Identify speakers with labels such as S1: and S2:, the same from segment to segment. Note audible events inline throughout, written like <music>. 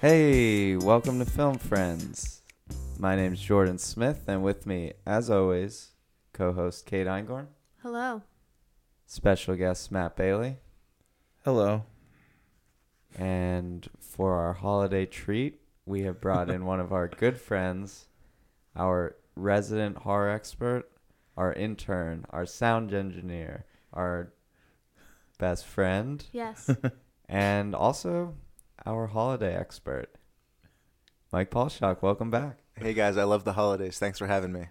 S1: Hey, welcome to Film Friends. My name's Jordan Smith, and with me, as always, co host Kate Eingorn,
S2: Hello.
S1: special guest Matt Bailey,
S3: Hello.
S1: and for our holiday treat, we have brought in one of our good friends, our resident horror expert, our intern, our sound engineer, our best friend,
S3: <laughs>
S2: Yes.
S1: and also our holiday expert, Mike Paulshock. Welcome back.
S4: Hey guys, I love the holidays. Thanks for having me.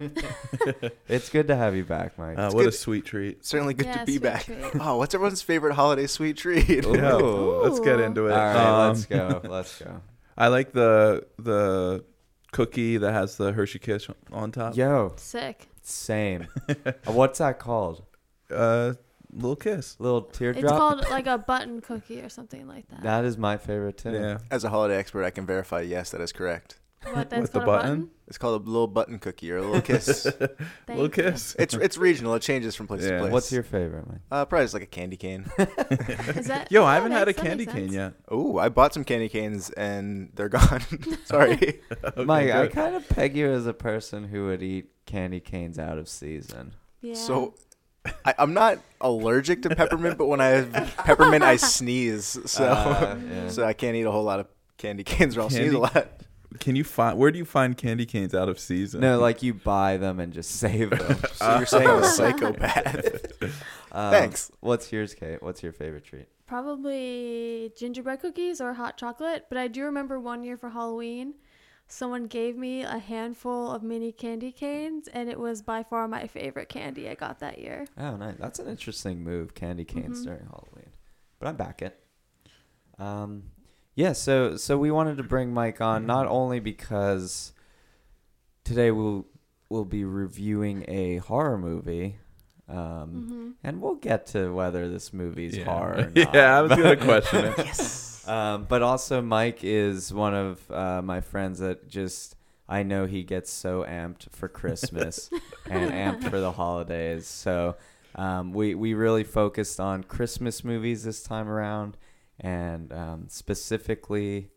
S1: It's good to have you back, Mike.
S3: Uh, what a
S4: good-
S3: sweet treat.
S4: Certainly good
S2: Yeah,
S4: to be
S2: sweet
S4: back.
S2: treat.
S4: <laughs> Oh, what's everyone's favorite holiday sweet treat?
S1: Ooh.
S3: Yeah, let's get into
S1: All
S3: it.
S1: right,
S3: Um,
S1: let's go. Let's go.
S3: I like the the cookie that has the Hershey Kiss on top.
S1: Yo,
S3: <laughs>
S2: Sick.
S1: same. Uh, What's that called?
S3: Uh, little kiss.
S1: Little
S2: It's
S1: teardrop.
S2: called like a button cookie or something like that.
S1: that is my favorite too.
S3: Yeah.
S4: <laughs> As a holiday expert, I can verify yes, that is correct.
S2: What, that's
S3: With the
S2: called a
S3: button?
S4: It's called a little button cookie or a little
S3: <laughs>
S4: kiss.
S2: Thank
S3: little
S2: you.
S3: <laughs> kiss.
S4: it's it's regional. It changes from place
S3: Yeah.
S4: to place.
S1: What's your favorite, Mike?
S4: uh, probably just like a candy cane?
S2: Is that,
S3: <laughs> Yo,
S2: that
S3: I haven't had a
S2: makes- that
S3: candy
S2: makes
S3: cane
S2: sense.
S3: yet.
S4: Oh, I bought some candy canes and
S2: <laughs>
S4: they're <laughs> gone. Sorry.
S1: Mike, I
S3: good.
S1: kind of peg you as a person who would eat candy canes out of season.
S2: Yeah.
S4: So I, I'm not allergic to peppermint, but when I have
S2: <laughs>
S4: peppermint, I sneeze. So
S1: Uh, yeah.
S4: <laughs> so I can't eat a whole lot of candy canes or I'll sneeze
S3: Candy-
S4: a lot.
S3: Can you find where do you find candy canes out of season? <laughs>
S1: No, like you buy them and just <laughs> save them.
S4: So you're saying I'm
S2: <laughs>
S4: a psychopath?
S1: Um,
S4: Thanks.
S1: What's yours, Kate? What's your favorite treat?
S2: probably gingerbread cookies or hot chocolate. But I do remember one year for Halloween, someone gave me a handful of mini candy canes, and it was by far my favorite candy I got that year.
S1: Oh, nice. That's an interesting move, candy canes during Halloween. But I back it. Um, yeah. So so we wanted to bring Mike on not only because today we'll we'll be reviewing a horror movie, um,
S2: Mm-hmm.
S1: and we'll get to whether this movie's
S3: Yeah.
S1: horror. Or not.
S3: <laughs> yeah, I was gonna question it.
S1: Um, but also, Mike is one of uh, my friends that just I know he gets so amped for Christmas and amped for the holidays. So um, we we really focused on Christmas movies this time around, and um, specifically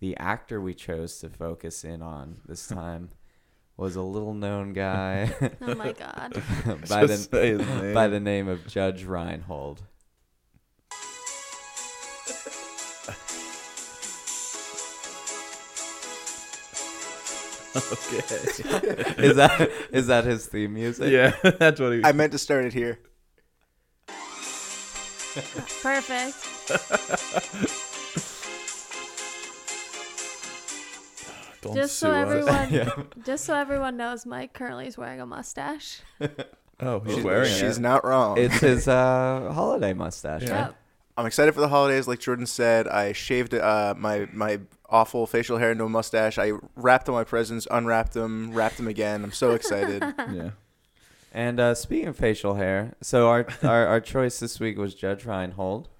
S1: the actor we chose to focus in on this time was a little known guy <laughs>
S2: Oh
S3: <laughs>
S2: my god.
S1: by
S3: Just
S1: the
S3: say his name.
S1: by the name of Judge Reinhold.
S3: okay.
S1: Is that is that his theme music?
S3: yeah, <laughs> that's what he.
S4: I meant to start it here.
S2: Perfect.
S3: Don't
S2: Just
S3: sue
S2: so
S3: us.
S2: everyone
S3: <laughs>
S1: Yeah.
S2: just so everyone knows, Mike currently is wearing a mustache.
S3: Oh, he's
S4: She's,
S3: wearing
S4: she's
S3: it.
S4: not wrong.
S1: It's his uh, holiday mustache.
S3: Yeah.
S1: right?
S2: Yep.
S4: I'm excited for the holidays. Like Jordan said, I shaved uh, my my awful facial hair into a mustache. I wrapped all my presents, unwrapped them, wrapped them again. I'm
S1: <laughs>
S4: so excited.
S3: yeah.
S1: And uh, speaking of facial hair, so our, our our choice this week was Judge Reinhold.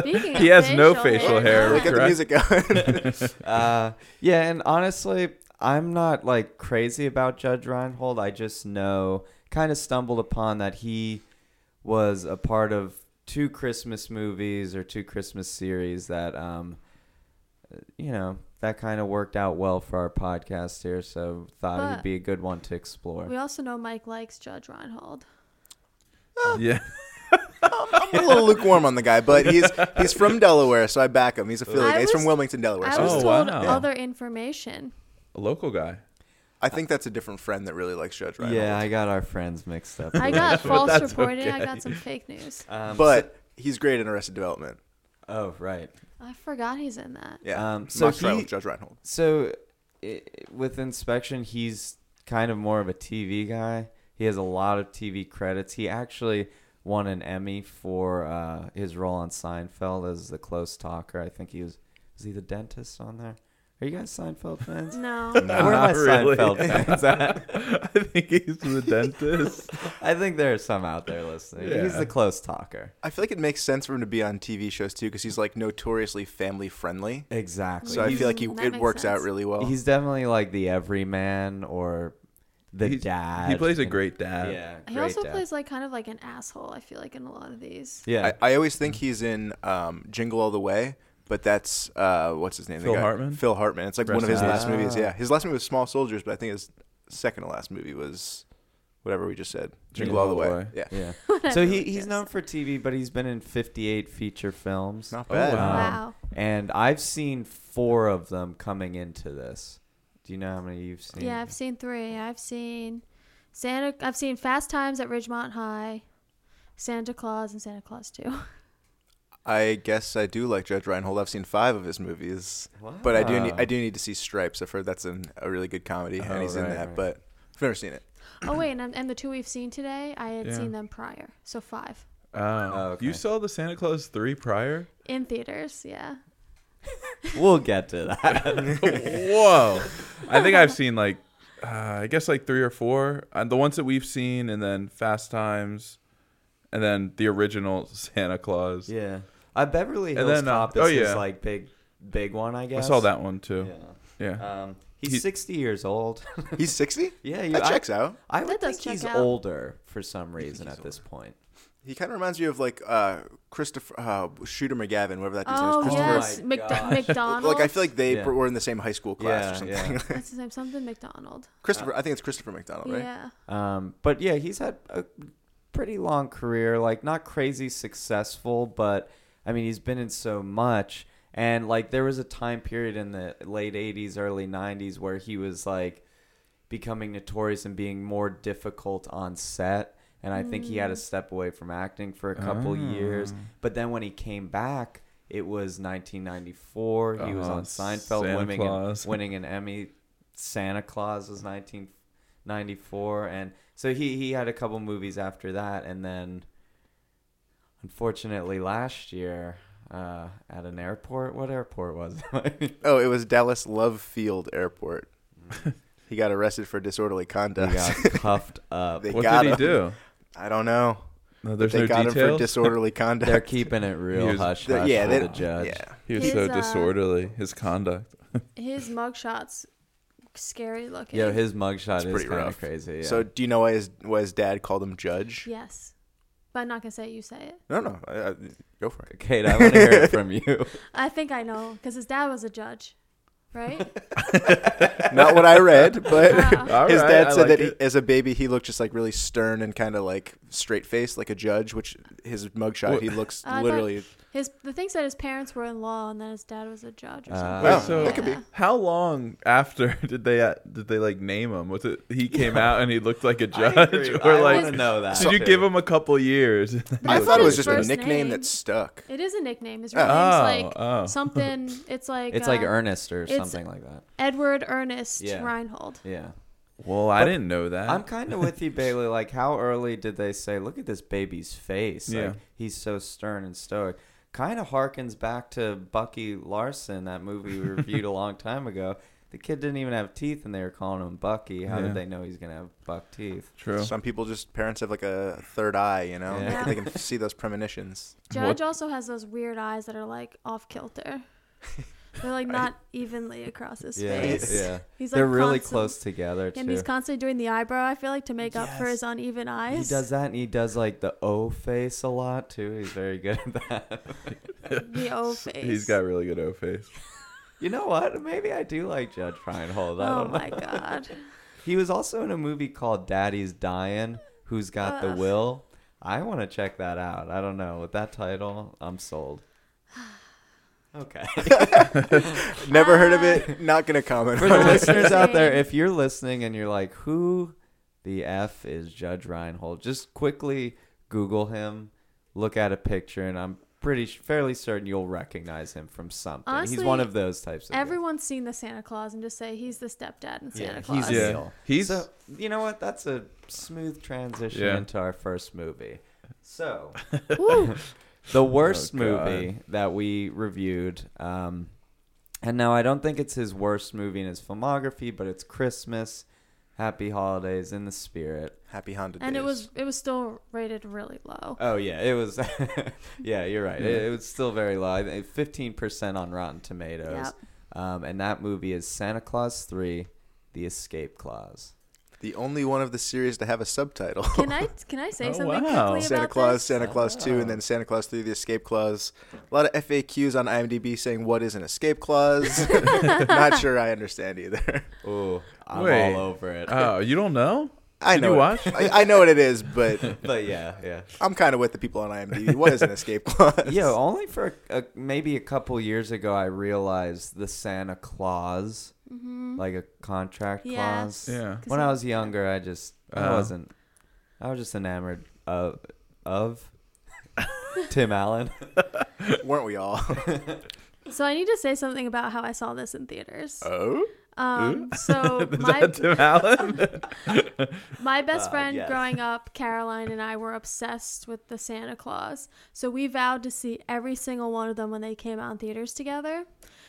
S2: Speaking
S3: <laughs> He
S2: of
S3: has no facial hair.
S4: Look at the
S3: Correct.
S4: music going. <laughs>
S1: Uh, yeah, and honestly, I'm not like crazy about Judge Reinhold. I just know, kind of stumbled upon that he was a part of two Christmas movies or two Christmas series that, um, you know, that kind of worked out well for our podcast here. So thought it'd
S2: But-
S1: be a good one to explore.
S2: We also know Mike likes Judge Reinhold.
S3: Yeah.
S4: I'm a little lukewarm on the guy, but he's he's from Delaware, so I back him. He's affiliated.
S2: I
S4: he's from
S2: was-
S4: Wilmington, Delaware.
S2: I
S4: So
S2: was
S3: Oh,
S2: told
S3: wow.
S2: other information.
S3: A local guy.
S4: I think that's a different friend that really likes Judge Reinhold.
S1: Yeah, I got our friends mixed up.
S2: I got false
S3: that's
S2: reporting. I
S3: okay.
S2: got some fake news.
S1: Um,
S4: but he's great in Arrested Development.
S1: Oh right.
S2: I forgot he's in that.
S4: Yeah,
S1: Um,
S4: um,
S1: so
S4: so trial
S1: he-
S4: with Judge Reinhold.
S1: So i with inspection, he's kind of more of a TV guy. He has a lot of TV credits. He actually won an Emmy for uh, his role on Seinfeld as the close talker. I think he was was he the dentist on there? Are you guys Seinfeld
S3: <laughs>
S1: fans?
S2: No.
S4: No.
S1: Where are my
S3: Not really. <laughs>
S1: Seinfeld fans at?
S3: I think he's the dentist.
S1: <laughs> I think there are some out there listening. He's
S3: Yeah.
S1: the close talker.
S4: I feel like it makes sense for him to be on TV shows too because he's like notoriously family friendly.
S1: Exactly.
S4: So I
S2: He's-
S4: feel like he,
S2: That
S4: it
S2: makes
S4: works out
S2: sense.
S4: really
S3: oh.
S4: well.
S1: He's definitely like the everyman or the
S3: He's-
S1: dad.
S3: He plays a
S1: in-
S3: great dad.
S1: Yeah.
S2: He
S1: great
S2: also
S1: dad.
S2: plays like kind of like an asshole. I feel like in a lot of these.
S1: Yeah.
S4: I, I always think he's in um, Jingle All the Way, but that's uh, what's his name? the
S3: Phil
S4: guy?
S3: Hartman?
S4: Phil Hartman. It's like
S3: Rest
S4: one of his
S1: in
S4: last
S1: peace.
S4: movies.
S1: Ah.
S4: Yeah, his last movie was Small Soldiers, but I think his second to last movie was whatever we just said, Jingle All the Way. Yeah,
S2: <laughs>
S1: yeah. So
S2: Whatever
S1: he,
S2: we
S1: he's
S2: just
S1: known for TV, but he's been in 58 feature films.
S4: not
S3: Oh,
S4: bad.
S1: Um,
S2: Wow.
S1: And I've seen four of them coming into this. Do you know how many you've seen?
S2: Yeah, I've seen three. I've seen Santa. I've seen Fast Times at Ridgemont High, Santa Claus, and Santa Claus Two.
S4: I guess I do like Judge Reinhold. I've seen five of his movies, but I do need, I do need to see Stripes. I've heard that's an, a really good comedy,
S1: Oh,
S4: and he's in
S1: right,
S4: that,
S1: right.
S4: but I've never seen it.
S2: oh wait, and, I'm- and the two we've seen today, I had
S3: Yeah.
S2: seen them prior, so five
S3: Oh,
S1: Oh, okay.
S3: you saw the Santa Claus
S1: <laughs>
S3: three prior?
S2: in theaters. Yeah.
S1: <laughs> We'll get to that.
S2: <laughs>
S3: Whoa! I think I've seen like, uh, I guess like three or four. Uh, the ones that we've seen, and then Fast Times, and then the original Santa Claus.
S1: yeah. Uh, Beverly
S3: And
S1: Hills
S3: then, uh,
S1: Cop
S3: oh,
S1: is his,
S3: yeah.
S1: like big, big one. I
S3: I
S1: guess.
S3: saw that one too.
S1: Yeah.
S3: Yeah.
S1: Um, he's
S3: He-
S1: 60 years old. <laughs>
S4: He's sixty.
S1: yeah, you,
S4: That
S1: I-
S4: checks out.
S1: I would
S2: That does
S1: think
S2: check
S1: he's
S2: out.
S1: older for some reason
S4: he's
S1: at this point.
S4: He kind of reminds you of like uh, Christopher uh, Shooter McGavin, whatever that dude's name is.
S2: Oh
S1: Oh
S4: Christopher-
S2: yes,
S1: my
S2: Mc-
S1: gosh.
S2: McDonald.
S4: Like I feel like they
S1: Yeah.
S4: were in the same high school class or
S1: Yeah,
S4: something. <laughs>
S2: What's his name? Something
S1: <laughs>
S2: McDonald.
S4: Christopher, I think it's Christopher McDonald, right?
S2: Yeah.
S1: Um, but yeah, he's had a pretty long career. Like not crazy successful, but I mean he's been in so much. And like there was a time period in the late '80s, early '90s where he was like becoming notorious and being more difficult on set. And I think he had to step away from acting for a couple years. But then when he came back, it was 1994. He was
S4: Uh-huh.
S3: Oh,
S1: on Seinfeld,
S3: Santa
S1: winning an,
S4: <laughs>
S3: Claus.
S1: winning an Emmy. Santa Claus was 1994, and so he he had a couple movies after that, and then unfortunately last year. Uh, at an airport, what airport was
S4: <laughs>
S1: it? <laughs>
S4: Oh, it was Dallas Love Field Airport. he got arrested for
S1: Mm.
S4: disorderly
S1: he
S4: conduct.
S1: got puffed up.
S4: They
S3: what
S4: got
S3: did he
S4: him.
S3: do?
S4: <laughs> I don't know.
S3: No, there's
S4: they
S3: no
S4: got him for
S3: details.
S1: <laughs>
S4: disorderly conduct.
S1: They're keeping it real
S3: He was-
S1: hush
S4: They're-
S1: hush
S4: yeah,
S1: with
S4: they-
S1: the judge.
S4: Yeah.
S3: he was
S2: His,
S3: so
S2: uh,
S3: disorderly. His conduct.
S2: His mugshots scary looking.
S1: Yo, his mugshot is
S4: pretty
S1: kind of
S4: rough.
S1: crazy. Yeah.
S4: So, do you know why his why his dad called him Judge?
S2: Yes. But I'm not gonna say it, you say it.
S4: No, no, I, I, go for it.
S1: Kate, I want to hear it
S4: <laughs>
S1: from you.
S2: I think I know, because his dad was a judge. Right?
S1: <laughs>
S4: Not what I read, but
S2: <laughs> Wow.
S3: All
S4: his
S3: right,
S4: dad
S3: I
S4: said
S3: like
S4: that he,
S3: it.
S4: as a baby he looked just like really stern and kind of like straight faced, like a judge. Which his mugshot,
S3: What-
S4: he looks
S2: I thought-
S4: literally.
S2: His the thing said his parents were in law and then his dad was a judge or something.
S1: Wow.
S4: Wait, so- That could be.
S3: How long after <laughs> did they uh, did they like name him? Was it he came out and he looked like a judge, <laughs> or
S1: I
S3: like
S1: know that.
S3: did you give him a couple years? <laughs>
S4: I
S2: That's
S4: thought
S2: his
S4: it was just a
S2: first
S4: nickname
S2: name.
S4: that stuck.
S2: It is a nickname. His
S4: Oh.
S2: real name's like
S4: <laughs>
S3: Oh, oh.
S2: something it's like
S1: It's like
S2: uh,
S1: Ernest or
S2: it's-
S1: something like that.
S2: Edward Ernest
S1: Yeah.
S2: Reinhold.
S1: Yeah.
S3: Well, I didn't know that.
S1: I'm kind of with you,
S3: <laughs>
S1: Bailey. Like, how early did they say, look at this baby's face?
S3: Yeah.
S1: Like, he's so stern and stoic. Kind of harkens back to Bucky Larson, that movie we reviewed a
S3: <laughs>
S1: long time ago. The kid didn't even have teeth, and they were calling him Bucky. How
S3: Yeah.
S1: did they know he's going to have buck teeth?
S3: True.
S4: Some people just parents have like a third eye, you know.
S1: Yeah.
S3: <laughs>
S4: They, can, they can see those premonitions.
S2: Judge also has those weird eyes that are like
S1: <laughs>
S2: off kilter. They're like not evenly across his face.
S1: Yeah.
S2: He's like
S1: They're really
S2: constant-
S1: close together, too.
S2: And he's constantly doing the eyebrow, I feel like, to make up for
S1: Yes.
S2: his uneven eyes.
S1: He does that, and he does like the O face a lot too. He's very good at that.
S2: <laughs>
S3: <laughs>
S2: the O face.
S3: He's got really good O face.
S1: you know what? Maybe I do like Judge Reinhold. I
S2: Oh
S1: don't know.
S2: my god.
S1: He was also in a movie called Daddy's Dying. Who's got the
S2: Ugh.
S1: will? I want to check that out. I don't know with that title. I'm <sighs> sold. Okay.
S4: Never heard of
S2: Ah.
S4: it. Not gonna
S1: <laughs> <laughs>
S4: comment.
S1: For the
S4: on it.
S1: listeners out there, if you're listening and you're like, who the F is Judge Reinhold? Just quickly Google him, look at a picture, and I'm pretty fairly certain you'll recognize him from something. He's one
S2: Honestly,
S1: of those types of guys.
S2: Everyone's seen the Santa Claus and just say he's the stepdad in Santa
S1: Yeah,
S2: Claus.
S1: he's
S3: Yeah.
S1: real.
S3: He's-
S1: so, you know what? That's a smooth transition
S3: Yeah.
S1: into our first movie.
S3: <laughs>
S1: So,
S2: Woo.
S1: the worst
S3: Oh, God.
S1: movie that we reviewed um, And now I don't think it's his worst movie in his filmography, but it's Christmas, Happy Holidays, in the Spirit.
S4: Happy Honda
S2: and it
S4: days.
S2: was it was still rated really low.
S1: Oh yeah, it was. <laughs> yeah, you're right. It, it was still very low. Fifteen percent on Rotten Tomatoes.
S2: Yep.
S1: Um, and that movie is Santa Claus Three: The Escape Clause.
S4: the only one of the series to have a subtitle.
S2: Can
S4: <laughs>
S2: I can I say
S3: Oh,
S2: something
S3: wow.
S2: quickly
S4: Santa
S2: about
S4: Claus,
S2: this?
S4: Santa Claus 2, and then Santa Claus 3, the escape clause. A lot of FAQs on IMDb saying what is an escape
S2: <laughs>
S4: clause. <laughs> Not sure I understand either.
S1: Ooh, I'm
S3: Wait.
S1: all over it.
S3: Oh, you don't know?
S4: I
S3: Did
S4: know
S3: you
S4: it-
S3: watch?
S4: I, I know what it
S3: <laughs>
S4: is, but
S1: but yeah, yeah.
S4: I'm kind of with the people on IMDb. What is an escape <laughs>
S1: <laughs>
S4: clause?
S1: Yo, only for a, a, maybe a couple years ago, I realized the Santa Claus, like a contract
S2: Yeah.
S1: clause.
S3: Yeah.
S2: 'Cause
S1: When
S2: Mm-hmm. he-
S1: I was younger, I just I
S3: Oh.
S1: wasn't. I was just enamored of of <laughs> Tim Allen. <laughs>
S4: Weren't we all? <laughs>
S2: So I need to say something about how I saw this in theaters.
S4: Oh?
S2: Um, so
S3: Uh, Is <laughs>
S2: my
S3: that Tim Allen?
S2: <laughs>
S3: <laughs>
S2: My best
S1: Uh,
S2: friend
S1: yes.
S2: growing up, Caroline and I were obsessed with the Santa Claus. So we vowed to see every single one of them when they came out in theaters together.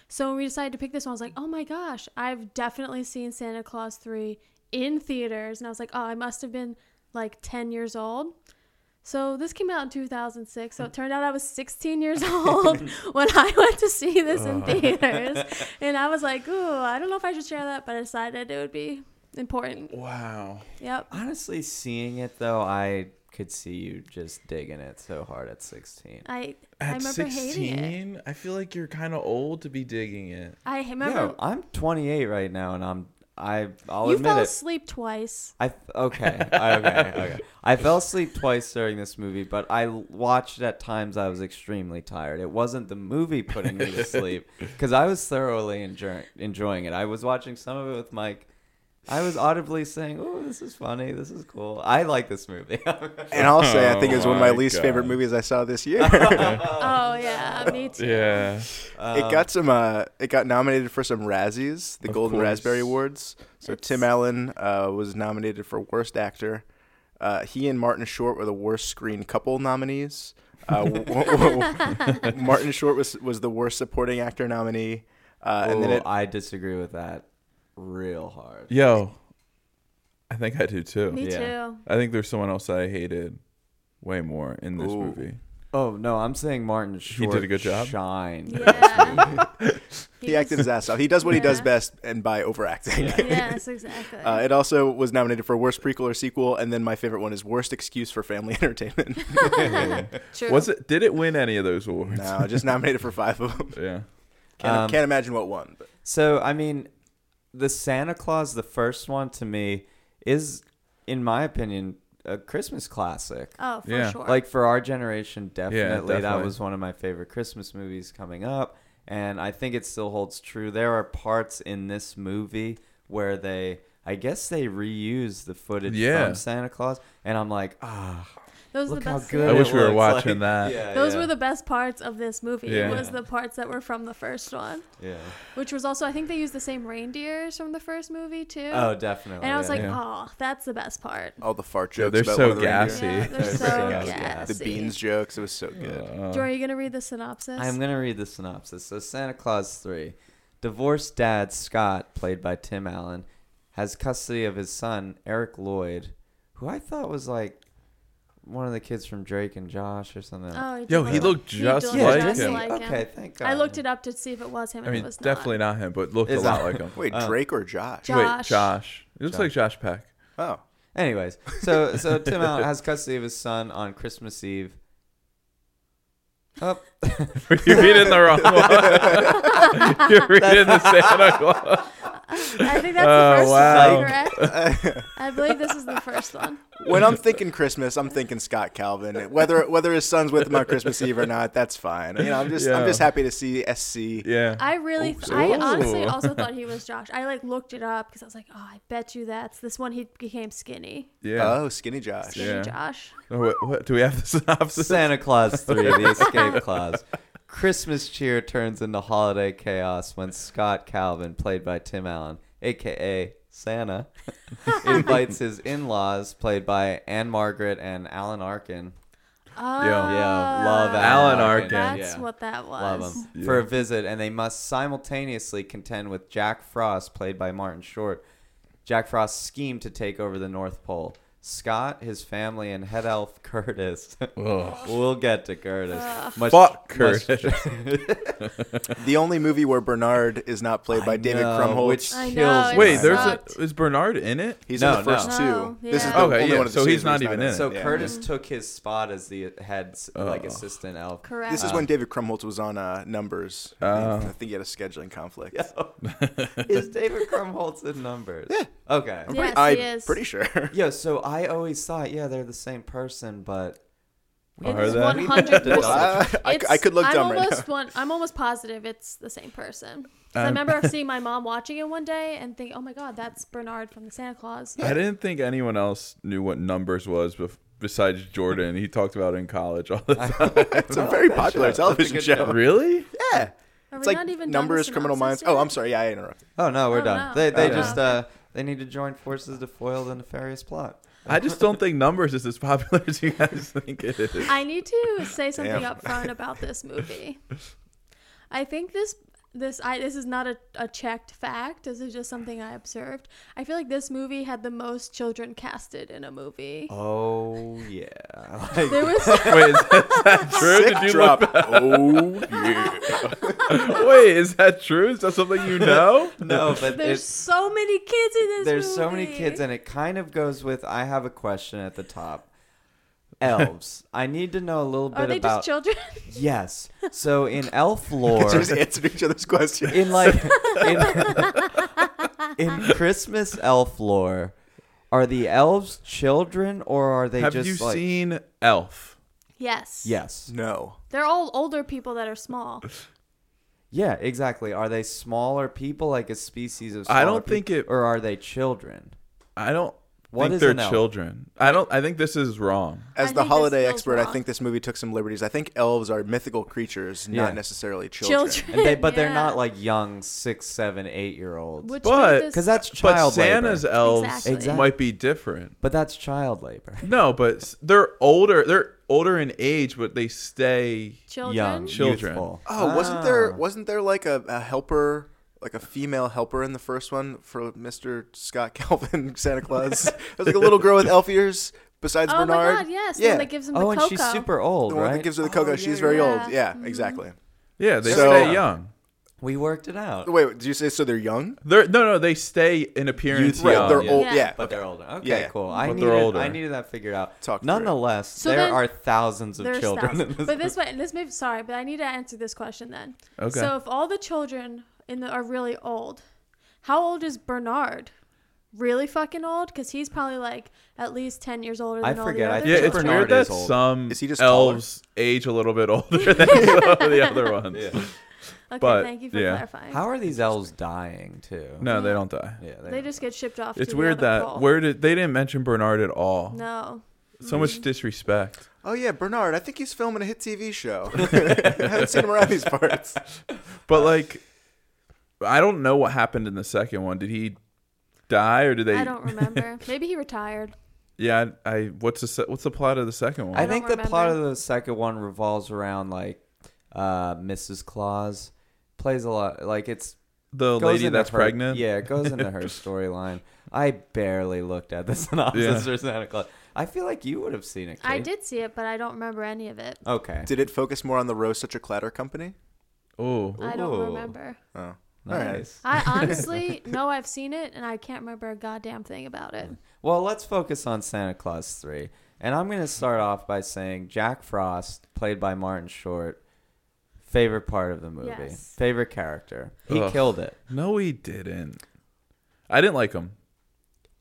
S2: So when we decided to pick this one, I was like, oh my gosh, I've definitely seen Santa Claus 3 in theaters. And I was like, oh, I must have been like 10 years old. So this came out in 2006. So it turned out I was
S1: <laughs>
S2: 16 years old <laughs> when I went to see this in
S1: Oh. <laughs>
S2: theaters. And I was like, ooh, I don't know if I should share that, but I decided it would be important.
S3: wow.
S2: Yep.
S1: Honestly, seeing it though, I could see you just digging it so hard at 16.
S2: I I
S3: At
S2: remember hating it.
S3: 16, I feel like you're kind of old to be digging it.
S2: I remember
S1: Yo, I'm 28 right now, and I'm I I'll
S2: you
S1: admit
S2: fell
S1: it.
S2: asleep twice.
S1: I okay, okay, okay.
S3: <laughs>
S1: I fell asleep twice during this movie, but I l- watched at times I was extremely tired. It wasn't the movie putting me
S3: <laughs>
S1: to sleep because I was thoroughly enjoy- enjoying it. I was watching some of it with Mike. I was audibly saying, "Oh, this is funny. This is cool. I like this movie." <laughs>
S3: Uh,
S4: And I'll say, I think it was one of my
S3: Oh my
S4: least favorite
S3: God.
S4: movies I saw this
S3: <laughs>
S4: year. <laughs>
S2: oh yeah, me too.
S3: Yeah.
S4: it got some. Uh, it got nominated for some Razzies, the
S3: Of
S4: Golden
S3: course.
S4: Raspberry Awards. So
S2: It's-
S4: Tim Allen uh, was nominated for Worst Actor. Uh, he and Martin Short were the Worst Screen Couple nominees. Uh, w- w- w- Martin Short was was the Worst Supporting Actor nominee, uh, and then
S1: Ooh,
S4: it,
S1: I disagree with that real hard.
S3: Yo, I think I do too.
S2: Me
S1: Yeah.
S2: too.
S3: I think there's someone else that I hated way more in this
S4: Ooh.
S3: movie.
S1: Oh no, I'm saying Martin
S3: did
S1: Short.
S3: a good job.
S1: Shined.
S2: Yeah.
S4: he acted his ass off. He does what he does
S2: Yeah.
S4: best, and by overacting.
S2: Yes, exactly.
S4: <laughs> Uh, it also was nominated for worst prequel or sequel, and then my favorite one is worst excuse for family <laughs>
S2: <laughs>
S4: entertainment.
S2: True.
S3: Was it? Did it win any of those awards? <laughs>
S4: no, just nominated for five of them.
S3: Yeah.
S4: Can't,
S1: Um,
S4: can't imagine what won. But.
S1: So I mean, the Santa Claus, the first one to me, is in my opinion a Christmas classic.
S2: Oh, for
S3: Yeah.
S2: sure.
S1: Like for our generation, definitely, that
S3: definitely.
S1: was one of my favorite Christmas movies coming up, and I think it still holds true. There are parts in this movie where they, I guess, they reuse the footage
S3: Yeah.
S1: from Santa Claus, and I'm like, ah,
S2: those are the
S1: look how
S2: best.
S1: good.
S3: I
S1: it
S3: wish we were
S1: looks.
S3: watching
S1: Like,
S3: that.
S1: yeah,
S2: Those
S1: yeah,
S2: were the best parts of this movie.
S3: Yeah.
S2: It was the parts that were from the first one,
S1: yeah.
S2: which was also I think they used the same reindeers from the first movie too.
S1: Oh, definitely.
S2: and I was
S1: yeah.
S2: like,
S3: Yeah.
S2: oh, that's the best part.
S4: All the fart
S3: Yeah,
S4: jokes.
S3: they're
S4: about
S3: so
S4: one of the reindeer.
S3: gassy.
S2: Yeah, they're
S1: They're
S2: so
S1: very gassy.
S2: gassy.
S4: The beans jokes. It was so good.
S3: Uh,
S2: Jory, you gonna read the synopsis?
S1: I'm going to read the synopsis. So, Santa Claus 3. Divorced dad, Scott, played by Tim Allen, has custody of his son, Eric Lloyd, who I thought was like one of the kids from Drake and Josh or something.
S2: Oh, he did
S3: Yo,
S2: look
S3: he looked
S2: he
S3: just
S2: looked
S1: yeah,
S3: like
S1: just
S3: him.
S2: like him.
S1: Okay, thank God.
S2: I looked it up to see if it was him.
S3: I
S2: and
S3: mean,
S2: it was not.
S3: definitely not. him, but looked a
S1: It's-
S3: lot like him.
S4: Wait, Drake or Josh?
S2: Josh.
S3: Wait, Josh. It looks like Josh
S4: <laughs>
S3: Peck. <laughs>
S4: Oh,
S1: Anyways, so so Tim Allen has custody of his son on Christmas
S2: <laughs>
S1: Eve. Oh,
S3: You're reading the wrong one.
S4: <laughs>
S3: You're reading the Santa Claus.
S2: I think that's
S3: <laughs> Oh,
S2: the first
S3: wow.
S2: one, correct? I believe this is the first one.
S4: when I'm thinking Christmas, I'm thinking Scott Calvin. Whether whether his son's with him on Christmas Eve or not, that's fine. You know, I'm just I'm
S3: Yeah.
S4: just happy to see SC.
S3: Yeah.
S2: I really,
S3: Oops.
S2: I honestly
S3: Ooh.
S2: also thought
S3: <laughs>
S2: he was Josh. I like looked it up because I was like, oh, I bet you that's this one. He became skinny,
S3: yeah.
S4: Oh, skinny Josh.
S2: skinny
S3: Uh, Yeah.
S2: Josh.
S3: Oh, what, what- do we have the synopsis?
S1: Santa Claus 3, The Escape Clause. Christmas cheer turns into holiday chaos when Scott Calvin, played by Tim Allen, aka Santa, invites his in laws, played by Anne Margaret and Alan Arkin,
S2: Oh,
S1: Yeah, love
S3: Alan Arkin.
S2: Ah, That's
S1: Yeah.
S2: what that was.
S1: Love them
S3: Yeah.
S1: for a visit, and they must simultaneously contend with Jack Frost, played by Martin Short. Jack Frost's scheme to take over the North Pole. Scott, his family, and head elf <laughs> Curtis. we'll get to Curtis. Must-
S3: Fuck
S1: must-
S3: Curtis.
S4: The only movie where Bernard is not played by
S1: I
S4: David
S1: know,
S4: Krumholtz.
S1: which
S2: I know,
S1: kills
S2: it
S1: me.
S3: Wait, there's a,
S2: sucked.
S3: is Bernard in it?
S4: He's
S1: No,
S4: in the first
S1: no.
S4: two.
S2: No,
S4: This is
S2: Oh, yeah.
S4: the
S3: Okay,
S4: only
S3: yeah,
S4: one of the
S3: so he's
S4: series
S3: not even in it.
S1: So
S4: Yeah.
S1: Curtis took his spot as the head s- like
S3: Oh.
S1: assistant elf.
S2: Correct.
S4: This is when David Krumholtz was on uh, Numbers.
S3: Oh.
S4: I think he had a scheduling
S1: <laughs>
S4: conflict.
S1: Yo,
S4: <laughs>
S1: is David Krumholtz in numbers? Yeah. Okay.
S2: Yeah. Yes,
S4: I'm
S2: he is.
S4: pretty sure.
S1: Yo, so I always thought, yeah, they're the same person, but
S3: Are
S2: It's
S3: they?
S2: one hundred
S1: Well,
S2: percent.
S4: <laughs> I, I, I could look
S2: am
S4: dumb right
S2: almost
S4: now.
S2: One, I'm almost positive it's the same person. 'Cause I
S3: I'm-
S2: remember
S3: <laughs>
S2: seeing my mom watching it one day and think, "Oh my God, that's Bernard from the Santa Claus."
S3: I didn't think anyone else knew what numbers was bef- besides Jordan. He talked about it in college all the time.
S4: <laughs> It's a very popular
S1: show.
S3: <laughs>
S4: television
S1: That's a good
S4: show.
S3: really?
S4: Yeah.
S2: Are
S4: It's
S2: we
S4: like
S2: not even done
S4: Numbers,
S2: the
S4: Criminal Minds.
S2: synopsis
S4: Oh,
S2: yet?
S4: I'm sorry. Yeah, I interrupted.
S1: oh no, we're
S2: Oh,
S1: done.
S2: no.
S1: They they
S4: Okay.
S1: just uh they need to join forces to foil the nefarious plot.
S3: I just don't think numbers is as popular as you guys think it is.
S2: I need to
S1: <laughs>
S2: say something
S4: Damn.
S2: up front about this movie. I think this this I this is not a, a checked fact. This is just something I observed. I feel like this movie had the most children casted in a movie.
S1: Oh <laughs> yeah. Like,
S2: There was
S3: <laughs> Wait, is that, is that true?
S4: Sick
S3: Did you
S4: drop. oh, yeah.
S3: look- Wait, is that true? Is that something
S1: <laughs>
S3: you know?
S1: no, but
S2: there's
S1: it's
S2: so many kids in this
S1: there's so many
S2: movie.
S1: kids and it kind of goes with I have a question at the top. Elves. I need to know a little bit
S2: Are they
S1: about
S2: just children? <laughs>
S1: Yes. So in elf lore
S4: <laughs> Just answering each other's questions.
S1: in <laughs> like in,
S2: <laughs>
S1: in Christmas elf lore, are the elves children or are they
S3: Have
S1: just
S3: you
S1: like
S3: seen Elf?
S2: yes.
S1: Yes.
S4: No.
S2: They're all older people that are small.
S1: Yeah, exactly. Are they smaller people, like a species of? Smaller
S3: I don't think
S1: peop-
S3: it-
S1: Or are they children?
S3: I don't
S1: What
S3: think
S1: is
S3: they're
S1: an elf?
S3: children. I don't. I think this is wrong.
S4: As
S2: I
S4: the
S2: think this
S4: holiday
S2: feels
S4: expert, I
S2: wrong.
S4: think this movie took some liberties. I think elves are mythical creatures,
S1: Yeah.
S4: not necessarily children.
S2: Children.
S1: And they, but they're
S2: Yeah.
S1: not like young six, seven, eight year olds.
S2: Which
S3: But-
S2: made
S1: Because
S2: this-
S1: that's child
S3: but Santa's
S1: labor.
S3: elves
S2: Exactly.
S1: Exact-
S3: might be different.
S1: But that's child labor.
S3: No, but s- they're older. They're older in age, but they stay.
S2: children.
S1: Young
S3: Children.
S1: youthful.
S4: Oh, wasn't there
S1: Ah.
S4: wasn't there like a, a helper, like a female helper in the first one for Mr. Scott <laughs> Calvin
S1: <laughs>
S4: Santa Claus? it was like a little girl with elf ears besides
S2: Oh
S4: Bernard.
S2: my God! Yes.
S4: Yeah.
S2: Yeah. That gives them
S1: Oh,
S2: the
S1: and
S2: cocoa.
S1: she's super old,
S4: the one
S1: right?
S4: that gives her the cocoa.
S1: Oh,
S4: She's
S1: yeah,
S4: very
S2: yeah. mm-hmm.
S4: old. Yeah, exactly.
S3: Yeah, they
S4: So-
S3: stay young.
S1: We worked it out.
S4: Wait, wait, did you say so they're young?
S3: They're no, no. They stay in appearance
S1: Youth- Right,
S3: young.
S4: they're
S1: yeah.
S4: old.
S2: Yeah.
S4: Yeah.
S1: But they're older. Okay,
S4: Yeah, yeah.
S1: cool. I
S3: But
S1: needed,
S3: they're older.
S1: I needed that figured out.
S4: Talk through it.
S1: Nonetheless,
S2: So
S1: there
S2: then-
S1: are thousands of
S2: There's
S1: children.
S2: thousands.
S1: In this
S2: but this way, this may sorry, but I need to answer this question then.
S3: Okay.
S2: So if all the children in the are really old, how old is Bernard? Really fucking old? Because he's probably like at least ten years older than
S1: I
S2: all
S1: forget.
S2: the
S1: I
S2: other
S3: Yeah,
S1: think
S3: it's
S2: children.
S1: Bernard
S3: weird
S1: is
S3: that
S1: old.
S3: some
S4: Is he just
S3: elves age a little bit older <laughs> than some of the other ones.
S2: Okay,
S3: but,
S2: thank you for
S3: yeah.
S2: clarifying.
S1: How are these elves dying too?
S3: No, they don't die.
S1: Yeah,
S2: they just get shipped off.
S3: It's
S2: to
S3: weird
S2: the other
S3: that
S2: pole.
S3: where did they didn't mention Bernard at all.
S2: No.
S3: So much disrespect.
S4: Oh yeah, Bernard. I think he's filming a hit
S1: <laughs>
S4: TV show. <laughs> I haven't seen him around these parts.
S3: But like, I don't know what happened in the second one. Did he die or did they?
S2: I
S1: <laughs>
S2: don't remember. Maybe he retired.
S3: Yeah, I, I what's the se- what's the plot of the second one?
S1: I,
S2: I
S1: think the
S2: don't
S1: plot of
S2: remember.
S1: the second one revolves around like uh, Mrs. Claus plays a lot like it's
S3: the
S1: goes
S3: lady
S1: into
S3: that's
S1: her-
S3: pregnant.
S1: Yeah, it goes into her
S3: <laughs>
S1: storyline. I barely looked at the synopsis for Santa Claus. I feel like you would have seen it.
S2: I
S1: Kate.
S2: did see it, but I don't remember any of it.
S1: Okay.
S4: Did it focus more on the Rose Such a Clatter Company?
S3: Oh,
S2: I don't
S1: Ooh.
S2: remember.
S4: Oh,
S1: nice.
S2: I honestly
S1: <laughs>
S2: know I've seen it, and I can't remember a goddamn thing about it.
S1: Well, let's focus on Santa Claus 3. And I'm going to start off by saying Jack Frost, played by Martin Short, favorite part of the movie,
S2: Yes.
S1: favorite character. He
S3: Ugh.
S1: killed it.
S3: no, he didn't. I didn't like him.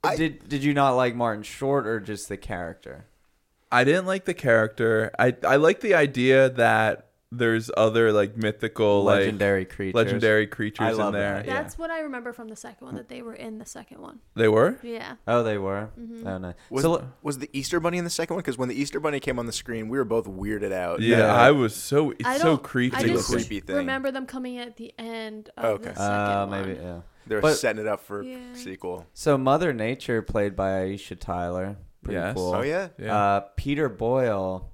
S4: I-
S1: did did you not like Martin Short or just the character?
S3: I didn't like the character. I I like the idea that there's other like mythical
S1: legendary
S3: like
S1: creatures.
S3: legendary creatures
S1: I love
S3: in there.
S1: that, yeah.
S2: That's what I remember from the second one that they were in the second one.
S3: They were.
S2: Yeah.
S1: Oh, they were.
S2: Mm-hmm.
S1: Oh no.
S4: Was,
S1: so
S4: was the Easter Bunny in the second one? Because when the Easter Bunny came on the screen, we were both weirded out.
S3: Yeah,
S1: Yeah.
S3: I was so it's
S2: I
S3: so
S2: don't-
S3: creepy.
S2: I
S4: It's a
S2: just
S3: looking.
S4: creepy thing.
S2: remember them coming in at the end of
S4: Okay.
S2: the second
S1: uh,
S2: one.
S1: maybe yeah.
S4: They're
S1: But-
S4: setting it up for
S2: Yeah.
S4: sequel.
S1: So Mother Nature, played by Aisha Tyler, pretty
S3: Yes.
S1: cool.
S4: Oh yeah.
S3: Yeah.
S1: Uh, Peter Uh, Boyle,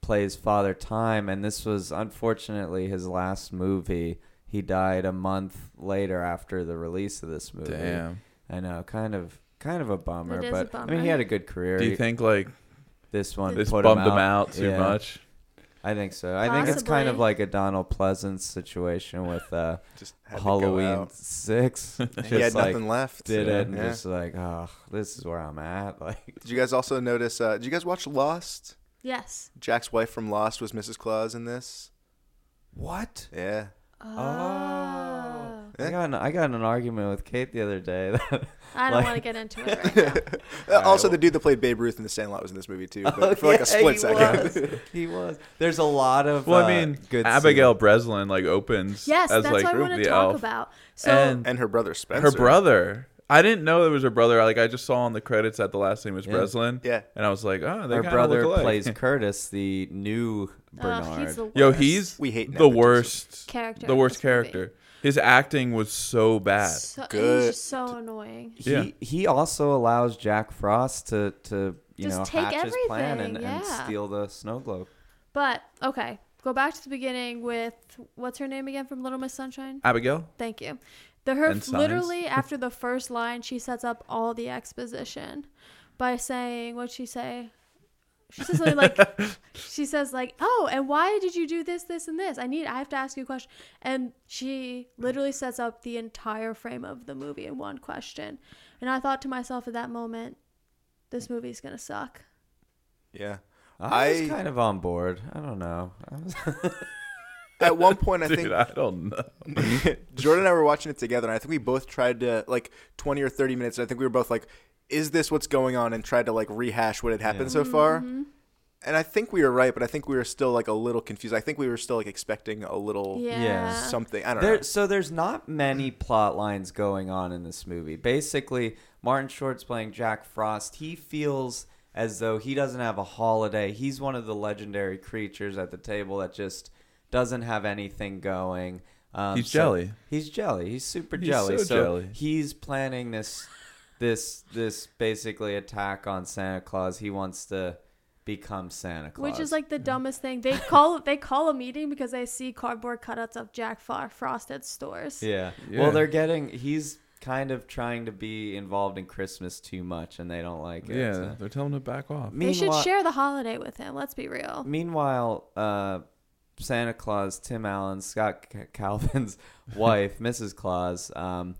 S1: plays Father Time, and this was unfortunately his last movie. He died a month later after the release of this movie.
S3: Damn.
S1: I know, kind of, kind of a bummer.
S2: It is a
S1: but I
S2: bummer.
S1: mean, he had a good career.
S3: Do you
S1: He-
S3: think like
S1: this one
S3: this
S1: put
S3: bummed
S1: him out,
S3: too
S1: Yeah,
S3: much?
S1: I think so. I think it's kind of
S2: Possibly.
S1: like a Donald Pleasance situation with uh,
S4: Just had To
S1: <laughs>
S4: go
S1: Halloween
S4: out.
S1: Six.
S4: And
S1: just
S4: He had
S1: like
S4: nothing left.
S1: did it and
S4: Yeah.
S1: just like, oh, this is where I'm at. <laughs> Like,
S4: Did you guys also notice? Uh, did you guys watch Lost?
S2: Yes.
S4: Jack's wife from Lost was Mrs. Claus in this.
S1: what?
S4: Yeah.
S2: Oh.
S1: I got in, I got in an argument with Kate the other day. <laughs> That,
S2: I don't
S1: Like-
S2: want to get
S3: <laughs>
S2: into it right now.
S4: Uh, also,
S1: well-
S4: the dude that played Babe Ruth in The Sandlot was in this movie too, but for like
S1: Oh, <laughs> Yeah,
S4: a split
S1: he
S4: second.
S1: was. He was. There's a lot of.
S3: Well, I
S1: uh,
S3: mean,
S1: good
S3: Abigail
S1: scenes.
S3: Breslin like opens
S2: Yes,
S3: as
S2: that's
S3: like
S2: what I want
S3: the
S2: to talk
S3: elf.
S2: about. So
S1: And-
S4: <laughs> and her brother Spencer.
S3: Her brother. I didn't know it was her brother. Like I just saw in the credits that the last name was
S1: Yeah.
S3: Breslin.
S4: Yeah.
S3: And I was like, oh, they
S1: Her
S3: kinda
S1: brother
S3: look alike. <laughs>
S1: plays Curtis, the new Bernard.
S2: oh, he's the worst.
S3: Yo, he's
S4: We hate
S3: the
S4: nepotism.
S3: worst
S2: Character
S3: The
S2: in
S3: worst
S2: this movie.
S3: character. His acting was so bad.
S2: so,
S4: Good.
S2: He's just so annoying.
S1: he
S3: Yeah.
S1: he also allows Jack Frost to to you
S2: Just
S1: know
S2: take
S1: hatch his plan and,
S2: everything,
S1: and
S2: yeah.
S1: steal the snow globe.
S2: But okay, go back to the beginning with what's her name again from Little Miss Sunshine?
S3: Abigail.
S2: Thank you. The her
S3: And signs.
S2: literally after the first line, she sets up all the exposition by saying what'd she say? She says something
S3: <laughs>
S2: like she says like, "Oh, and why did you do this, this, and this? I need I have to ask you a question." And she literally sets up the entire frame of the movie in one question. And I thought to myself at that moment, this movie's gonna suck.
S4: Yeah.
S1: I,
S4: I-
S1: was kind of on board. I don't know. I was-
S4: At one point,
S1: <laughs>
S4: I
S3: Dude,
S4: think
S3: I don't know.
S4: <laughs> Jordan and I were watching it together, and I think we both tried to like twenty or thirty minutes. And I think we were both like, "Is this what's going on?" and tried to like rehash what had happened so far.
S2: Mm-hmm.
S4: And I think we were right, but I think we were still like a little confused. I think we were still like expecting a little
S2: Yeah.
S4: something. I don't
S1: There,
S4: know.
S1: so there's not many plot lines going on in this movie. Basically, Martin Short's playing Jack Frost. He feels as though he doesn't have a holiday. He's one of the legendary creatures at the table that just doesn't have anything going. Um,
S3: He's
S1: so-
S3: jelly.
S1: He's jelly. He's super
S3: He's
S1: jelly.
S3: so
S1: So,
S3: jelly.
S1: he's planning this, this, this basically attack on Santa Claus. He wants to become Santa Claus,
S2: Which is like the dumbest thing. They call they call a meeting because they see cardboard cutouts of Jack Fro- Frost at stores.
S1: Yeah.
S3: Yeah.
S1: Well, they're getting. He's kind of trying to be involved in Christmas too much, and they don't like it.
S3: Yeah,
S1: so.
S3: they're telling him to back off.
S2: They should
S1: Meanwhi-
S2: share the holiday with him. Let's be real.
S1: Meanwhile, uh, Santa Claus, Tim Allen, Scott C- Calvin's <laughs> wife, Mrs. Claus, um,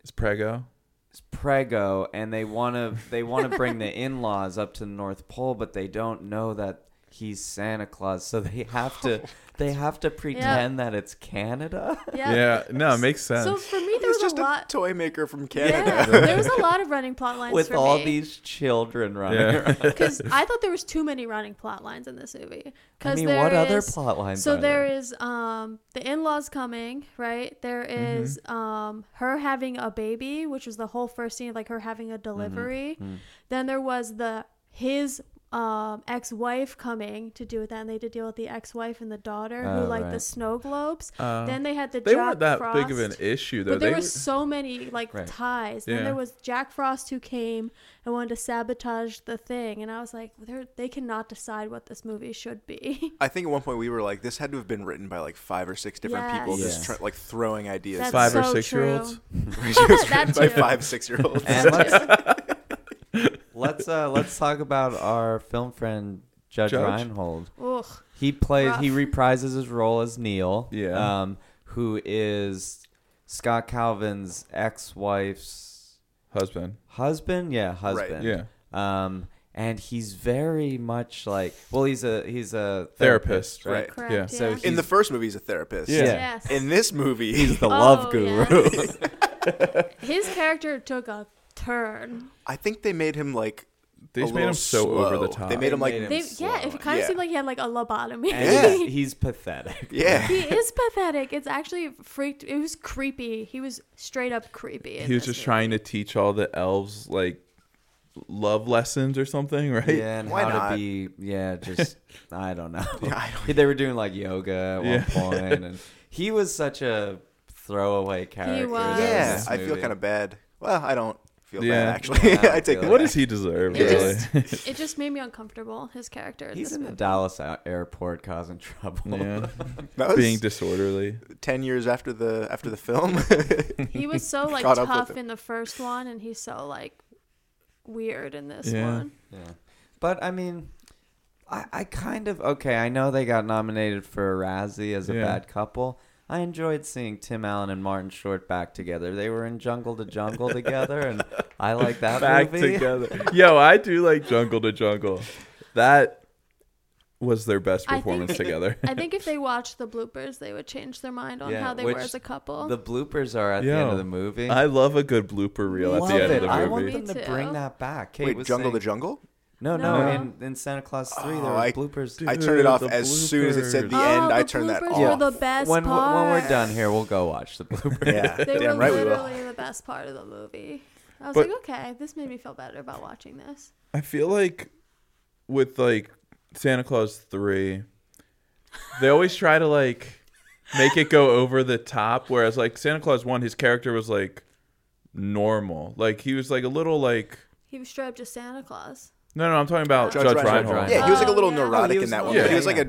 S3: It's Prego.
S1: is prego, and they want to they want to bring
S2: <laughs>
S1: the in laws up to the North Pole, but they don't know that he's Santa Claus, so they have
S2: <laughs>
S1: to they have to pretend that it's Canada.
S2: Yeah.
S3: Yeah. No, it makes sense.
S2: So for me, there
S4: He's
S2: was
S4: just
S2: a
S4: a,
S2: lot.
S4: toy maker from Canada.
S2: Yeah, there was
S1: <laughs>
S2: a lot of running plot lines
S1: With
S2: for
S1: all
S2: me. <laughs>
S1: these children running
S3: Yeah.
S1: around. <laughs>
S2: because I thought there was too many running plot lines in this movie.
S1: I
S2: Because
S1: mean, what other
S2: is-
S1: plot lines
S2: So
S1: are there?
S2: there is um the in-laws coming, right? There
S3: Mm-hmm.
S2: is, um her having a baby, which was the whole first scene of like her having a
S3: Mm-hmm.
S2: delivery. Then there was the his um ex-wife coming to do with that and they had to deal with the ex-wife and the daughter who
S1: Oh,
S2: like the
S1: right.
S2: snow globes.
S3: Uh,
S2: then they had the
S3: <laughs> They
S2: Jack
S3: weren't that
S2: Frost.
S3: big of an issue though.
S2: But there
S3: they
S2: were
S3: were-
S2: so many like
S1: Right.
S2: ties. Then
S3: Yeah.
S2: there was Jack Frost who came and wanted to sabotage the thing, and I was like, they they cannot decide what this movie should be.
S4: I think at one point we were like, "This had to have been written by like five or six different people,
S1: Yes.
S4: just
S1: Yeah.
S4: try, like throwing
S1: <laughs>
S4: ideas." <laughs>
S2: That's
S3: Five or
S2: so
S3: six-year-olds?
S2: true.
S4: It was written
S2: That
S4: by
S2: too.
S4: five six year olds.
S1: And
S2: <laughs>
S1: let's let's uh, let's talk about our film friend Judge,
S3: Judge?
S1: Reinhold.
S2: Ugh.
S1: He plays
S2: Rough.
S1: he reprises his role as Neil.
S3: Yeah.
S1: Um, who is Scott Calvin's ex-wife's
S3: husband.
S1: husband? Yeah, husband.
S3: Yeah.
S1: Um, and he's very much like well, he's a he's a
S3: Therapist,
S1: right?
S2: <laughs>
S4: right.
S2: Correct.
S3: Yeah.
S2: Yeah.
S1: So he-
S4: In the first movie, he's a therapist.
S3: Yeah.
S2: Yes.
S4: In this movie,
S1: He's the
S2: Oh,
S1: love guru.
S2: yes. <laughs> His character took a turn.
S4: I think they made him like.
S3: They
S4: a
S3: just made
S4: little
S3: him so over the
S4: slow.
S3: top.
S4: They made him like.
S1: They made him-
S2: They,
S1: slow,
S2: yeah, it kind of
S4: yeah.
S2: seemed like he had like a lobotomy.
S3: <laughs>
S1: And
S4: Yeah.
S1: he's, he's pathetic.
S4: <laughs> yeah.
S2: <laughs> he is pathetic. It's actually freaked. It was creepy. He was straight up creepy. in
S3: he was
S2: this
S3: just
S2: movie.
S3: trying to teach all the elves like love lessons or something, <laughs> right?
S1: Yeah, and
S4: Why
S1: how
S4: not?
S1: to be yeah, just I don't know.
S4: <laughs> Yeah,
S1: <laughs>
S4: I
S1: they were doing like yoga at one
S3: Yeah.
S1: point,
S3: <laughs>
S1: and he was such a throwaway character.
S2: was.
S1: though, in <laughs>
S4: Yeah,
S1: this
S4: I feel
S1: movie.
S4: kind of bad. Well, I don't. feel
S3: Yeah.
S4: bad actually. <laughs>
S1: Yeah, I
S4: I take
S1: feel
S4: that
S1: it.
S3: What
S4: back.
S3: does he deserve,
S2: It
S3: really? <laughs>
S2: just- It just made me uncomfortable. His character. In
S1: He's
S2: this
S1: in the
S2: movie.
S1: Dallas a- airport causing <laughs> trouble.
S3: yeah.
S4: That was
S3: Being disorderly.
S4: ten years after the after the film. <laughs>
S2: He was so like
S4: Caught up with
S2: tough
S4: him.
S2: in the first one, and he's so like weird in this
S3: Yeah.
S2: one.
S1: Yeah. But I mean, I, I kind of okay. I know they got nominated for a Razzie as a
S3: Yeah.
S1: bad couple. I enjoyed seeing Tim Allen and Martin Short back together. They were in Jungle to Jungle together,
S3: <laughs>
S1: and I like that
S3: Back
S1: movie.
S3: together. Yo, I do like Jungle to Jungle. That was their best
S2: I think-
S3: performance together. <laughs>
S2: I think if they watched the bloopers, they would change their mind on
S1: Yeah,
S2: how they were
S1: which
S2: as a couple.
S1: The bloopers are at the end
S3: Yo,
S1: of the movie.
S3: I love a good blooper reel at
S1: Love
S3: the end
S1: it.
S3: of the
S1: I
S3: movie.
S1: want
S2: movie.
S1: them to
S2: Me
S1: bring
S2: too.
S1: that back. Kate
S4: Wait,
S1: was
S4: Jungle the
S1: saying-
S4: Jungle?
S1: No, no,
S2: No.
S1: In, in Santa Claus three there
S4: Oh,
S1: were
S4: I-
S1: bloopers.
S4: I turned it
S3: Dude,
S4: off
S3: the
S4: as soon as it said the
S3: bloopers.
S4: end.
S2: Oh,
S4: I
S2: the
S4: turned that
S2: bloopers
S4: off.
S2: were the best
S1: when, w-
S2: part.
S1: when we're done here, we'll go watch the <laughs> bloopers.
S4: Yeah,
S2: they
S4: damn
S2: were
S4: right we will.
S2: literally the best part of the movie. I was
S3: But-
S2: like, okay, this made me feel better about watching this.
S3: I feel like with like Santa Claus 3, they always try to like make it go over the top whereas like Santa Claus 1 his character was like normal. Like he was like a little like
S2: He was straight up just Santa Claus.
S3: No, no, I'm talking about
S4: Judge
S3: Judge,
S4: Reinhold.
S3: Reinhold.
S4: Yeah, he was like a
S2: Oh,
S4: little
S2: yeah.
S4: neurotic
S1: Oh, he
S4: in
S1: was
S4: that one.
S3: yeah.
S4: but he was like a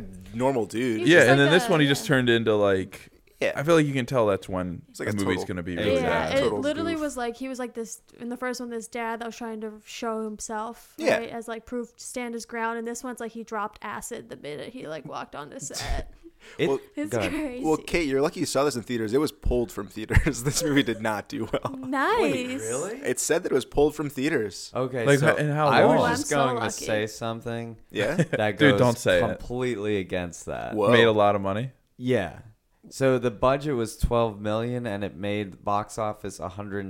S2: <laughs>
S4: normal dude.
S2: He's
S3: Yeah,
S2: just
S3: and
S2: like
S3: then this
S2: a-
S3: one he just
S2: yeah.
S3: turned into like
S4: Yeah.
S3: I feel like you can tell that's when
S4: like
S3: the
S4: a
S3: movie's
S4: total-
S3: going to be
S4: Yeah,
S3: really
S2: yeah,
S3: bad.
S2: it
S4: Total
S2: literally
S4: goof.
S2: was like he was like this in the first one. This dad that was trying to show himself,
S4: Yeah.
S2: right, as like proof stand his ground. And this one's like he dropped acid the minute he like walked
S1: <laughs>
S2: onto set.
S1: It,
S4: Well-
S2: It's
S1: go ahead.
S2: crazy.
S4: Well, Kate, you're lucky you saw this in theaters. It was pulled from theaters. <laughs> this movie did not do well.
S2: nice.
S4: It said that it was pulled from theaters.
S1: Okay,
S3: Like,
S1: so
S3: ho- and how
S1: I
S3: long?
S1: was just
S2: Well, Oh, I'm
S1: going
S2: so
S1: to
S2: lucky.
S1: say something
S3: <laughs>
S4: Yeah.
S1: that goes
S3: Dude, don't say it.
S1: completely against that.
S4: Whoa.
S3: Made a lot of money.
S1: Yeah. So the budget was 12 million and it made box office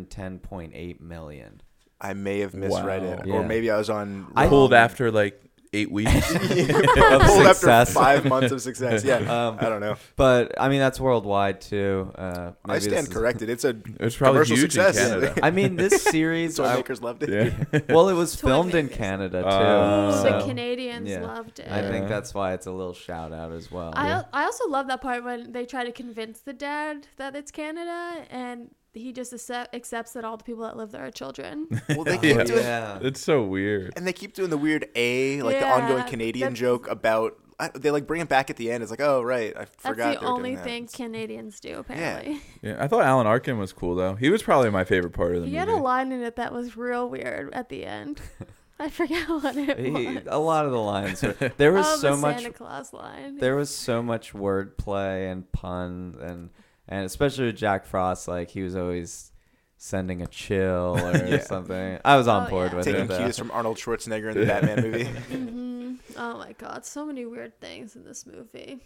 S1: 110.8 million.
S4: I may have misread
S3: Wow.
S4: it,
S1: Yeah.
S4: or maybe I was on.
S1: I-
S3: Pulled after like 8
S4: <laughs>
S3: weeks.
S1: Of
S4: pulled after
S1: success.
S4: five months of
S1: <laughs>
S4: success. Yeah,
S1: Um,
S4: I don't know.
S1: But I mean that's worldwide too. Uh,
S4: I
S1: maybe this
S4: stand
S1: is-
S4: corrected. It's a
S3: It's probably
S4: commercial
S3: huge in
S4: success. <laughs>
S3: Canada.
S1: I mean
S3: <laughs>
S1: this series
S4: so
S1: <laughs> I-
S4: makers loved it.
S3: yeah.
S1: well it was
S2: Toy
S1: filmed in
S2: makers.
S1: Canada too.
S3: Uh,
S2: Ooh,
S1: so
S2: the Canadians
S1: yeah.
S2: loved it.
S1: I think
S3: Yeah.
S1: that's why it's a little shout out as well.
S2: I, al- I also love that part when they try to convince the dad that it's Canada and he just accept, accepts that all the people that live there
S1: <laughs>
S2: are children.
S4: Well, they
S3: <laughs>
S4: keep
S3: Yeah.
S4: doing,
S1: yeah.
S3: It's so weird.
S4: and they keep doing the weird a like the
S2: Yeah,
S4: ongoing Canadian
S2: that's-
S4: joke about. I, they like bring it back at the end. It's like, oh right, I
S2: That's
S4: forgot.
S2: the
S4: they were doing
S2: only
S4: that.
S2: thing Canadians do, apparently.
S3: Yeah, I thought Alan Arkin was cool though. He was probably my favorite part of the
S2: He
S3: movie.
S2: had a line in it that was real weird at the end.
S1: <laughs>
S2: I forget what
S1: <laughs>
S2: it
S1: He-
S2: was.
S1: a lot of the lines were, there was
S2: oh,
S1: so
S2: the
S1: much
S2: Santa Claus line.
S1: there was so much wordplay and pun and and especially with Jack Frost, like he was always sending a chill or something. I was on
S2: Oh,
S1: board
S2: yeah.
S1: with
S4: Taking
S1: it. though.
S4: cues from Arnold Schwarzenegger in the Batman movie.
S1: <laughs>
S4: <laughs>
S2: Mhm. Oh my god, so many weird things in this movie.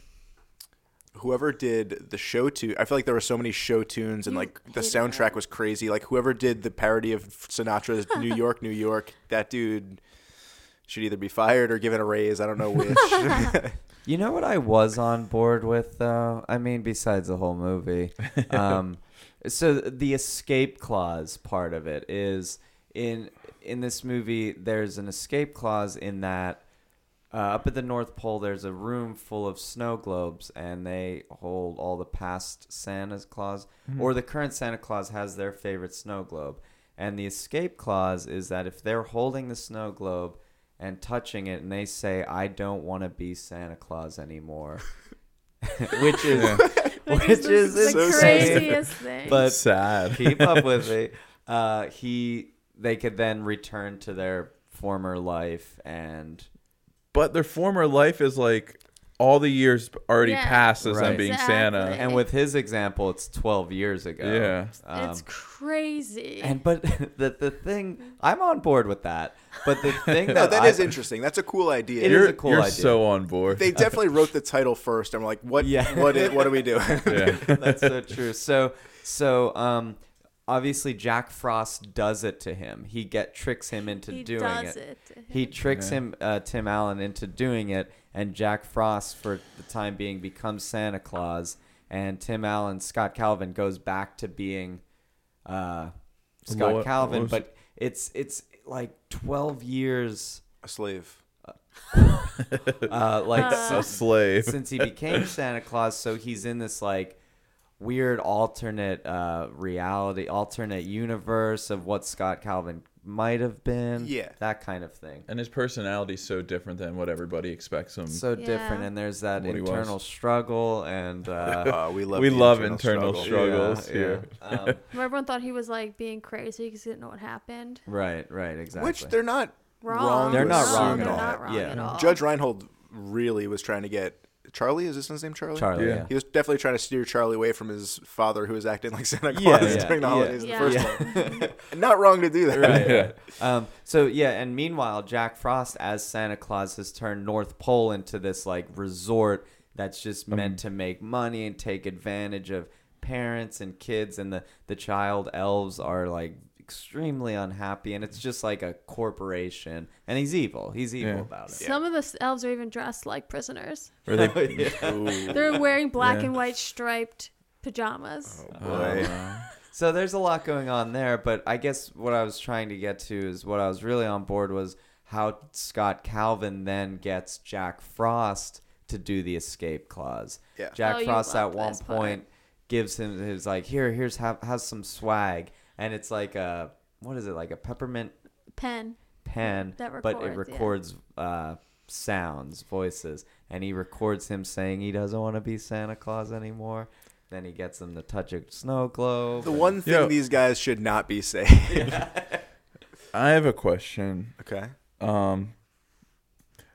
S4: Whoever did the show tune, I feel like there were so many show tunes, and
S2: You
S4: like the
S2: hated
S4: soundtrack was crazy. Like whoever did the parody of
S2: <laughs>
S4: Sinatra's "New York, New York," that dude should either be fired or given a raise. I don't
S2: <laughs>
S4: know which. <laughs>
S1: You know what I was on board with though? I mean, besides the whole movie. Um, so the escape clause part of it is in in this movie there's an escape clause in that uh, up at the North Pole there's a room full of snow globes and they hold all the past Santa Claus or the current Santa Claus has their favorite snow globe. And the escape clause is that if they're holding the snow globe and touching it and they say I don't want to be Santa Claus anymore. <laughs> which is
S2: Which,
S1: <laughs> Which is
S2: the
S1: so
S4: sad.
S2: craziest
S1: <laughs>
S2: thing.
S1: But-
S3: It's
S1: <laughs>
S3: sad.
S1: keep up
S4: <laughs>
S1: with me. Uh, he they could then return to their former life and
S3: But their former life is like all the years already
S2: Yeah.
S3: passed as them
S1: Right.
S3: being
S2: Exactly.
S3: Santa.
S1: and with his example it's 12 years ago.
S3: Yeah.
S1: Um,
S2: it's crazy.
S1: and but <laughs> the the thing I'm on board with that. But
S4: <laughs>
S1: the thing
S4: no,
S1: that
S4: that
S1: I,
S4: is interesting. That's a cool idea.
S1: It is
S3: You're,
S1: a cool
S3: you're
S1: idea.
S3: so on board.
S4: they definitely wrote the title first. I'm like, what?
S1: Yeah.
S4: What? i- what are we doing?
S3: yeah.
S1: <laughs> That's so true. So so um obviously Jack Frost does it to him. He get tricks him into
S2: he
S1: doing
S2: does
S1: it.
S2: it. to him.
S1: He tricks
S3: Yeah.
S1: him, uh, Tim Allen, into doing it, and Jack Frost, for the time being, becomes Santa Claus, and Tim Allen, Scott Calvin, goes back to being uh, Scott
S3: Lower-
S1: Calvin.
S3: lowest-
S1: But it's it's like twelve years,
S4: A <laughs> slave.
S1: uh, like
S3: A
S1: since,
S3: slave. <laughs>
S4: <laughs>
S1: since he became Santa Claus. So he's in this like weird alternate uh, reality, alternate universe of what Scott Calvin might have been.
S4: Yeah.
S1: That kind of thing.
S3: And his personality's so different than what everybody expects him.
S1: So
S2: Yeah.
S1: different, and there's that
S3: Mm-hmm. What he was.
S1: internal struggle, and
S3: <laughs>
S1: uh,
S4: Uh, we love
S3: we
S4: the
S3: love internal,
S1: struggle.
S3: struggles
S1: Yeah,
S3: here.
S1: yeah. Um,
S2: Where everyone thought he was like being crazy because he didn't know what happened.
S1: right, right, exactly.
S4: Which they're not
S2: Wrong.
S4: Wrong
S1: They're
S4: to
S1: not
S4: assume
S1: wrong at
S4: that.
S1: all.
S2: Not wrong
S1: Yeah.
S2: at all.
S4: Judge Reinhold really was trying to get Charlie. Is this his name, Charlie?
S1: Charlie.
S3: Yeah.
S1: Yeah.
S4: He was definitely trying to steer Charlie away from his father, who was acting like Santa
S1: Yeah,
S4: Claus
S1: yeah,
S4: during the
S1: yeah.
S4: holidays in
S2: Yeah.
S4: the
S1: <laughs>
S4: first place. <laughs> Not wrong to do that. <laughs>
S1: Right. <laughs> Um, so yeah, and meanwhile, Jack Frost as Santa Claus has turned North Pole into this like resort that's just
S3: Um,
S1: meant to make money and take advantage of parents and kids, and the the child elves are like extremely unhappy, and it's just like a corporation, and he's evil. He's evil
S3: Yeah.
S1: about it.
S2: Some of the s- elves are even dressed like prisoners.
S3: Where
S1: Oh,
S3: they, <laughs>
S2: They're wearing black
S3: Yeah.
S2: and white striped pajamas.
S4: Oh.
S1: Oh, Uh-huh.
S4: Boy.
S1: So there's a lot going on there, but I guess what I was trying to get to is what I was really on board was how Scott Calvin then gets Jack Frost to do the escape clause.
S4: Yeah.
S1: Jack
S2: Oh, you
S1: Frost at
S2: loved
S1: one
S2: this part.
S1: point gives him his like here here's have has some swag and it's like a what is it like a peppermint
S2: Pen.
S1: pen,
S2: That
S1: but it
S2: records, yeah.
S1: records uh, sounds, voices, and he records him saying he doesn't want to be Santa Claus anymore. Then he gets him to touch a snow globe.
S4: The
S1: and-
S4: one thing
S3: Yo.
S4: these guys should not be saying.
S3: I have a question.
S4: <laughs> okay.
S3: Um,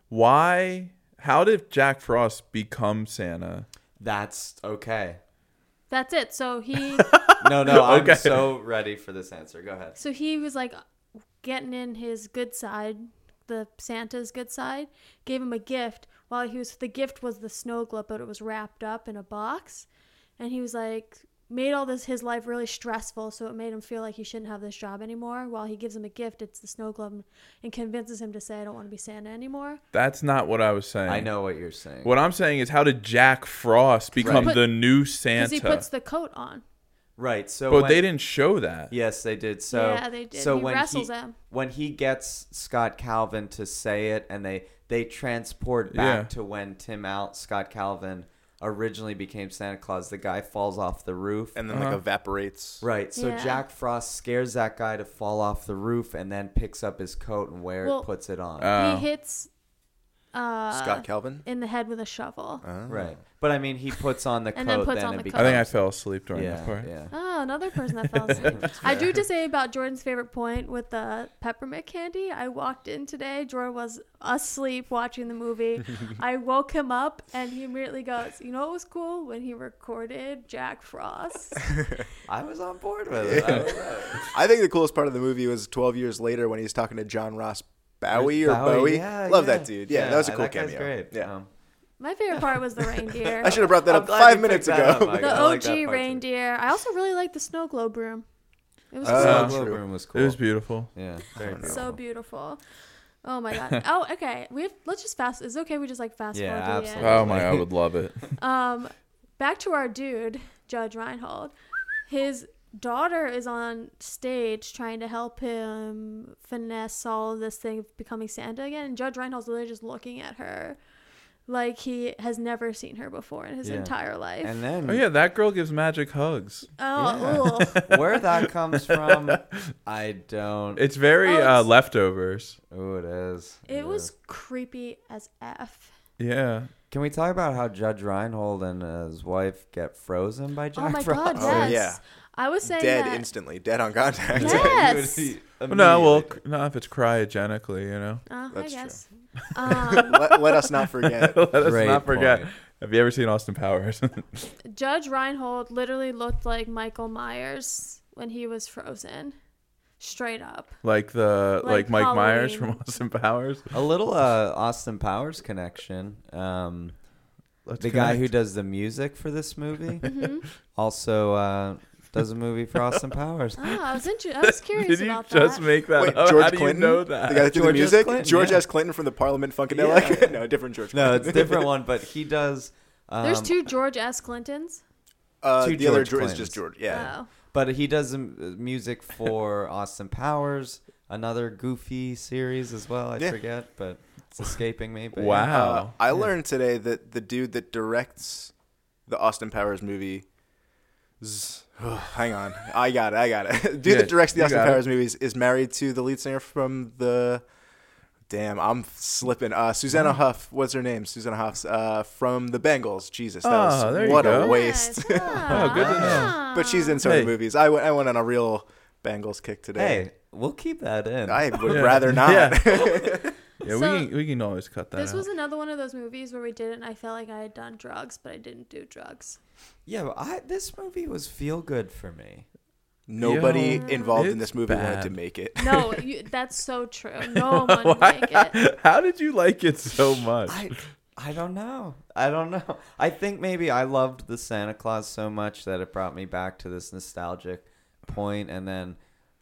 S3: why? How did Jack Frost become Santa?
S1: That's okay.
S2: That's it.
S1: <laughs>
S2: So he
S1: No,
S3: <laughs>
S1: no,
S3: Okay.
S1: I'm so ready for this answer. Go ahead.
S2: so he was like getting in his good side, the Santa's good side, gave him a gift. While he was the gift was the snow globe, but it was wrapped up in a box. And he was like made all this his life really stressful, so it made him feel like he shouldn't have this job anymore. While he gives him a gift, it's the snow globe and convinces him to say I don't want to be Santa anymore.
S3: That's not what I was saying.
S1: I know what you're saying.
S3: What I'm saying is, how did Jack Frost become
S2: Right.
S3: the new
S2: Because
S3: Santa?
S2: he puts the coat on.
S1: Right. So
S3: but
S1: when-
S3: they didn't show that.
S1: Yes, they did. So
S2: Yeah, they did.
S1: So
S2: He
S1: when
S2: wrestles
S1: he,
S2: them.
S1: when he gets Scott Calvin to say it, and they they transport back
S3: Yeah.
S1: to when Tim Out Scott Calvin originally became Santa Claus. The guy falls off the roof.
S4: And then like evaporates.
S1: Right, so
S2: Yeah.
S1: Jack Frost scares that guy to fall off the roof, and then picks up his coat and wear
S2: Well-
S1: it, puts it on.
S3: Oh.
S2: he hits uh,
S4: Scott Calvin.
S2: in the head with a shovel.
S1: right, but I mean, he puts on the coat,
S2: And then puts on
S1: it
S2: the
S1: becomes.
S3: I think I fell asleep during
S1: yeah,
S3: that part.
S1: yeah.
S2: Oh, another person
S1: <laughs>
S2: that fell asleep. I do have to say about Jordan's favorite point with the peppermint candy. I walked in today. Jordan was asleep watching
S1: <laughs>
S2: the movie. I woke him up, and he immediately goes, "You know what was cool when he recorded
S1: <laughs>
S2: Jack Frost."
S1: I was on board with it. I was out.
S4: I think the coolest part of the movie was 12 years later when he's talking to John Ross Bowie or
S1: Bowie,
S4: Bowie.
S1: yeah,
S4: Love
S1: yeah.
S4: that dude. Yeah,
S1: Yeah,
S4: that was a
S1: I-
S4: cool
S1: that guy's
S4: cameo.
S1: great.
S4: Yeah.
S1: Um,
S2: My favorite part was the
S1: <laughs>
S2: reindeer.
S4: I should have brought that
S1: I'm
S4: up
S1: glad
S4: five
S1: you
S4: minutes
S1: picked that
S4: ago. <laughs>
S1: up, Mike.
S2: the
S1: I like that
S2: OG
S1: part too.
S2: reindeer. I also really liked the snow globe room. It was
S4: Uh,
S2: cool.
S1: Snow
S3: Oh,
S1: Globe
S4: true.
S1: Room was
S3: It
S1: cool.
S3: was beautiful.
S1: <laughs> yeah, very cool.
S2: so beautiful. Oh my god. oh, okay. We have, let's just fast. Is it okay? We just like fast
S1: Yeah,
S2: forward to the
S1: absolutely.
S2: end.
S3: Oh my, I would
S1: <laughs>
S3: love it.
S2: Um, back to our dude, Judge Reinhold. His daughter is on stage trying to help him finesse all of this thing of becoming Santa again, and Judge Reinhold's literally just looking at her like he has never seen her before in his
S1: Yeah.
S2: entire life.
S1: And then
S3: Oh yeah, that girl gives magic hugs.
S2: oh, ugh.
S4: <laughs>
S1: where that comes from, I don't.
S3: It's very
S2: Oh,
S3: uh,
S2: it's-
S3: leftovers.
S1: oh, it is.
S4: <laughs>
S2: it was
S1: is.
S2: creepy as f.
S3: Yeah.
S1: Can we talk about how Judge Reinhold and his wife get frozen by Jack
S2: oh my
S1: Frost? <laughs>
S2: god,
S4: Oh,
S2: yes.
S4: yeah.
S2: I was saying
S4: Dead
S2: that.
S4: instantly. Dead on contact. <laughs>
S2: Yes.
S3: Well, no, well, c- not if it's cryogenically, you know. <laughs>
S2: Uh, I
S4: That's true.
S2: guess. Um,
S4: let, let us not
S1: <laughs>
S4: forget.
S3: Let us
S1: Great
S3: not forget.
S1: point.
S3: Have you ever seen Austin Powers? <laughs>
S2: Judge Reinhold literally looked like Michael Myers when he was frozen, straight up.
S3: like the
S2: Like
S3: like, Mike Myers
S2: Halloween.
S3: from <laughs> Austin Powers.
S1: a little uh, Austin Powers connection. Um,
S3: Let's
S1: the guy who does the music for this movie
S2: <laughs> Mm-hmm.
S1: also uh, does a movie for Austin
S2: <laughs>
S1: Powers.
S2: Oh, I was inter- I was
S3: connect.
S2: curious
S3: Did you
S2: about
S3: just
S2: that.
S3: make that
S4: Wait,
S3: up?
S4: George
S3: How do
S4: Clinton?
S3: you know
S4: The guy
S3: that?
S4: that did
S1: George
S4: the
S1: S.
S4: music?
S1: Clinton,
S4: George
S1: yeah.
S4: S. Clinton from the Parliament Funkadelic? <laughs> no, different George
S1: No,
S4: Clinton.
S1: it's a different one, but he does. Um,
S2: There's two George S. Clintons.
S4: Uh,
S1: Two
S4: the other
S1: George
S4: George is
S1: Clintons.
S4: just George. Yeah.
S2: Oh,
S1: But he does um, uh, music for <laughs> Austin Powers, another goofy series as well. I
S4: Yeah.
S1: forget, but it's escaping me. But yeah.
S4: Uh,
S3: Wow.
S4: I learned today that the dude that directs the Austin Powers movie Z- oh, hang on, I got it. I got it. <laughs> Dude that
S3: Yeah,
S4: directs the
S3: you
S4: Austin
S3: got it.
S4: Powers movies is married to the lead singer from the. Damn, I'm slipping. Uh, Susanna Huff, what's her name? Susanna Huff uh, from the Bengals. Jesus, that was
S3: Oh, there you
S4: what
S3: go.
S2: <laughs>
S4: a waste. <laughs>
S2: Yes. Ah.
S3: good to know.
S4: but she's in certain
S3: Hey.
S4: movies. I went. I went on a real Bengals kick today.
S1: Hey, we'll keep that in.
S4: I would
S3: Yeah.
S4: rather not.
S3: Yeah,
S2: So-
S3: we can we can always cut that.
S2: This
S3: out.
S2: was another one of those movies where we did it and I felt like I had done drugs, but I didn't do drugs.
S1: yeah, but I this movie was feel good for me.
S4: <laughs> Nobody
S3: Yo,
S4: involved
S3: it's
S4: in this movie wanted to
S3: bad.
S2: <laughs>
S4: make it.
S2: No, you, that's so true. No one would make it.
S3: <laughs> How did you like it so much?
S4: <laughs>
S1: I I don't know. I don't know. I think maybe I loved the Santa Claus so much that it brought me back to this nostalgic point and then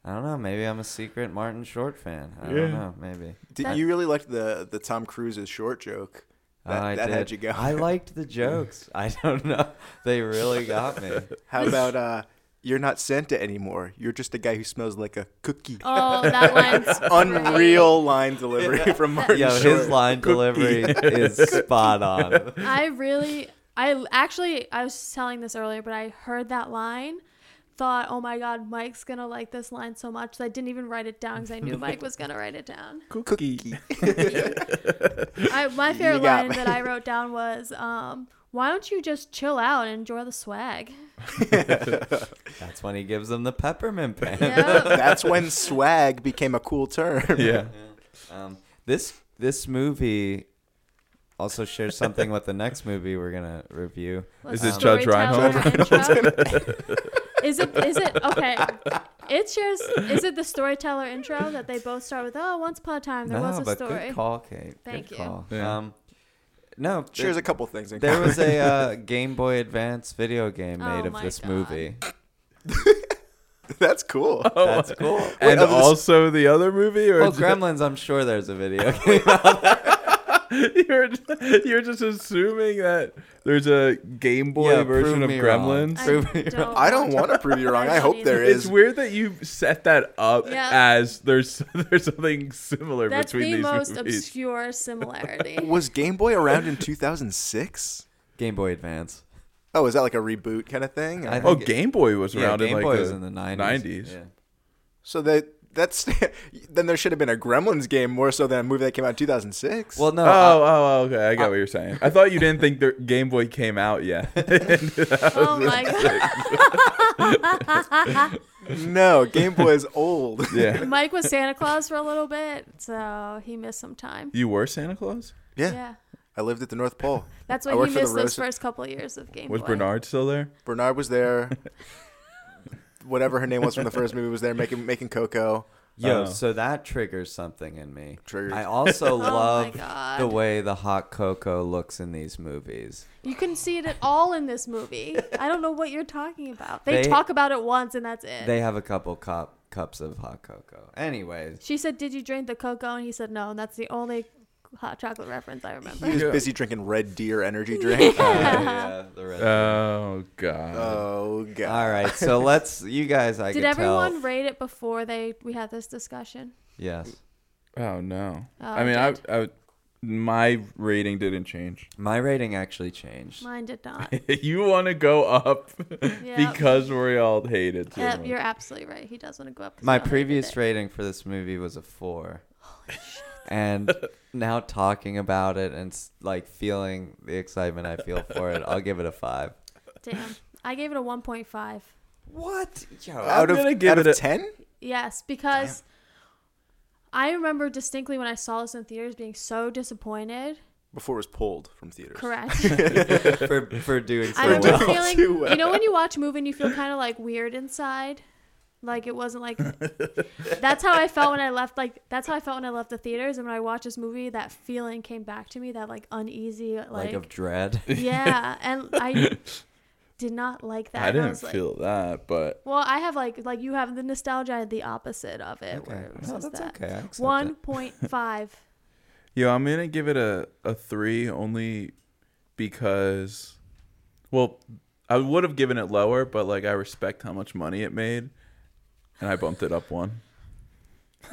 S1: I don't know, maybe I'm a secret Martin Short fan. I
S3: Yeah.
S1: don't know, maybe.
S4: Did, you really liked the the Tom Cruise's short joke. That,
S1: I
S4: that had
S1: did.
S4: you go.
S1: I liked the jokes. I don't know. They really got me.
S3: <laughs>
S4: How about uh, you're not Santa anymore. You're just a guy who smells like a cookie.
S2: Oh, that line's
S4: <laughs> Unreal line delivery from Martin
S1: Yo,
S4: Short.
S1: his line delivery is spot on.
S2: great. I really, I actually, I was just telling this earlier, but I heard that line, thought, oh my God, Mike's going to like this line so much that I didn't even write it down because I knew Mike was going to write it down.
S4: Cookie.
S3: <laughs>
S2: I, my favorite
S4: <laughs> You got
S2: line
S4: me.
S2: that I wrote down was, um, why don't you just chill out and enjoy the
S4: <laughs>
S2: swag?
S1: That's when he gives them the peppermint pen. <laughs>
S2: Yep.
S4: That's when swag became a cool <laughs> term.
S3: yeah.
S1: Um, this this movie also shares something with the next movie we're gonna review.
S2: Let's
S3: Is it
S2: storyteller
S3: Judge Reinhold?
S2: intro. is it is it okay? It's just is it the storyteller intro that they both start with? Oh, once upon a time there
S1: no,
S2: was a
S1: but
S2: story.
S1: good call, Kate.
S2: Thank
S1: good
S2: you.
S1: Call.
S3: Yeah.
S1: Um, no, th-
S4: Shares a couple things. In
S1: there
S4: common.
S1: was
S4: <laughs>
S1: a uh, Game Boy Advance video game
S2: Oh
S1: made of
S2: my
S1: this
S2: God.
S1: movie.
S4: <laughs> That's cool.
S1: That's cool.
S3: uh, And
S4: oh, this-
S3: also the other movie, or
S1: Well,
S3: ju-
S1: Gremlins, I'm sure there's a video game.
S3: <laughs> you're ju- you're just assuming that there's a Game Boy
S1: Yeah,
S3: version
S1: prove
S3: of
S1: me wrong.
S3: Gremlins.
S1: I-
S4: I don't want to prove you wrong. I hope there
S3: It's
S4: is.
S3: weird that you set that up
S2: Yeah.
S3: as there's <laughs> there's something similar
S2: That's
S3: between
S2: the
S3: these
S2: most
S3: movies.
S2: obscure similarity.
S4: Was Game Boy
S3: <laughs>
S4: around in 2006?
S1: game Boy Advance.
S4: Oh, is that like a reboot kind of thing?
S1: I
S3: Oh,
S1: think it-
S3: Game Boy was
S1: Yeah,
S3: around
S1: Game
S3: in like
S1: Boy
S3: the
S1: was in the 90s.
S3: 90s.
S1: Yeah.
S4: So that that's <laughs> then there should have been a Gremlins game more so than a movie that came out in 2006.
S1: Well, no. uh,
S3: Oh, oh, okay. I got what
S1: <laughs>
S3: you're saying. I thought you didn't think the Game Boy came out yet. <laughs>
S2: oh my god.
S4: <laughs> no, Game Boy is old.
S3: <laughs> yeah.
S2: Mike was Santa Claus for a little bit, so he missed some time.
S3: You were Santa Claus?
S4: <laughs> Yeah,
S2: Yeah.
S4: I lived at the North Pole.
S2: That's
S4: I
S2: why
S4: worked
S2: he
S4: for the
S2: missed those
S4: roast-
S2: first couple of years of Game
S3: Was
S2: Boy.
S3: Bernard still there?
S4: Bernard
S3: <laughs>
S4: was there. Whatever her name was from the first movie was there making making Coco.
S1: Yo,
S3: Oh.
S1: so that triggers something in me.
S4: Triggers.
S1: I
S2: <laughs>
S1: also
S2: Oh my
S1: love
S2: God.
S1: the way the hot cocoa looks in these movies.
S2: You can see it at all in this movie. I don't know what you're talking about. They,
S1: They-
S2: talk about it once and that's it.
S1: They have a couple cup cups of hot cocoa.
S2: <laughs>
S1: Anyways,
S2: She said, "Did you drink the cocoa?" And he said, "No." And that's the only hot chocolate reference I
S4: He
S2: remember.
S4: was busy drinking Red
S3: <laughs>
S4: Deer energy drink.
S1: yeah, the rest.
S3: Oh God.
S1: Uh,
S4: Oh god.
S1: All right,
S2: <laughs>
S1: so let's you guys. <laughs> I
S2: Did
S1: could tell-
S2: everyone rate it before they we had this discussion?
S1: Yes,
S3: oh no.
S2: Oh,
S3: I mean,
S2: it
S3: I,
S2: did.
S3: I, my rating didn't change. <laughs>
S1: my rating actually changed.
S2: Mine did not.
S3: you want to go up
S2: Yep.
S3: <laughs> because we all hated so
S2: yep,
S3: much.
S2: you're absolutely right. He does want to go up. 'cause
S1: My
S2: we all hated
S1: previous
S2: it.
S1: rating for this movie was a four.
S2: <laughs>
S1: And now talking about it and s- like feeling the excitement I feel for it, I'll give it a five.
S2: Damn, I gave it a 1.5.
S1: What? Yo,
S4: Out
S3: I'm gonna
S4: of
S3: give
S4: out
S3: it
S4: of
S3: a-
S4: 10?
S2: Yes, because I remember distinctly when I saw this in theaters being so disappointed.
S4: Before it was pulled from theaters.
S2: Correct.
S1: <laughs> for for doing so
S2: I remember
S1: well.
S2: feeling,
S4: Too well.
S2: you know, when you watch a movie and you feel kind of like weird inside, like it wasn't like. that's how I felt when I left. Like that's how I felt when I left the theaters, and when I watched this movie, that feeling came back to me. That like uneasy, like,
S1: like of dread.
S2: yeah, and I did not like that.
S3: I
S2: and
S3: didn't
S2: was like-
S3: feel that, but
S2: Well, I have like like you have the nostalgia. I had the opposite of it.
S1: Okay.
S2: Where it was
S1: No,
S2: just
S1: that's
S2: that.
S1: okay. I accept
S2: One
S3: <laughs>
S1: it.
S2: point five.
S3: yo, I'm gonna give it a a three only because, well, I would have given it lower, but like I respect how much money it made, and I bumped it up one. <laughs>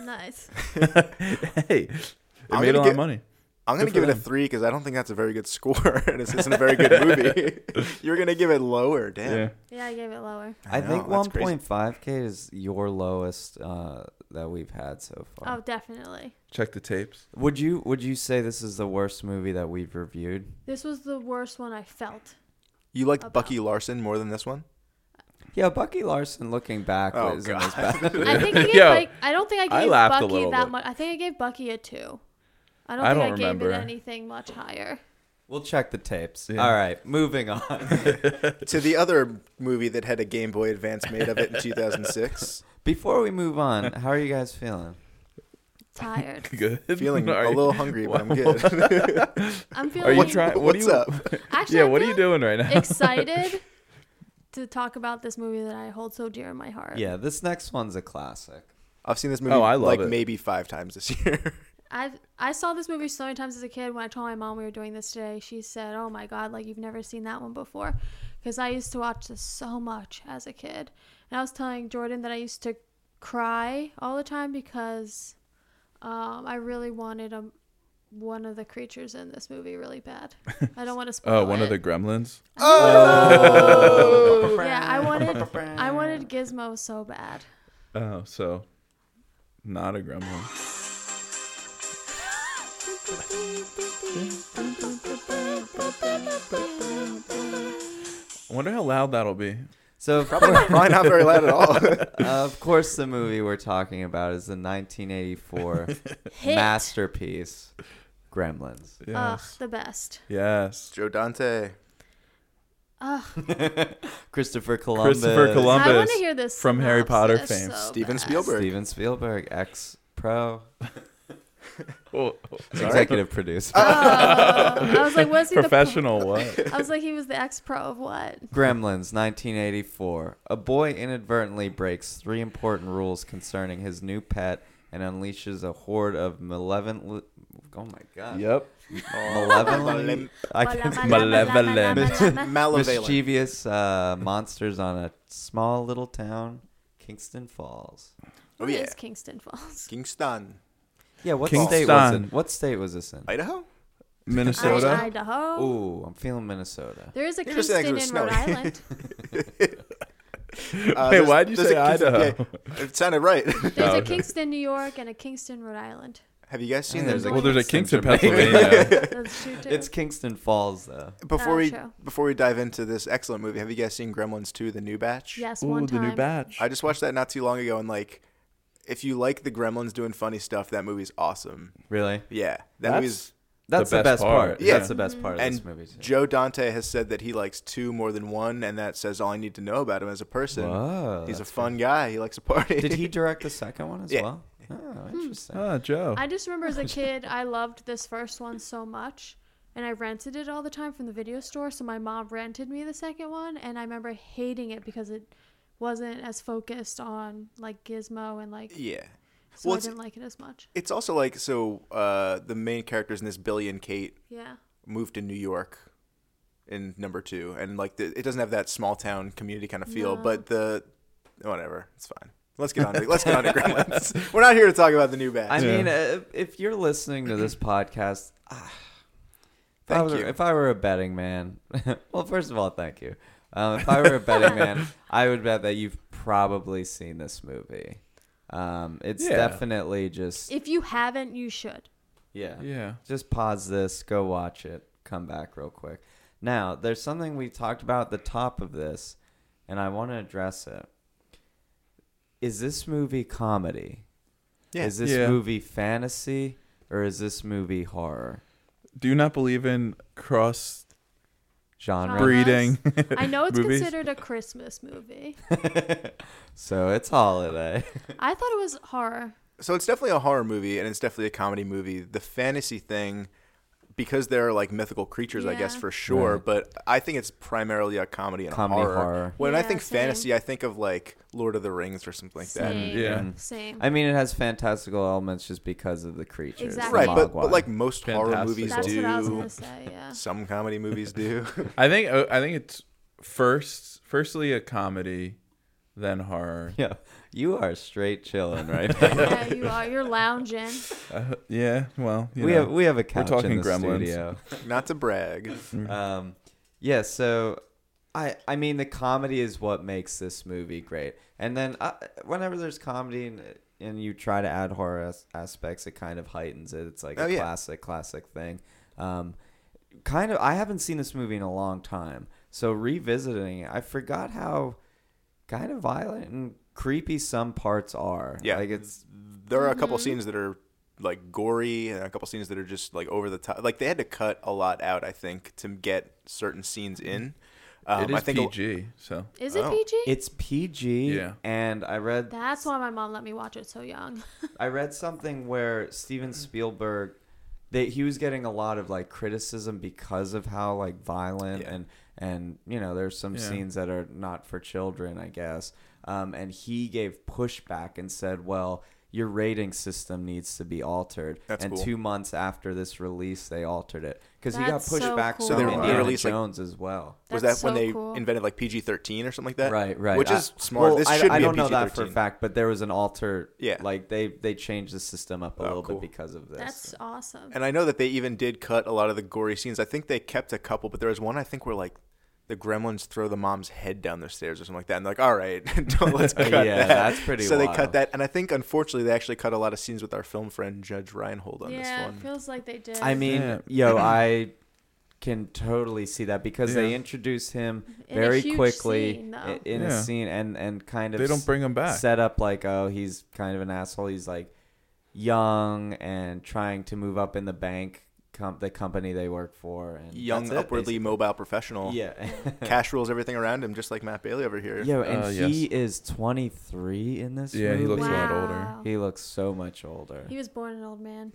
S2: Nice.
S3: hey, it
S4: I'm
S3: made a
S4: gonna
S3: lot
S4: gi-
S3: of money.
S4: I'm gonna
S3: Good for
S4: give it a
S3: them.
S4: three because I don't think that's a very good <laughs> score, and this isn't a very good movie. <laughs> You're gonna give it lower, damn.
S3: Yeah.
S2: Yeah, I gave it lower.
S1: I,
S4: know,
S1: think
S4: that's
S1: one
S4: crazy.
S1: point five k is your lowest uh, that we've had so far.
S2: Oh, definitely.
S3: Check the tapes. <laughs>
S1: Would you Would you say this is the worst movie that we've reviewed?
S2: This was the worst one I
S3: <laughs>
S2: felt.
S4: You liked
S2: About.
S4: Bucky Larson more than this one?
S1: Yeah, Bucky Larson looking back
S4: Oh,
S1: was isn't as
S4: God.
S1: bad.
S2: <laughs> I think I gave
S3: Yo,
S2: like I don't think I
S3: I
S2: gave
S3: laughed a
S2: Bucky
S3: little
S2: that
S3: bit.
S2: much. I think I gave Bucky a two. I don't
S3: I
S2: think I
S3: don't
S2: gave
S3: remember.
S2: it anything much
S3: <laughs>
S2: higher.
S1: we'll check the tapes.
S3: Yeah.
S1: All right, moving on.
S4: <laughs> to the other movie that had a Game Boy Advance made of it <laughs> in <laughs> 2006.
S1: Before we move on, how are you guys feeling?
S2: Tired.
S3: Good. <laughs>
S4: Feeling
S3: Are
S4: a
S3: you-
S4: little hungry, but I'm <laughs> good.
S2: I'm feeling.
S3: Are you trying? What do
S4: What's
S3: you?
S4: up?
S2: Actually,
S3: <laughs> Yeah.
S2: I'm
S3: What are you
S2: feeling
S3: doing <laughs> right now?
S2: excited to talk about this movie that I hold so dear in my heart.
S1: Yeah, this next one's a classic.
S4: I've seen this movie
S3: Oh, I love
S4: like
S3: it.
S4: maybe five times this year.
S2: I I saw this movie so many times as a kid. When I told my mom we were doing this today, she said, "Oh my god, like you've never seen that one before," because I used to watch this so much as a kid. And I was telling Jordan that I used to cry all the time because um, I really wanted a one of the creatures in this movie really bad. I don't want to spoil.
S3: <laughs> Oh, one of
S2: it.
S3: the gremlins. <laughs>
S2: Oh. yeah, I wanted I wanted Gizmo so bad.
S3: Oh, so not a gremlin. I wonder how loud that'll be.
S1: So, of Uh,
S4: probably, probably not very loud at
S1: <laughs>
S4: all.
S1: of course, the movie we're talking about is the 1984
S2: <laughs> Hit.
S1: masterpiece, Gremlins.
S2: Ugh,
S3: Yes.
S2: the best.
S3: Yes.
S4: <laughs> Joe Dante.
S2: Ugh,
S1: Christopher Columbus.
S3: Christopher Columbus.
S2: I want to hear this
S3: from Harry Potter
S2: synopsis
S3: fame.
S2: so
S4: Steven
S2: bad.
S4: Spielberg.
S1: Steven Spielberg, ex pro,
S3: Oh,
S1: executive producer.
S4: <laughs>
S2: Oh, I was like, was he
S3: professional
S2: The, <laughs>
S3: what?
S2: I was like, he was the ex pro of what?
S1: Gremlins, 1984. A boy inadvertently breaks three important rules concerning his new pet and unleashes a horde of malevolent. Oh my god.
S3: Yep.
S4: Oh,
S1: Malevolent. I can
S4: Malevolent.
S1: <laughs> mischievous uh, monsters on a small little town, Kingston Falls.
S4: <laughs> Oh,
S2: Where
S4: yeah.
S2: is Kingston Falls?
S4: Kingston.
S1: Yeah, what state was
S3: Kingston.
S1: it? What state was this in?
S4: Idaho?
S3: Minnesota.
S2: I- Idaho.
S1: Ooh, I'm feeling Minnesota.
S2: There is a
S4: You were saying
S2: Kingston in
S4: it was
S2: Rhode
S4: snowy. <laughs>
S2: Island.
S4: Uh,
S3: Wait,
S4: there's-
S3: why'd you
S4: there's
S3: say
S4: a Kings-
S3: Idaho?
S4: yeah, it sounded right. <laughs>
S2: There's
S3: Oh,
S2: a
S3: okay.
S2: Kingston, New York, and a Kingston, Rhode Island.
S4: Have you guys seen
S1: And
S4: this?
S1: there's
S2: a
S3: Well, there's a
S1: Kingston,
S3: Kingston,
S1: Pennsylvania.
S2: <laughs>
S3: Pennsylvania.
S2: That's true too.
S1: It's Kingston Falls, though.
S4: Before
S2: Oh,
S4: we
S2: true.
S4: before we dive into this excellent movie, have you guys seen Gremlins 2: The New Batch?
S2: yes,
S3: Ooh,
S2: one
S3: the
S2: time.
S3: new batch.
S4: I just watched that not too long ago, and like, if you like the Gremlins doing funny stuff, that movie's awesome.
S1: Really?
S4: Yeah, that
S3: That's-
S4: movie's.
S1: That's the best, part.
S3: Yeah.
S1: That's the best part of
S4: And
S1: this movie. Too.
S4: Joe Dante has said that he likes two more than one, and that says all I need to know about him as a person.
S1: Whoa,
S4: He's a
S1: that's
S4: fun guy. He likes to <laughs> party.
S1: Did he direct the second one as
S4: Yeah. Hmm.
S1: well? Oh, interesting.
S3: Ah, Joe.
S2: I just remember as
S4: <laughs>
S2: a kid, I loved this first one so much, and I rented it all the time from the video store. So my mom rented me the second one, and I remember hating it because it wasn't as focused on like Gizmo and like
S4: yeah.
S2: so
S4: Well,
S2: I
S4: it's-
S2: didn't like it as much.
S4: It's also like so. Uh, the main characters in this, Billy and Kate,
S2: Yeah,
S4: moved to New York in number two, and like the, it doesn't have that small town community kind of feel.
S2: No.
S4: But the whatever, it's fine. Let's get
S2: <laughs>
S4: on. To, let's get on to Gremlins. We're not here to talk about the new batch.
S1: I
S3: Yeah.
S1: mean, uh, if you're listening to
S4: <clears throat>
S1: this podcast, ah, if, I
S4: Thank
S1: were,
S4: you.
S1: if I were a betting man, <laughs> well, first of all, thank you. Um, if I
S4: <laughs>
S1: were a betting man, I would bet that you've probably seen this movie. Um, it's
S3: Yeah.
S1: definitely just
S2: if you haven't, you should.
S1: yeah.
S3: yeah.
S1: Just pause this, go watch it, come back real quick. Now, there's something we talked about at the top of this, and I want to address it. Is this movie comedy?
S4: Yeah.
S1: Is this
S3: Yeah.
S1: movie fantasy or is this movie horror?
S3: Do you not believe in cross
S1: Genre.
S2: Genre.
S3: breeding?
S2: I know it's
S3: Movies?
S2: considered a Christmas movie.
S1: So it's holiday. <laughs>
S2: I thought it was horror.
S4: so it's definitely a horror movie, and it's definitely a comedy movie. The fantasy thing, because there are like mythical creatures, I guess
S2: Yeah.
S4: for sure.
S1: Right.
S4: But I think it's primarily a comedy and a
S1: Comedy
S4: horror.
S1: horror.
S4: When I
S2: Yeah,
S4: think
S2: same.
S4: fantasy, I think of like Lord of the Rings or something <laughs> like that.
S2: Same.
S3: Yeah.
S2: Same.
S1: I mean, it has fantastical elements just because of the creatures.
S2: Exactly.
S1: the
S4: Right, but, but
S1: Mogwai.
S4: like most horror
S3: Fantastic.
S4: movies
S2: That's
S4: do,
S2: what I was
S4: <laughs>
S2: gonna say. Yeah.
S4: some
S1: <laughs>
S4: comedy movies do.
S3: uh, I think I think it's first firstly a comedy, than
S1: <laughs>
S3: horror.
S1: <laughs> Yeah, you are straight chilling
S4: <laughs>
S1: right
S2: yeah, you are. You're lounging.
S3: Uh, yeah, well, you
S1: we
S3: know.
S1: have we have a couch in
S3: talking
S1: the
S3: Gremlins.
S1: studio.
S4: Not to brag.
S1: Um, yeah, so I I mean the comedy is what makes this movie great, and then uh, whenever there's comedy and and you try to add horror as- aspects, it kind of heightens it. It's like
S4: Oh,
S1: a
S4: yeah.
S1: classic classic thing. Um, kind of I haven't seen this movie in a long time, so revisiting it, I forgot how kind of violent and creepy some parts are.
S4: Yeah.
S1: like it's
S4: There are a
S2: Mm-hmm.
S4: couple scenes that are like gory and a couple scenes that are just like over the top. Like they had to cut a lot out, I think, to get certain scenes in. Um,
S3: it is
S4: I think a-
S3: PG, so
S2: Is it
S4: Oh.
S2: PG?
S1: it's PG.
S3: Yeah.
S1: and I read
S2: That's why my mom let me watch it so young. <laughs>
S1: I read something where Steven
S2: Mm.
S1: Spielberg that he was getting a lot of like criticism because of how like violent
S4: Yeah.
S1: and and you know there's some
S3: Yeah.
S1: scenes that are not for children, I guess. Um, and he gave pushback and said, "Well, your rating system needs to be altered."
S4: That's
S1: and
S4: cool.
S1: two months after this release, they altered it because he got
S2: That's so
S1: pushback from
S2: cool. So they- they
S1: Indiana
S4: released, like-
S1: Jones as well.
S4: was that
S2: That's
S4: when
S2: so
S4: they
S2: cool.
S4: invented like PG thirteen or something like that?
S1: Right, right.
S4: Uh, Which
S1: I-
S4: is smart.
S1: well,
S4: this
S1: I,
S4: should
S1: I
S4: be a
S1: don't know that for a
S4: PG-13.
S1: fact, but there was an alter.
S4: Yeah.
S1: like they they changed the system up a
S4: Oh,
S1: little
S4: cool.
S1: bit because of this.
S2: That's awesome.
S4: And I know that they even did cut a lot of the gory scenes. I think they kept a couple, but there was one I think where like the gremlins throw the mom's head down the stairs or something like that. And they're like, all right, <laughs>
S1: <laughs>
S4: don't let's cut
S1: Yeah,
S4: that.
S1: that's pretty
S4: So they
S1: wild.
S4: cut that, and I think unfortunately they actually cut a lot of scenes with our film friend Judge Reinhold on this
S2: yeah, it
S4: one.
S2: feels like they did.
S1: I mean,
S3: Yeah. <clears throat>
S1: yo, I can totally see that because they
S3: Yeah.
S1: introduce him
S2: In a
S1: very
S2: huge
S1: quickly
S2: scene, though.
S1: i- in
S3: Yeah.
S1: a scene and and kind of
S3: they don't bring him back.
S1: set up like oh he's kind of an asshole. He's like young and trying to move up in the bank, com- the company they work for, and
S4: Young,
S1: that's it,
S4: upwardly mobile professional.
S1: basically. Yeah. <laughs>
S4: Cash rules everything around him, just like Matt Bailey over here.
S1: Yo, and
S3: Uh,
S1: he is 23 in this
S3: Yeah,
S1: movie.
S3: he looks a lot
S2: Wow.
S3: older.
S1: He looks so much older.
S2: He was born an old man.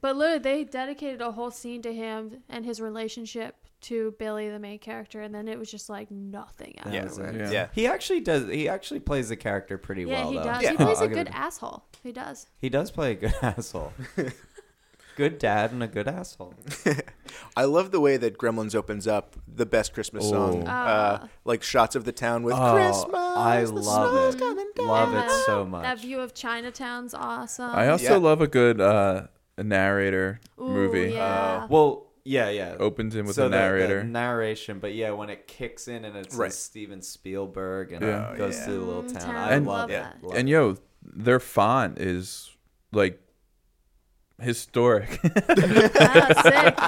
S2: But literally, they dedicated a whole scene to him and his relationship to Billy, the main character, and then it was just like nothing
S1: That
S4: Yeah.
S1: was
S2: afterwards.
S1: it.
S3: Yeah.
S4: Yeah.
S1: He actually does. He actually plays the character pretty
S2: Yeah,
S1: well,
S2: he
S1: though.
S2: does.
S4: Yeah.
S2: He
S1: <laughs>
S2: plays
S1: I'll
S2: a
S1: give it
S2: good asshole. He does.
S1: He does play a good <laughs>
S4: <laughs>
S1: asshole. good dad and a good asshole.
S2: Uh-huh.
S4: I love the way that Gremlins opens up the best Christmas song.
S1: Oh.
S4: Uh, like shots of the town with
S1: Oh,
S4: Christmas.
S1: I
S4: the
S1: love
S4: snow's
S1: it.
S4: coming down.
S1: Love it
S2: that-
S1: so
S2: That
S1: much.
S2: view of Chinatown's awesome.
S3: I also
S4: Yeah.
S3: love a good uh, narrator
S2: Ooh,
S3: movie. Uh,
S2: Yeah.
S1: Well, yeah, yeah.
S3: Opens in with
S1: So
S3: a
S1: the-
S3: narrator.
S1: the narration, but yeah, when it kicks in and it's
S4: Right.
S1: Steven Spielberg and
S3: Yeah.
S1: it goes
S4: Yeah.
S1: through the little
S2: Mm,
S1: town.
S2: town.
S1: I
S3: And-
S1: love
S4: Yeah.
S1: it. Love
S3: and
S1: it.
S3: yo, their font is like historic.
S2: <laughs>
S3: <laughs>
S2: That's sick.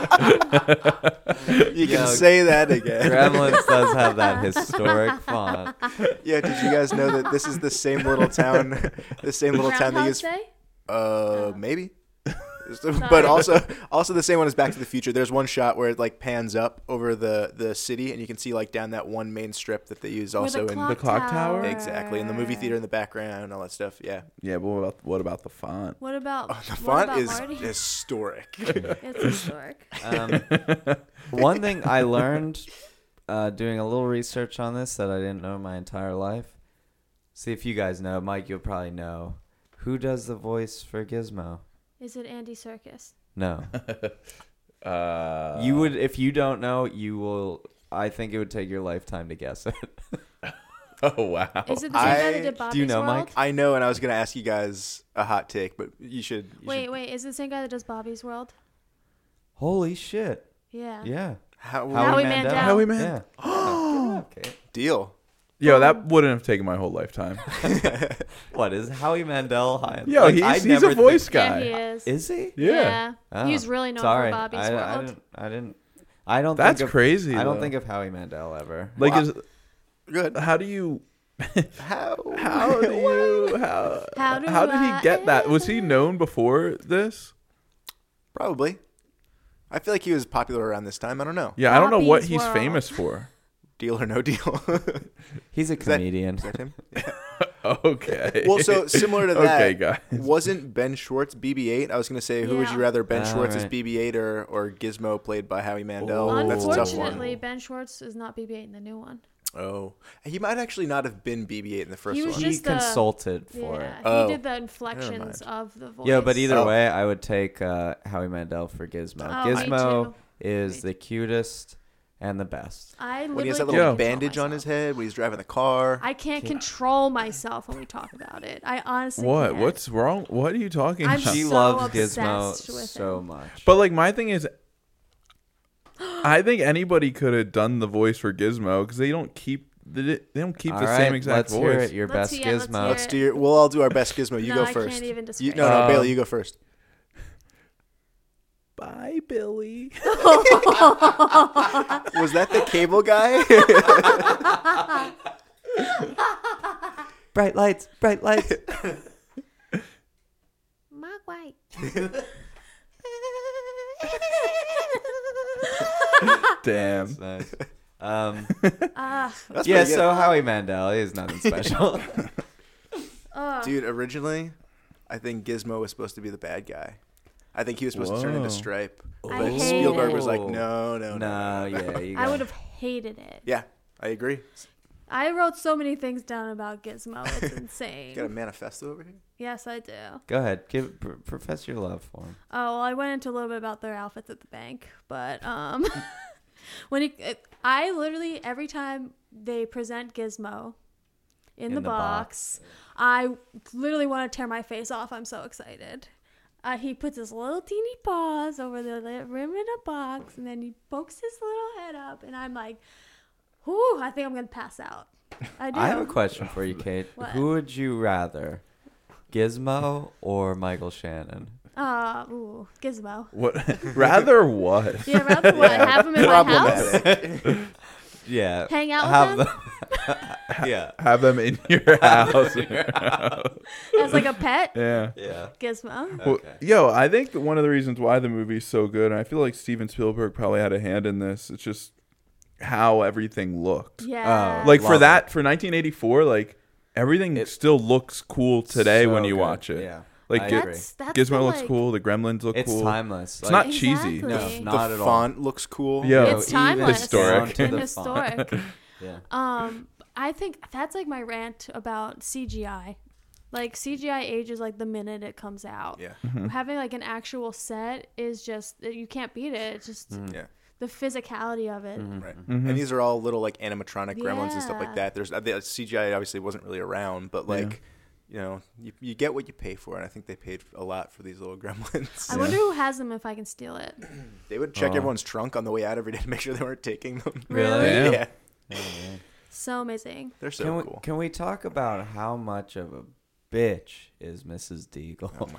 S4: You
S1: Yo.
S4: can say
S1: <laughs>
S4: that again.
S3: <laughs>
S4: <laughs>
S1: Gremlins does have that historic font.
S4: yeah, did you guys know that this is the same little town, <laughs> the same little town they
S2: Groundhog
S4: use?
S2: Day? Oh. <laughs>
S4: Uh, maybe. but also, also the same one as Back to the Future. There's one shot where it like pans up over the the city, and you can see like down that one main strip that they use
S2: With
S4: also
S2: the
S4: in
S2: clock
S3: The clock tower?
S4: exactly in the movie theater in the background, and all that stuff. Yeah, <laughs>
S3: yeah, but what about, what about the font?
S2: What about
S4: oh, the
S2: what
S4: font
S2: about
S4: is
S2: Marty? <laughs>
S4: historic.
S2: It's historic.
S3: <laughs>
S1: Um, one thing I learned uh, doing a little research on this that I didn't know my entire life. See if you guys know. Mike, you'll probably know. Who does the voice for Gizmo?
S2: Is it Andy Circus?
S3: <laughs>
S1: No.
S3: Uh,
S1: you would, if you don't know, you will. I think it would take your lifetime to guess <laughs> it.
S3: <laughs> Oh wow.
S2: Is it the same guy
S4: I-
S2: that did Bobby's
S1: Do you know,
S2: World?
S1: Mike?
S4: I know, and I was gonna ask you guys a hot take, but you should. You
S2: Wait,
S4: should-
S2: wait. Is it the same guy that does Bobby's World?
S1: Holy shit.
S2: Yeah.
S1: Yeah.
S4: how,
S2: Howie Mandel.
S3: Howie
S1: Yeah.
S3: Mandel.
S1: Yeah.
S3: <gasps>
S1: Okay.
S4: deal?
S3: Yo, that wouldn't have taken my whole lifetime.
S1: <laughs> What is Howie Mandel high?
S3: Yo,
S1: Like,
S3: he's,
S1: I
S3: he's
S1: never
S3: a
S1: think-
S3: voice
S2: Yeah,
S3: guy.
S2: he is.
S1: Is he?
S3: Yeah.
S1: Oh,
S4: Ah,
S2: He's really known
S1: sorry.
S2: for Bobby's
S1: I, I
S2: World.
S1: didn't. I didn't. I don't.
S3: That's
S1: think of,
S3: crazy.
S1: I don't
S3: though.
S1: think of Howie Mandel ever.
S3: like
S4: Wow.
S3: is <laughs>
S4: Good.
S3: how do you
S4: How?
S3: how do you how
S2: How do
S3: how did
S2: I
S3: he get that? Was he known before this?
S4: Probably. I feel like he was popular around this time. I don't know.
S3: Yeah, I don't know what
S2: Bobby's
S3: he's
S2: World.
S3: famous for.
S4: Deal or no deal. <laughs>
S1: He's a
S4: that-
S1: comedian.
S4: Is that him?
S3: Okay.
S4: Well,
S3: <laughs>
S4: so similar to that.
S3: Okay, guys.
S4: Wasn't Ben Schwartz BB-8? I was gonna say, who would
S2: Yeah.
S4: you rather, Ben
S1: Ah,
S4: Schwartz as
S1: right.
S4: BB-8 or or Gizmo played by Howie Mandel?
S1: Oh,
S4: That's a tough
S2: Unfortunately,
S4: one.
S2: Ben Schwartz is not BB-8 in the new one.
S4: Oh, he might actually not have been BB-8 in the first
S2: He was
S4: one.
S1: He
S2: just- the-
S1: consulted for
S2: yeah,
S1: it.
S4: Oh.
S2: he did the inflections of the voice.
S1: Yeah, but either
S4: Oh.
S1: way, I would take uh, Howie Mandel for Gizmo.
S2: Oh, me
S1: Gizmo
S2: too.
S1: is
S2: Me
S1: the cutest and the best.
S2: I
S4: When
S2: literally
S4: he has that
S2: can't
S4: little
S2: control
S4: bandage on his
S2: myself.
S4: head when he's driving the car.
S2: I can't control myself when we talk about it. I honestly
S3: What?
S2: Can't.
S3: What's wrong? What are you talking
S2: I'm
S3: about?
S1: She
S2: so
S1: loves Gizmo
S2: obsessed with
S1: so
S2: him.
S1: much.
S3: But like my thing is, I think anybody could have done the voice for Gizmo because they don't keep they, they don't keep
S1: All
S3: the
S1: right,
S3: same exact
S1: let's hear
S3: voice.
S1: it. Your
S2: Let's
S1: best
S2: hear it, let's
S1: Gizmo.
S2: hear
S4: Let's
S2: it.
S4: do your, we'll all do our best, Gizmo. You
S2: No,
S4: go
S2: I can't
S4: first.
S2: even
S4: you,
S2: describe
S4: no, no,
S3: it.
S4: Bailey, you go first.
S3: Bye, Billy.
S4: Was that the
S3: <laughs>
S4: cable guy? <laughs>
S1: Bright lights, bright lights.
S2: Mark
S4: <laughs>
S2: White.
S3: <laughs>
S2: <laughs>
S1: <laughs>
S3: Damn.
S1: nice. Um,
S2: Ah,
S4: That's
S1: yeah,
S4: pretty good.
S1: so Howie Mandel he is nothing special. <laughs>
S2: ugh.
S4: Dude, originally, I think Gizmo was supposed to be the bad guy. I think he was supposed to turn
S3: Whoa.
S4: into Stripe.
S2: I
S4: But
S2: hate
S4: Spielberg
S2: it.
S4: was like, no, no, no.
S1: no, yeah, you
S2: I
S1: got-
S2: would have hated it.
S4: Yeah, I agree.
S2: I wrote so many things down about Gizmo.
S4: <laughs>
S2: It's
S4: You got a
S2: insane.
S4: manifesto over here?
S2: yes, I do.
S1: Go ahead, give pr- profess your love for him.
S2: Oh, well, I went into a little bit about their outfits at the bank, but um, <laughs> when he, it, I literally every time they present Gizmo in, the,
S1: the
S2: box, I literally want to tear my face off. I'm so excited. Uh, he puts his little teeny paws over the li- rim of the box, and then he pokes his little head up, and I'm like, "Whoo! I think I'm gonna pass out." I do.
S1: I have a question for you, Kate.
S2: What?
S1: Who would you rather, Gizmo or Michael Shannon?
S2: Uh, ooh,
S1: <laughs>
S2: Gizmo.
S3: What? <laughs> Rather what?
S2: Yeah, rather what? Have him in my house.
S4: Problematic.
S1: Yeah,
S2: Hang out with
S1: have
S2: him?
S1: them. <laughs> yeah,
S3: Have them in
S1: <laughs>
S3: your house. <laughs>
S2: as like a pet.
S3: yeah.
S1: yeah.
S2: Gizmo.
S3: Well,
S1: Okay.
S3: yo, I think that one of the reasons why the movie's so good, and I feel like Steven Spielberg probably had a hand in this. It's just how everything looked.
S2: Yeah.
S3: like for
S1: Love
S3: that for 1984 like everything still looks cool today when
S1: So
S3: you
S1: good.
S3: watch it
S1: Yeah,
S3: like
S1: I
S3: Gi-
S1: agree.
S2: That's- that's
S3: gizmo
S2: the,
S3: looks
S2: like-
S3: cool the gremlins look
S1: It's
S3: cool
S1: timeless.
S3: It's not cheesy.
S1: No,
S2: Exactly.
S1: not
S4: the
S1: at all.
S4: font looks cool.
S3: Yeah.
S1: No,
S2: It's
S1: even
S2: timeless.
S3: Historic.
S1: down to
S2: and
S3: <laughs>
S1: the font.
S2: historic.
S1: Yeah.
S2: um, I think that's like my rant about CGI. Like CGI ages like the minute it comes out.
S4: Yeah.
S3: Mm-hmm.
S2: Having like an actual set is just you can't beat it. It's just
S3: Mm-hmm.
S4: Yeah.
S2: the physicality of it.
S4: Right. And these are all little like animatronic gremlins and stuff
S2: Yeah.
S4: like that. There's uh, the CGI obviously wasn't really around, but like you know, you, you get what you pay for, and I think they paid a lot for these little <laughs> gremlins.
S2: I wonder who has them if I can steal it.
S4: They would check
S1: Oh.
S4: everyone's trunk on the way out every day to make sure they weren't taking them.
S1: Really?
S3: Yeah.
S4: Yeah,
S2: So amazing.
S4: they're so
S1: Can we
S4: cool.
S1: can we talk about how much of a bitch is Mrs. Deagle?
S3: oh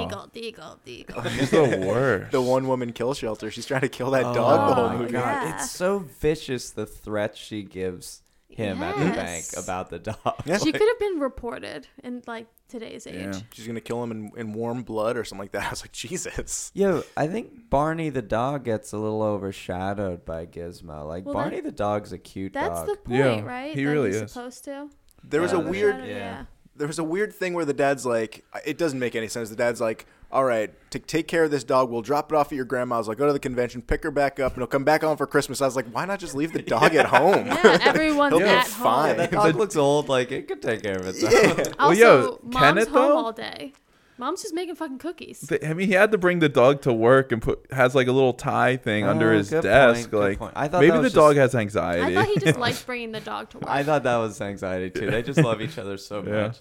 S2: Deagle, deagle, deagle.
S3: <laughs> he's the worst
S4: the one woman kill shelter. She's trying to kill
S1: <laughs>
S4: that
S1: Oh
S4: dog the
S2: my
S4: whole movie.
S2: God. Yeah.
S1: It's so vicious the threat she gives him at the bank
S2: Yes.
S1: about the dog.
S4: Yeah.
S2: She could have been reported in like today's age.
S3: Yeah.
S4: She's gonna kill him in, in warm blood or something like that. <laughs> I was like, Jesus.
S1: Yo, I think Barney the dog gets a little overshadowed by Gizmo. Like
S2: Well,
S1: Barney the dog's a cute
S2: That's
S1: <laughs> dog.
S2: the point,
S3: Yeah,
S2: right?
S3: he
S2: That
S3: really
S2: he's
S3: is.
S2: supposed to.
S4: There was
S1: Yeah,
S4: a
S1: that's
S4: weird
S1: right.
S2: Yeah.
S1: Yeah.
S4: there was a weird thing where the dad's like, it doesn't make any sense. The dad's like, all right, to take care of this dog, we'll drop it off at your grandma's. I'll go to the convention, pick her back up, and he'll come back on for Christmas. I was like, why not just leave the dog at home?
S2: Yeah, everyone's
S4: <laughs> He'll be
S2: at
S1: yeah,
S4: <laughs> fine.
S2: home.
S1: that dog looks old. Like it could take <laughs> care of itself.
S2: Also,
S3: Well, yo,
S2: mom's
S3: Kenneth,
S2: home
S3: though?
S2: all day. Mom's just making fucking cookies.
S3: Th- I mean, he had to bring the dog to work and put has like a little tie thing under
S1: Oh,
S3: his
S1: good
S3: desk.
S1: point, good
S3: like
S1: point. I thought
S3: maybe
S1: that
S3: the
S1: was
S3: dog has
S2: I
S3: anxiety.
S2: thought he just liked bringing the dog to work.
S1: I thought that was anxiety too. They just love each other <laughs> so
S3: Yeah.
S1: much.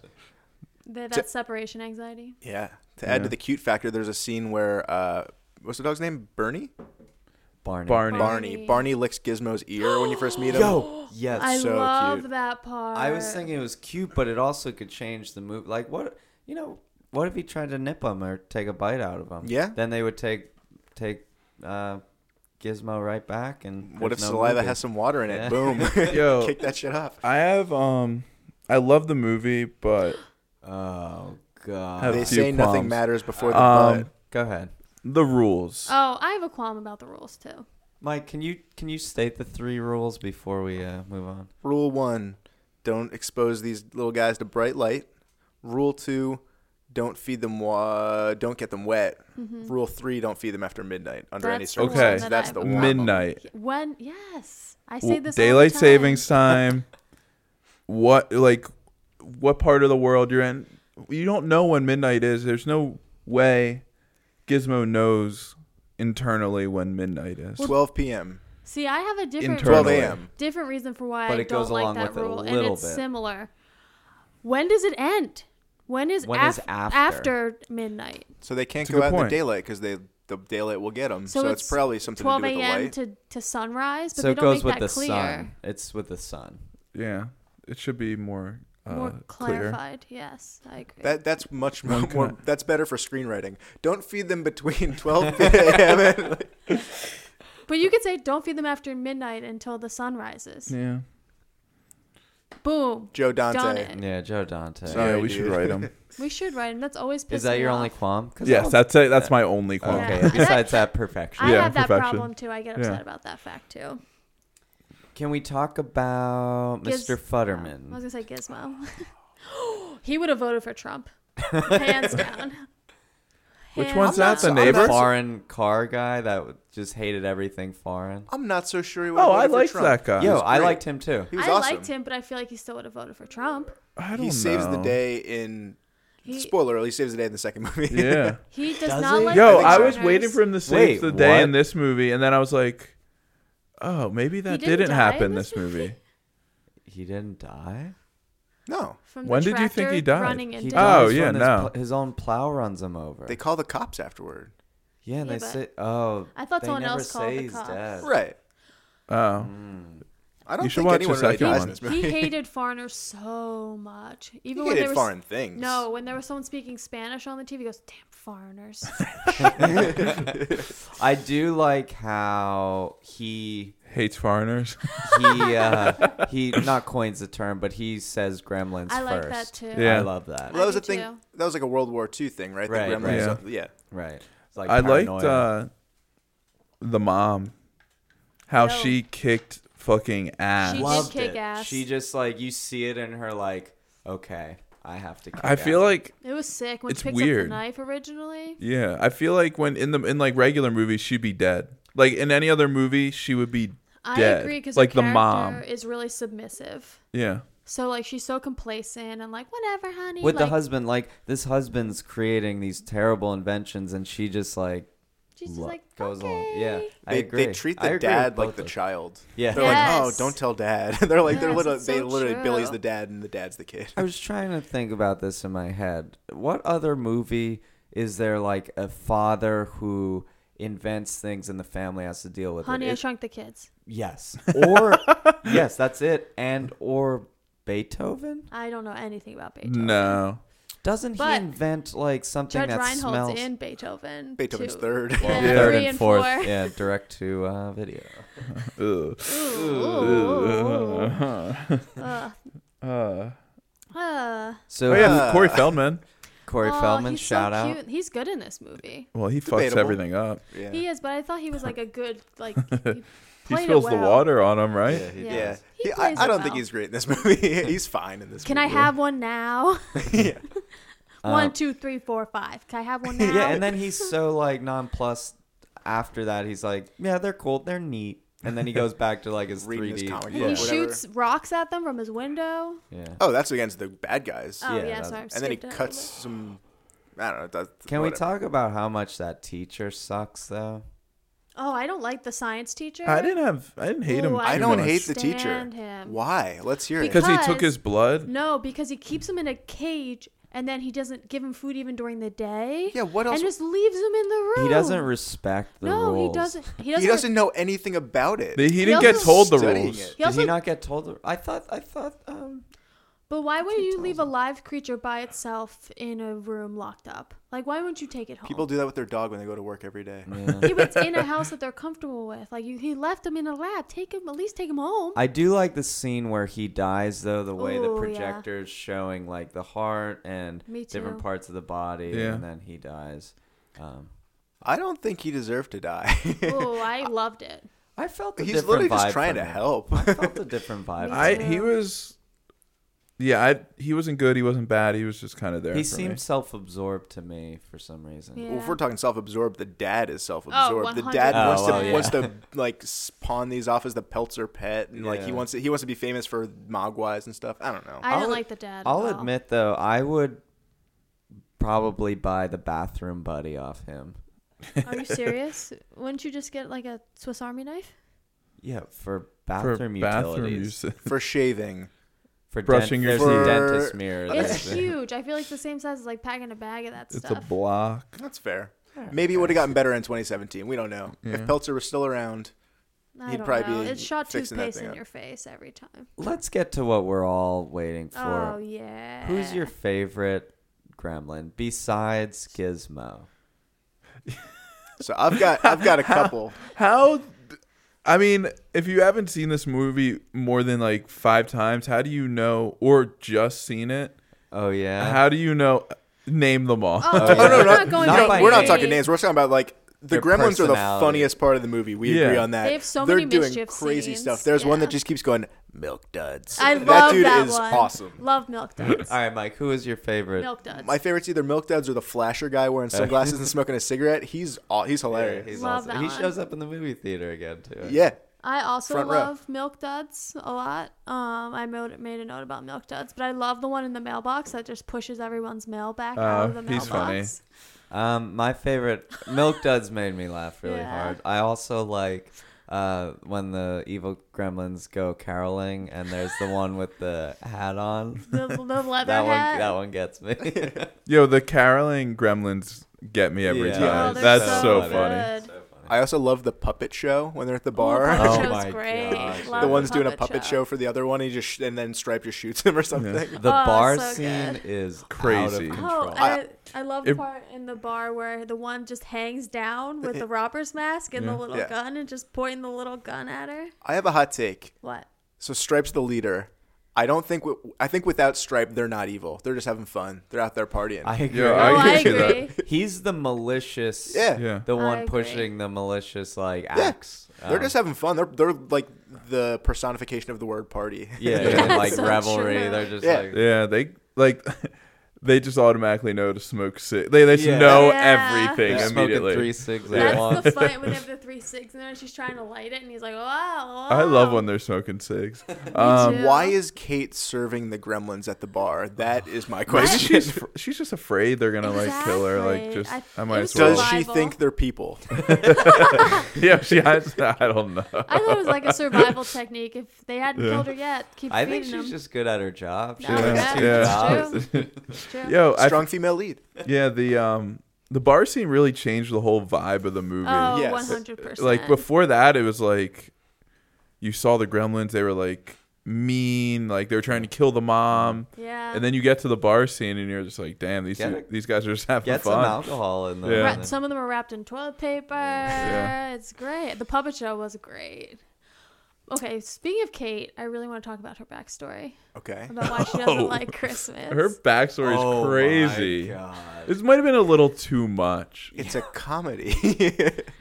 S2: Th- that's separation anxiety.
S4: Yeah. To add
S3: Yeah.
S4: to the cute factor, there's a scene where uh, what's the dog's name? Bernie?
S1: Barney.
S3: <laughs> Barney.
S4: Barney.
S2: Barney.
S4: Barney. licks Gizmo's ear when you first meet
S1: <gasps>
S2: <gasps>
S4: him.
S1: Yo, yes.
S2: I
S4: so
S2: love
S4: cute.
S2: that part.
S1: I was thinking it was cute, but it also could change the move. Like what you know? What if he tried to nip him or take a bite out of him?
S4: Yeah.
S1: Then they would take take uh, Gizmo right back. And
S4: What if
S1: there's no
S4: saliva
S1: movie.
S4: has some water in it?
S1: Yeah.
S4: Boom.
S3: Yo.
S4: <laughs> Kick that shit up.
S3: I have um, I love the movie, but
S1: Oh
S3: Have
S1: god.
S4: They
S3: a few
S4: say nothing
S3: qualms.
S4: matters before the
S3: Um,
S4: butt.
S1: Go ahead,
S3: the rules.
S2: Oh, I have a qualm about the rules too.
S1: Mike. Can you can you state the three rules before we uh, move on?
S4: Rule one, don't expose these little guys to bright light. Rule two, don't feed them. Wa- don't get them wet. Rule three, don't feed them after midnight under any
S2: Mm-hmm. That's the one
S4: circumstances.
S2: that
S4: That's
S2: I've
S4: the
S2: got.
S4: one.
S3: Midnight.
S2: When yes, I Oh. say
S3: W-
S2: this all the
S3: daylight
S2: time. <laughs>
S3: savings time what like what part of the world you're in you don't know when midnight is there's no way gizmo knows internally when midnight is
S4: Twelve p.m.
S2: See, I have a different
S3: Internal.
S4: 12 a.m.
S2: different reason for why
S1: But
S2: I
S1: it goes
S2: don't like
S1: along
S2: that
S1: with it a
S2: rule, and
S1: little
S2: it's
S1: bit.
S2: similar. When does it end? When is,
S1: When
S2: af-
S1: is after?
S2: after midnight?
S4: So they can't
S3: It's a
S4: go
S3: good
S4: out in
S3: point.
S4: the daylight because they the daylight will get them.
S2: So
S4: So, it's,
S2: it's
S4: probably something to
S2: 12
S4: do with the
S2: a.m.
S4: light.
S2: to, to sunrise, but
S1: so
S2: they
S1: it
S2: don't
S1: goes
S2: make
S1: with
S2: that
S1: the
S2: clear.
S1: sun. It's with the sun.
S3: Yeah, it should be more uh,
S2: More
S3: clear.
S2: clarified. Yes, I agree.
S4: that that's much more,
S3: One
S4: more.
S3: can-
S4: That's better for screenwriting. Don't feed them between <laughs>
S3: <laughs>
S4: 12 a.m. and <laughs> like,
S2: but you could say don't feed them after midnight until the sun rises.
S3: Yeah,
S2: Boom.
S4: Joe Dante.
S2: Done it.
S1: Yeah, Joe Dante.
S4: Sorry,
S3: yeah, we should
S4: dude.
S3: write them.
S2: We should write them. That's always pissed
S1: Is that
S2: me
S1: your
S2: off.
S1: only qualm? 'Cause
S3: yes,
S1: I'll-
S3: that's it. That's my only qualm.
S1: okay.
S2: <laughs> Yeah.
S1: Besides that, perfection.
S2: I
S3: Yeah,
S2: have that
S3: perfection.
S2: problem too. I get upset
S3: Yeah.
S2: about that fact too.
S1: Can we talk about
S2: Giz-
S1: Mr.
S2: I was
S1: Futterman?
S2: gonna say Gizmo. <laughs> he would have voted for Trump,
S3: <laughs>
S2: hands down.
S3: Which
S2: Hands
S3: one's that, the
S2: down.
S4: I'm
S3: neighbor?
S4: not-
S1: Foreign car guy that w- just hated everything foreign.
S4: I'm not so sure he would.
S3: <laughs> Oh, I liked
S4: like
S3: that guy.
S1: Yo, I
S4: great.
S1: liked him too.
S4: He was
S2: I
S4: awesome.
S2: liked him, but I feel like he still would have voted for Trump.
S3: I don't
S4: He saves the
S3: know.
S4: day in.
S2: He,
S4: Spoiler: He saves the day in the second <laughs> movie.
S3: Yeah.
S2: he does,
S1: Does
S2: not
S1: he?
S2: like.
S3: Yo,
S4: think
S3: I
S4: so.
S3: was waiting for him to save
S1: Wait,
S3: the day in
S1: what?
S3: this movie, and then I was like, "Oh, maybe that
S2: didn't
S3: didn't,
S2: die in
S3: happen
S2: this
S3: this movie."
S1: He didn't die.
S4: no,
S2: From
S3: When
S2: the
S3: did you think
S2: tractor
S3: he died?
S2: Running
S1: He
S2: into
S3: Oh,
S1: dies
S3: yeah,
S1: when his
S3: no.
S1: pl- his own plow runs him over.
S4: they call the cops afterward.
S1: yeah, and
S2: Yeah,
S1: they
S2: but-
S1: say, "Oh,
S2: I thought
S1: they
S2: someone
S1: never
S2: else called
S1: say
S2: the
S1: he's
S2: cops.
S1: dead.
S4: Right.
S3: Oh,
S4: I don't
S3: You should
S4: think
S3: watch
S4: anyone
S3: the
S4: really
S3: second
S4: dies
S3: one.
S4: in this
S2: He
S3: <laughs>
S4: movie. <laughs>
S2: hated foreigners so much. Even
S4: He
S2: when there
S4: hated
S2: was
S4: foreign things.
S2: no, when there was someone speaking Spanish on the TV, he goes, "Damn
S3: <laughs>
S2: foreigners."
S1: I do like how he
S3: hates foreigners.
S1: he uh, he not coins the term, but he says gremlins
S2: I like
S1: first.
S2: that too.
S1: I
S3: Yeah.
S1: love that.
S4: Well, that was
S2: I
S4: a
S2: do
S4: thing.
S2: too.
S4: That was like a World War II thing, right? The
S1: Right,
S4: Gremlins-
S3: right.
S4: Yeah.
S1: Right. It's <laughs> like
S3: I liked
S1: paranoia.
S3: uh, the mom, how
S2: Yo.
S3: she kicked fucking ass.
S2: She did
S1: Loved
S2: kick
S1: it.
S2: ass.
S1: She just like you see it in her like, okay, I have to. Kick
S3: I feel
S1: ass.
S3: like
S2: It was sick when
S3: It's
S2: she picks up
S3: weird.
S2: the knife originally.
S3: yeah, I feel like when in the in like regular movies she'd be dead. Like in any other movie, she would be
S2: I
S3: dead.
S2: agree because
S3: like
S2: her
S3: the
S2: character
S3: mom.
S2: is really submissive.
S3: Yeah.
S2: So like she's so complacent and like whatever, honey.
S1: with
S2: like,
S1: the husband, like this husband's creating these terrible inventions, and she just like
S2: she's just
S1: lo-
S2: like
S1: goes
S2: okay.
S1: along. Yeah, I
S4: They,
S1: agree.
S4: they treat
S1: I
S4: the
S1: agree
S4: dad
S1: with
S4: like
S1: both
S4: the
S1: of-
S4: child.
S1: Yeah.
S4: They're like,
S2: Yes.
S4: oh, don't tell dad. <laughs> they're like, they're
S2: Yes,
S4: literally,
S2: it's
S4: they
S2: so
S4: literally,
S2: true.
S4: Billy's the dad and the dad's the kid.
S1: I was trying to think about this in my head. What other movie is there like a father who invents things and the family has to deal with
S2: Honey,
S1: it?
S2: I
S1: It-
S2: shrunk the kids. <laughs>
S1: yes. Or yes, that's it. And or Beethoven?
S2: I don't know anything about Beethoven. <laughs>
S3: No.
S1: Doesn't
S2: But-
S1: he invent like something
S2: Judge
S1: that
S2: Reinhold's
S1: smells
S2: in Beethoven.
S4: <laughs> Beethoven's
S2: too.
S4: third.
S2: Yeah,
S4: <laughs>
S3: Yeah.
S1: third
S2: three
S1: and,
S2: and
S1: fourth?
S2: four.
S1: Yeah, direct to uh, video.
S3: Ugh.
S1: <laughs>
S2: Ooh. Ugh.
S3: Uh,
S2: Uh,
S1: So
S3: oh yeah,
S1: <laughs>
S4: Uh,
S3: Corey Feldman.
S1: Corey
S2: oh,
S1: Feldman,
S2: he's so
S1: shout out.
S2: cute. He's good in this movie.
S3: Well, he fucks
S4: Debatable.
S3: everything up.
S4: Yeah.
S2: He is, but I thought he was like a good
S1: <laughs>
S2: like. He, played
S3: He
S2: it
S3: spills
S2: well.
S3: the water on him, right?
S1: he
S2: Yeah.
S4: Yeah.
S1: does.
S2: He
S4: He-
S2: plays
S4: I, I
S2: it
S4: don't think
S2: well.
S4: he's great in this <laughs> movie. he's fine in this
S2: Can I
S4: movie.
S2: have
S1: <laughs>
S2: one now?
S4: yeah.
S2: one, two, three, four, five. Can I have one
S1: <laughs>
S2: now?
S1: Yeah, and then he's so like nonplussed after that. He's like, yeah, they're cool, they're neat. And then he goes back to like his
S4: Reading
S1: 3D.
S4: his comic
S1: yeah.
S2: he
S4: book. whatever.
S2: shoots rocks at them from his window.
S1: yeah.
S4: Oh, that's against the bad guys.
S2: Oh
S1: Yeah,
S2: yeah,
S1: that's-
S2: sorry. I'm
S4: and then he
S2: skipped it a
S4: cuts
S2: little
S4: some. I don't know. That,
S1: Can we
S4: whatever.
S1: talk about how much that teacher sucks though?
S2: bit. Oh, I don't like the science teacher.
S3: I didn't have. I didn't hate
S2: Ooh,
S3: him.
S2: I
S4: I
S3: too
S4: don't
S3: much.
S4: hate the teacher.
S2: Stand him.
S4: Why? Let's hear it.
S2: Because-
S3: because he took his blood.
S2: No, because he keeps him in a cage, and then he doesn't give him food even during the day.
S4: Yeah, what else-
S2: And just leaves him in the room.
S1: He doesn't respect the
S2: no,
S1: rules.
S2: he doesn't. He doesn't.
S4: He doesn't know anything about it.
S3: He,
S2: He
S3: didn't get
S2: also-
S3: told the
S4: Studying
S3: rules.
S4: it.
S2: he
S1: Did
S2: also-
S1: he not get told? The, I thought. I thought. Um,
S2: But why would
S1: he
S2: you
S1: tells
S2: leave a live creature by itself in a room locked up? Like, why wouldn't you take it home?
S4: People do that with their dog when they go to work every day.
S2: he was in a house that they're comfortable with. Like, you, he left him in a lab. Take him, at least take
S1: <laughs>
S2: him home.
S1: I do like the scene where he dies, though. The way the
S2: Ooh, yeah.
S1: projector's showing like the heart and
S2: Me
S1: different
S2: too.
S1: parts of the body,
S3: Yeah.
S1: and then he dies. Um,
S4: I don't think he deserved to die. <laughs>
S2: oh, I loved it.
S1: I felt a
S4: He's
S1: different
S4: literally
S1: vibe
S4: just trying
S1: from
S4: to
S1: him.
S4: help.
S1: I felt a
S2: <laughs>
S1: different vibe.
S2: Me
S1: from
S3: I
S1: him.
S3: he was. Yeah, I he wasn't good. He wasn't bad. He was just kind of there.
S1: he
S3: for
S1: seemed
S3: me.
S1: self-absorbed to me for some reason.
S2: Yeah.
S4: Well, <laughs> if we're talking self-absorbed, the dad is self-absorbed. the
S2: 100.
S4: dad
S1: Oh,
S4: wants to
S1: well, yeah.
S4: wants to <laughs> like s- pawn these off as the Peltzer pet, and like he
S1: Yeah.
S4: wants to, he wants to be famous for mogwais and stuff. I don't know.
S2: I
S1: I'll-
S2: didn't like the dad. at
S1: I'll
S2: all.
S1: admit though, I would probably buy the bathroom buddy off him.
S2: Are you serious? Wouldn't you just get like a Swiss Army knife?
S1: yeah, for
S3: for
S1: bathroom utilities,
S3: bathroom use. <laughs>
S4: for shaving.
S1: for
S3: Brushing
S1: dent-
S4: your
S1: there's
S4: teeth.
S1: a dentist mirror.
S2: It's
S1: there.
S2: huge. I feel like the same size as like packing a bag of that
S3: It's a
S2: stuff.
S3: block.
S4: That's fair. Maybe it would have gotten better in 2017. We don't know. If
S3: Yeah.
S4: Peltzer was still around,
S2: I
S4: You'd
S2: don't
S4: probably
S2: know.
S4: be
S2: It shot
S4: fixing that
S2: toothpaste
S4: thing
S2: in
S4: up.
S2: your face every time.
S1: Let's get to what we're all waiting
S2: Oh
S1: for.
S2: yeah.
S1: Who's your favorite gremlin besides Gizmo?
S4: so I've got I've got
S2: <laughs>
S4: a couple.
S3: How? I mean, if you haven't seen this movie more than like five times, how do you know, or just seen it?
S1: Oh yeah.
S3: How do you know? Name them all.
S4: Uh,
S2: Oh,
S1: yeah.
S2: no, no,
S1: We're
S2: no,
S1: not
S2: not going
S1: not
S2: down
S1: by
S2: the
S4: we're not
S1: name.
S4: talking names. We're talking about like the
S1: Their
S4: Gremlins are the
S1: personality.
S4: funniest part of the movie. We
S3: Yeah.
S4: agree on that.
S2: They have so
S4: They're
S2: many
S4: doing
S2: mischief
S4: crazy
S2: scenes.
S4: stuff. There's one
S2: Yeah.
S4: that just keeps going milk duds.
S2: I
S4: that
S2: love
S4: dude
S2: that
S4: is
S2: one.
S4: awesome.
S2: Love milk
S4: <laughs>
S2: duds.
S1: All right, Mike. Who is your favorite?
S2: milk duds.
S4: My favorite's either milk duds or the flasher guy wearing sunglasses and smoking a cigarette. He's aw- he's
S1: Yeah,
S4: hilarious.
S1: he's
S2: Love
S1: awesome.
S2: that
S1: He
S2: one.
S1: shows up in the movie theater again too.
S4: Yeah.
S2: I also
S4: Front row.
S2: love milk duds a lot. Um, I made, made a note about milk duds, but I love the one in the mailbox that just pushes everyone's mail back out
S3: Oh,
S4: Uh,
S2: of the mailbox.
S3: he's funny.
S1: Um, my favorite Milk Duds made me laugh really
S2: Yeah.
S1: hard. I also like uh when the evil gremlins go caroling and there's the one with the hat on.
S2: The,
S4: <laughs>
S2: the leather
S1: that
S2: hat.
S1: one that one gets
S2: <laughs>
S1: me.
S3: <laughs> Yo, the caroling gremlins get me every
S1: Yeah.
S2: Oh,
S3: time.
S2: they're
S3: That's
S2: so
S3: so, funny.
S2: good.
S4: I also love the puppet show when they're at the
S2: Oh,
S4: bar.
S2: the
S1: Oh
S2: puppet show's
S1: my
S2: great.
S1: gosh.
S2: Love
S4: the
S1: Yeah.
S4: one's doing a puppet show. for the other one. He just sh- and then Stripe just shoots him or something.
S1: The
S2: Oh,
S1: bar
S2: so
S1: scene
S2: good.
S1: is
S3: Crazy.
S1: Out of
S2: Oh,
S1: control.
S2: I, I love the
S3: It-
S2: part in the bar where the one just hangs down with the robber's mask and the
S3: Yeah.
S2: little
S4: Yeah.
S2: gun and just pointing the little gun at her.
S4: I have a hot take.
S2: What?
S4: So Stripe's the leader. I don't think w- I think without Stripe they're not evil. They're just having fun. They're out there partying.
S1: I agree.
S3: Yeah,
S2: Oh, I
S3: I can see that.
S2: agree.
S1: <laughs> He's the malicious.
S4: Yeah.
S3: Yeah.
S1: The
S2: I
S1: one
S2: agree.
S1: pushing the malicious like axe.
S4: they're
S1: Um,
S4: just having fun. They're they're like the personification of the word party. <laughs>
S1: yeah,
S3: Yeah.
S1: and, like
S2: <laughs> So
S1: revelry.
S2: true.
S1: They're just
S4: Yeah.
S1: like
S3: Yeah, they like <laughs> they just automatically know to smoke cig. They they just
S1: Yeah.
S3: know
S2: Yeah.
S3: everything
S1: smoking
S3: immediately.
S1: three cigs at
S2: That's
S1: once.
S2: the
S3: <laughs>
S2: fight when they have the three six in there and she's trying to light it and he's like, wow.
S3: I love
S2: wow."
S3: when they're smoking cigs.
S1: <laughs>
S2: too.
S3: Um,
S2: Yeah.
S4: Why is Kate serving the gremlins at the bar? That is my
S3: maybe
S4: question.
S3: she's fr- she's just afraid they're gonna like kill her. Like
S2: Exactly.
S3: just
S2: I-
S3: I,
S2: it
S3: might
S2: was
S3: as
S4: <laughs> Does
S3: well.
S2: just-
S4: she
S2: Survival.
S4: think they're people?
S3: <laughs> yeah, she has. I don't know.
S2: I thought it was like a
S3: <laughs>
S2: survival technique. If they hadn't
S3: Yeah.
S2: killed her yet, keep
S1: I
S2: feeding
S1: think she's
S2: them.
S1: just good at her job. She
S2: No,
S1: has
S2: yeah,
S1: two
S2: that's
S1: jobs.
S2: true. It's true.
S3: Yo, I,
S4: Strong female lead.
S3: yeah, the um the bar scene really changed the whole vibe of the movie.
S2: Oh,
S4: Yes.
S2: 100%.
S3: like before that it was like you saw the gremlins they were like mean like they were trying to kill the mom
S2: Yeah.
S3: and then you get to the bar scene and you're just like damn these
S1: Get
S3: two-
S1: it-
S3: these guys are just having
S1: Get some
S3: fun
S1: alcohol in there.
S3: Yeah.
S2: Wra- some of them are wrapped in toilet paper.
S3: Yeah.
S2: It's great. The puppet show was great. Okay, speaking of Kate, I really want to talk about her backstory
S4: Okay.
S2: about why she doesn't
S3: <laughs> Oh.
S2: like Christmas.
S3: her backstory is
S1: Oh my
S3: crazy
S1: God.
S3: this might have been a little too much
S4: It's a comedy. <laughs>
S3: i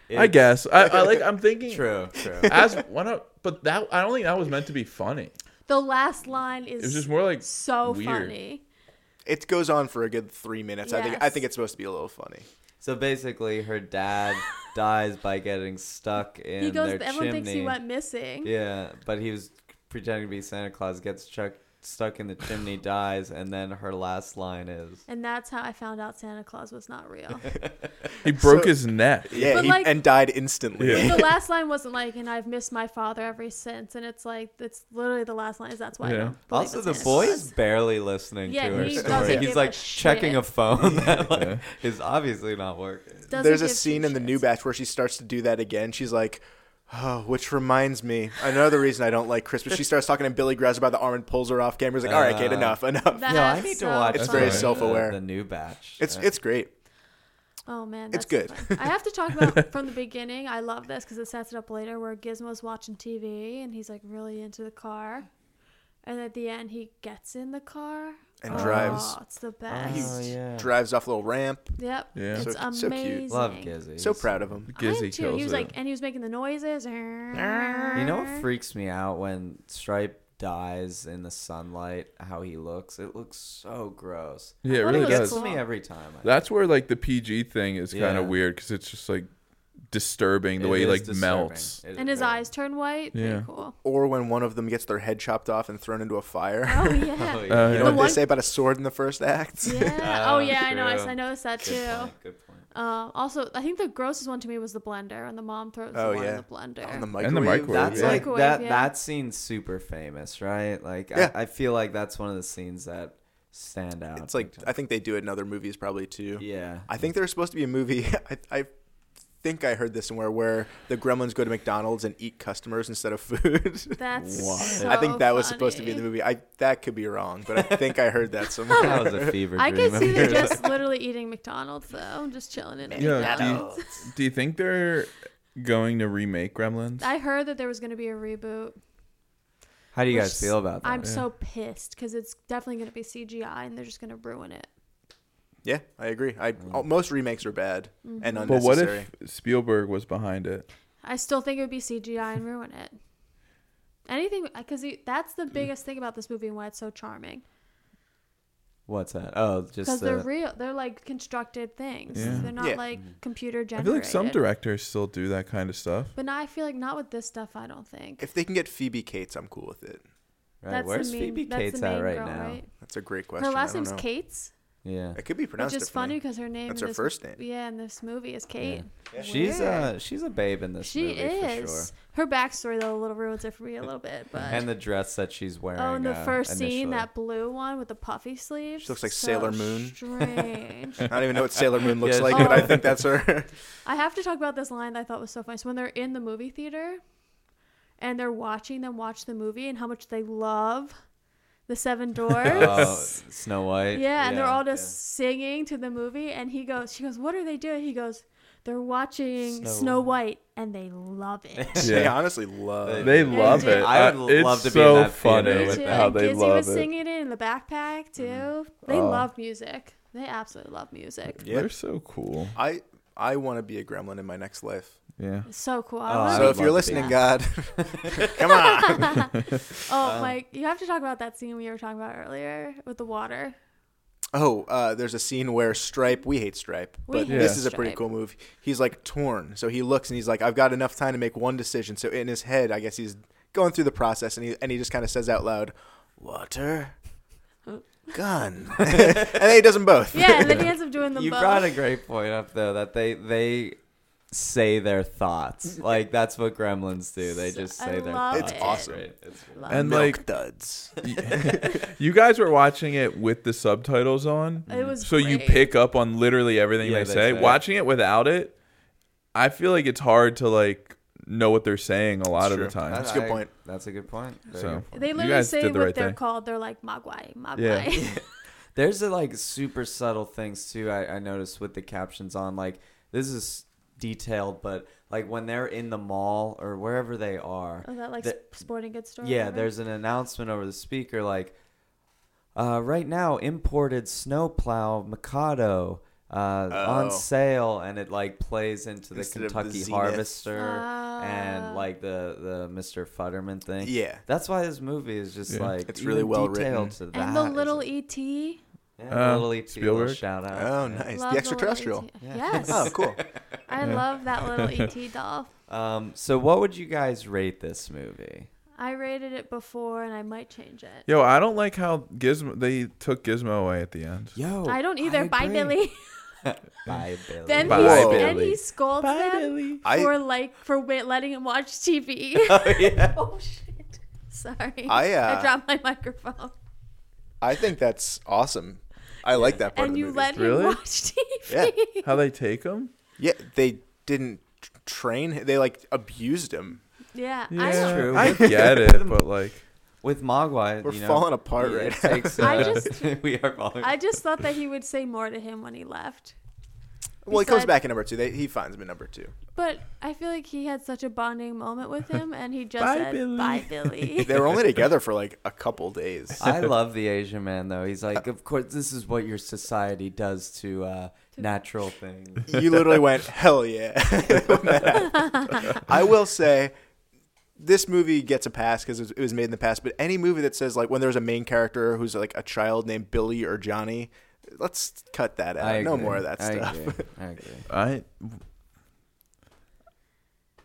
S1: It's-
S3: guess I, I like
S1: <laughs>
S3: i'm thinking
S1: True, true.
S3: as one of but that i don't think that was meant to be funny
S2: the last line is
S3: it was just more like
S2: so
S3: weird.
S2: funny.
S4: it goes on for a good three minutes. I think I
S2: Yes.
S4: think it's supposed to be a little funny.
S1: So basically, her
S2: <laughs>
S1: dad dies by getting stuck in
S2: he goes.
S1: their
S2: Everyone
S1: chimney.
S2: thinks he went missing.
S1: Yeah, but he was pretending to be Santa Claus. Gets chuck- stuck in the
S2: <laughs>
S1: chimney, dies, and then her last line is,
S2: And that's how I found out Santa Claus was not
S3: <laughs>
S2: real.
S3: he broke
S4: So-
S3: his neck
S4: Yeah,
S2: But,
S4: he,
S2: like-
S4: and died instantly.
S3: Yeah.
S2: the last line wasn't like, and I've missed my father ever since. And it's like, it's literally the last line is that's why I
S3: Yeah.
S2: don't believe
S1: "Also,
S2: in
S1: the
S2: Santa
S1: boy's
S2: Claus."
S1: barely listening
S2: Yeah,
S1: to her
S2: he doesn't
S1: story.
S2: give
S1: He's
S2: a
S1: like checking
S2: shit.
S1: a phone that like, is obviously not working."
S2: Doesn't
S4: There's a
S2: give two
S4: scene in the new
S2: shits.
S4: batch where she starts to do that again. She's like, "Oh, which reminds me, another reason I don't like Christmas." She starts talking, and Billy grabs her by the arm and pulls her off camera. He's like, "All right, Kate,
S1: Uh,
S4: enough, enough."
S2: That-
S1: Yo, I
S2: That's
S1: need
S2: so
S1: to watch.
S4: It's very
S1: the-
S4: self-aware.
S1: The, new batch.
S4: It's
S1: Uh,
S4: it's great.
S2: Oh man, that's
S4: It's good.
S2: fun. I have to talk
S4: <laughs>
S2: about from the beginning. I love this because it sets it up later where Gizmo's watching TV and he's like really into the car, and at the end he gets in the car
S4: And
S2: oh,
S4: drives.
S2: It's the
S1: oh,
S2: best.
S1: yeah.
S4: Drives off a little ramp.
S2: Yep.
S3: Yeah.
S2: It's
S4: So- so cute.
S2: amazing.
S1: Love Gizzy.
S4: So proud of him.
S2: I am
S3: Gizzy
S2: too.
S3: kills
S2: He was
S3: it.
S2: like, and he was making the noises. You
S1: You know
S2: know,
S1: what freaks me out when Stripe dies in the sunlight? How he looks? It looks so gross.
S2: I thought
S3: yeah it
S2: it
S3: really
S2: was
S3: does
S1: Gets me every time. I-
S3: That's where like the PG thing is kind
S1: Yeah.
S3: of weird because it's just like disturbing the
S1: It
S3: way he
S1: is
S3: like
S1: disturbing.
S3: melts.
S1: It-
S2: and his
S1: yeah.
S2: eyes turn white. Pretty
S3: Yeah.
S4: <laughs>
S2: cool.
S4: Or when one of them gets their head chopped off and thrown into a fire. <laughs>
S2: Oh yeah.
S1: <laughs> Oh,
S2: yeah.
S1: yeah.
S3: Uh,
S4: you know what
S1: <laughs>
S2: one-
S4: they say about a sword in the first act?
S2: Oh yeah. I know. I,
S1: true.
S2: I noticed that too.
S1: Good point, good point.
S2: Uh, also, I think the grossest one to me was the blender, and the mom throws
S4: Oh,
S2: the one
S4: yeah.
S2: in the blender.
S4: <laughs> On the microwave.
S3: And the microwave,
S1: That's
S3: yeah.
S1: like
S2: Microwave,
S1: that.
S2: yeah.
S1: That scene's super famous, right? Like,
S4: Yeah.
S1: I, I feel like that's one of the scenes that stand out.
S4: It's like I think they do it in other movies probably too.
S1: yeah,
S4: I think there's supposed to be a movie. <laughs> I, I think I heard this somewhere where the Gremlins go to McDonald's and eat customers instead of food. <laughs>
S2: That's
S1: Wow.
S2: so
S4: I think that was supposed to be in the
S2: funny.
S4: movie. I that could be wrong, but I think I
S2: <laughs>
S4: heard that somewhere.
S1: <laughs> that was
S4: <laughs>
S1: a fever
S2: I
S1: dream.
S2: could see
S1: of
S2: them
S1: yours.
S2: just literally eating McDonald's though, just chilling in
S3: Yeah,
S2: McDonald's. <laughs>
S3: Do you think they're going to remake Gremlins?
S2: I heard that there was going to be a reboot.
S3: Oh,
S1: How do you
S2: We're
S1: guys
S2: s-
S1: feel about that?
S2: I'm so pissed because it's definitely going to be CGI and they're just going to ruin it.
S4: yeah, I agree. I oh, most remakes are bad
S2: Mm-hmm.
S4: and
S3: but what
S4: unnecessary.
S3: if Spielberg was behind it?
S2: I still think it would be CGI and ruin it. Anything because that's the biggest thing about this movie and why it's so charming
S1: What's that? Mm. Oh,
S2: because
S1: just
S2: they're
S1: the,
S2: real. They're like constructed things.
S3: Yeah.
S2: They're not
S4: Yeah.
S2: like computer
S3: I
S2: generated.
S3: feel like some directors still do that kind of stuff.
S2: But now I feel like not with this stuff. I don't think.
S4: If they can get Phoebe Cates, I'm cool with it.
S1: right.
S2: that's
S1: Where's
S2: the main,
S1: Phoebe
S2: that's the
S1: Cates at
S2: main
S1: right
S2: girl,
S1: now?
S2: Right?
S4: That's a great question.
S2: Her
S4: I
S2: last
S4: don't
S2: name's
S4: know.
S2: Cates,
S1: Yeah,
S4: It could be
S2: which
S4: pronounced
S2: is funny
S4: differently.
S2: because her name.
S4: That's
S2: in
S4: her
S2: this- <laughs>
S4: first name.
S2: Yeah, in this movie is Kate.
S1: she's
S2: Weird.
S1: a she's a babe in this
S2: She
S1: movie
S2: is.
S1: for sure.
S2: Her backstory though a little ruins it for me a
S1: <laughs>
S2: little bit, but
S1: And the dress that she's wearing.
S2: oh, in the
S1: uh,
S2: first
S1: initially.
S2: scene, that blue one with the puffy sleeves.
S4: She looks like
S2: so
S4: Sailor Moon. <laughs>
S2: Strange.
S4: I don't even know what Sailor Moon looks
S1: Yeah,
S4: like,
S2: she-
S4: but I
S2: Oh.
S4: think that's her. <laughs>
S2: I have to talk about this line that I thought was so funny. So when they're in the movie theater, and they're watching them watch the movie, and how much they love the
S1: <laughs>
S2: Seven Doors.
S1: Oh, Snow White.
S2: Yeah, and they're all just
S1: yeah.
S2: singing to the movie, and he goes, she goes, what are they doing? He goes, they're watching
S1: Snow
S2: Snow, White, and they love
S3: <laughs>
S2: it.
S4: They honestly love.
S3: They
S2: Yeah,
S3: love
S2: dude.
S3: it.
S1: I would
S3: it's
S1: love to be in
S3: so
S1: that
S3: funny
S1: theater
S2: Me
S1: with
S2: too.
S1: them.
S3: how
S2: And
S3: they
S2: Gizzy
S3: love
S2: was
S3: it.
S2: singing it in the backpack too. They
S3: Oh.
S2: love music. They absolutely love music.
S4: Yeah.
S3: They're so cool.
S4: I I want to be a gremlin in my next life.
S3: Yeah.
S2: It's so cool.
S1: Oh,
S2: I
S1: I
S4: so
S1: would
S2: love
S4: if
S1: love
S4: you're
S1: to be
S4: listening,
S1: that.
S4: God, come on.
S2: oh, Mike, you have to talk about that scene we were talking about earlier with the
S3: <laughs>
S2: water.
S4: <laughs> Oh, uh, there's a scene where Stripe, we hate Stripe,
S2: We
S4: but
S2: hate
S4: this is a pretty
S2: Stripe.
S4: cool move. He's like torn. So he looks and he's like, I've got enough time to make one decision. So in his head, I guess he's going through the process and he, and he just kind of says out loud,
S2: <laughs>
S4: Water, gun. <laughs> and then he does them both. <laughs>
S2: Yeah, and then he ends up doing them
S1: you
S2: both.
S1: brought a great point up though that they they say their
S2: <laughs>
S1: thoughts like that's what gremlins do they just
S2: I
S1: say their
S2: love
S1: thoughts
S4: It's awesome.
S1: Right, it's-
S2: Love
S3: And
S2: it.
S4: Milk
S3: like-
S4: duds.
S3: you guys were watching it with the subtitles on.
S2: It was
S3: so you
S2: great.
S3: pick up on literally everything
S1: Yeah,
S3: they,
S1: they
S3: say.
S1: say.
S3: Watching it without it, I feel like it's hard to like know what they're saying a lot
S4: It's
S3: of the
S4: true.
S3: time.
S4: That's a good point.
S1: that's a good point Very
S3: so
S1: good point.
S2: they
S3: you
S2: literally
S3: guys
S2: say
S3: did the
S2: what
S3: right
S2: they're
S3: thing.
S2: called. They're like Mogwai, Mogwai.
S3: <laughs>
S2: <laughs>
S1: there's a, like super subtle things too I, I noticed with the captions on like this is detailed but like when they're in the mall or wherever they are
S2: oh, that like
S1: the-
S2: sp- sporting goods store. or
S1: Yeah,
S2: whatever?
S1: there's an announcement over the speaker like, uh, right now imported snowplow Mikado uh,
S4: Oh.
S1: on sale, and it like plays into the
S4: Instead of the
S1: Kentucky
S4: Zenith.
S1: Harvester
S2: Ah.
S1: and like the the Mr. Futterman thing.
S4: Yeah.
S1: that's why this movie is just
S3: Yeah.
S1: like
S4: It's really
S1: even
S4: well
S1: detailed
S4: written.
S1: to that.
S2: and the
S1: is-
S2: little E ET.
S1: yeah,
S3: Uh,
S1: little ET
S3: Spielberg?
S1: little shout out.
S4: Oh, nice.
S2: Love
S4: the
S2: little
S4: extraterrestrial.
S2: ET. Yes,
S4: Oh, cool.
S2: I love that little ET doll.
S1: Um, so what would you guys rate this movie?
S2: I rated it before, and I might change it.
S3: Yo, I don't like how Gizmo they took Gizmo away at the end.
S1: Yo,
S2: I don't either. Bye,
S1: agree.
S4: <laughs>
S2: Billy.
S1: <laughs> Bye, Billy.
S2: then
S3: Bye,
S2: he
S4: Billy.
S2: then he scolds them
S4: I-
S2: for like for wi- letting him watch
S4: <laughs>
S2: TV. <laughs> oh shit! Sorry,
S4: I, uh,
S2: I dropped my microphone.
S4: I think that's awesome. I like that part of
S2: And
S4: the
S2: you
S4: movie.
S2: let
S3: Really?
S2: him watch TV.
S4: Yeah.
S3: How they take him?
S4: yeah, they didn't t- train. him. They like abused him.
S2: <laughs> Yeah, I
S1: That's
S2: don't-
S1: true. <laughs>
S3: I get it, but like
S1: with Mogwai,
S4: We're
S1: you know,
S4: falling apart
S1: yeah,
S4: right
S1: it takes,
S2: now. I
S1: uh,
S2: just-
S1: <laughs> we are falling.
S2: I just thought that he would say more to him when he left.
S4: Well, he comes
S2: Besides-
S4: back in number two. They, he finds him in number two.
S2: But I feel like he had such a bonding moment with him, and he just
S3: Bye,
S2: said,
S3: Billy.
S2: "Bye, Billy."
S4: They were only together for like a couple
S1: <laughs>
S4: days.
S1: I love the Asian man though. He's like, of course, this is what your society does to uh,
S2: <laughs>
S1: natural things.
S4: You literally went, hell yeah. <laughs> when that happened. I will say, this movie gets a pass because it was made in the past, but any movie that says, like, when there's a main character who's like a child named Billy or Johnny, let's cut that out.
S1: I
S4: No
S1: agree.
S4: more of that
S1: I
S4: stuff.
S1: Agree. I agree.
S3: I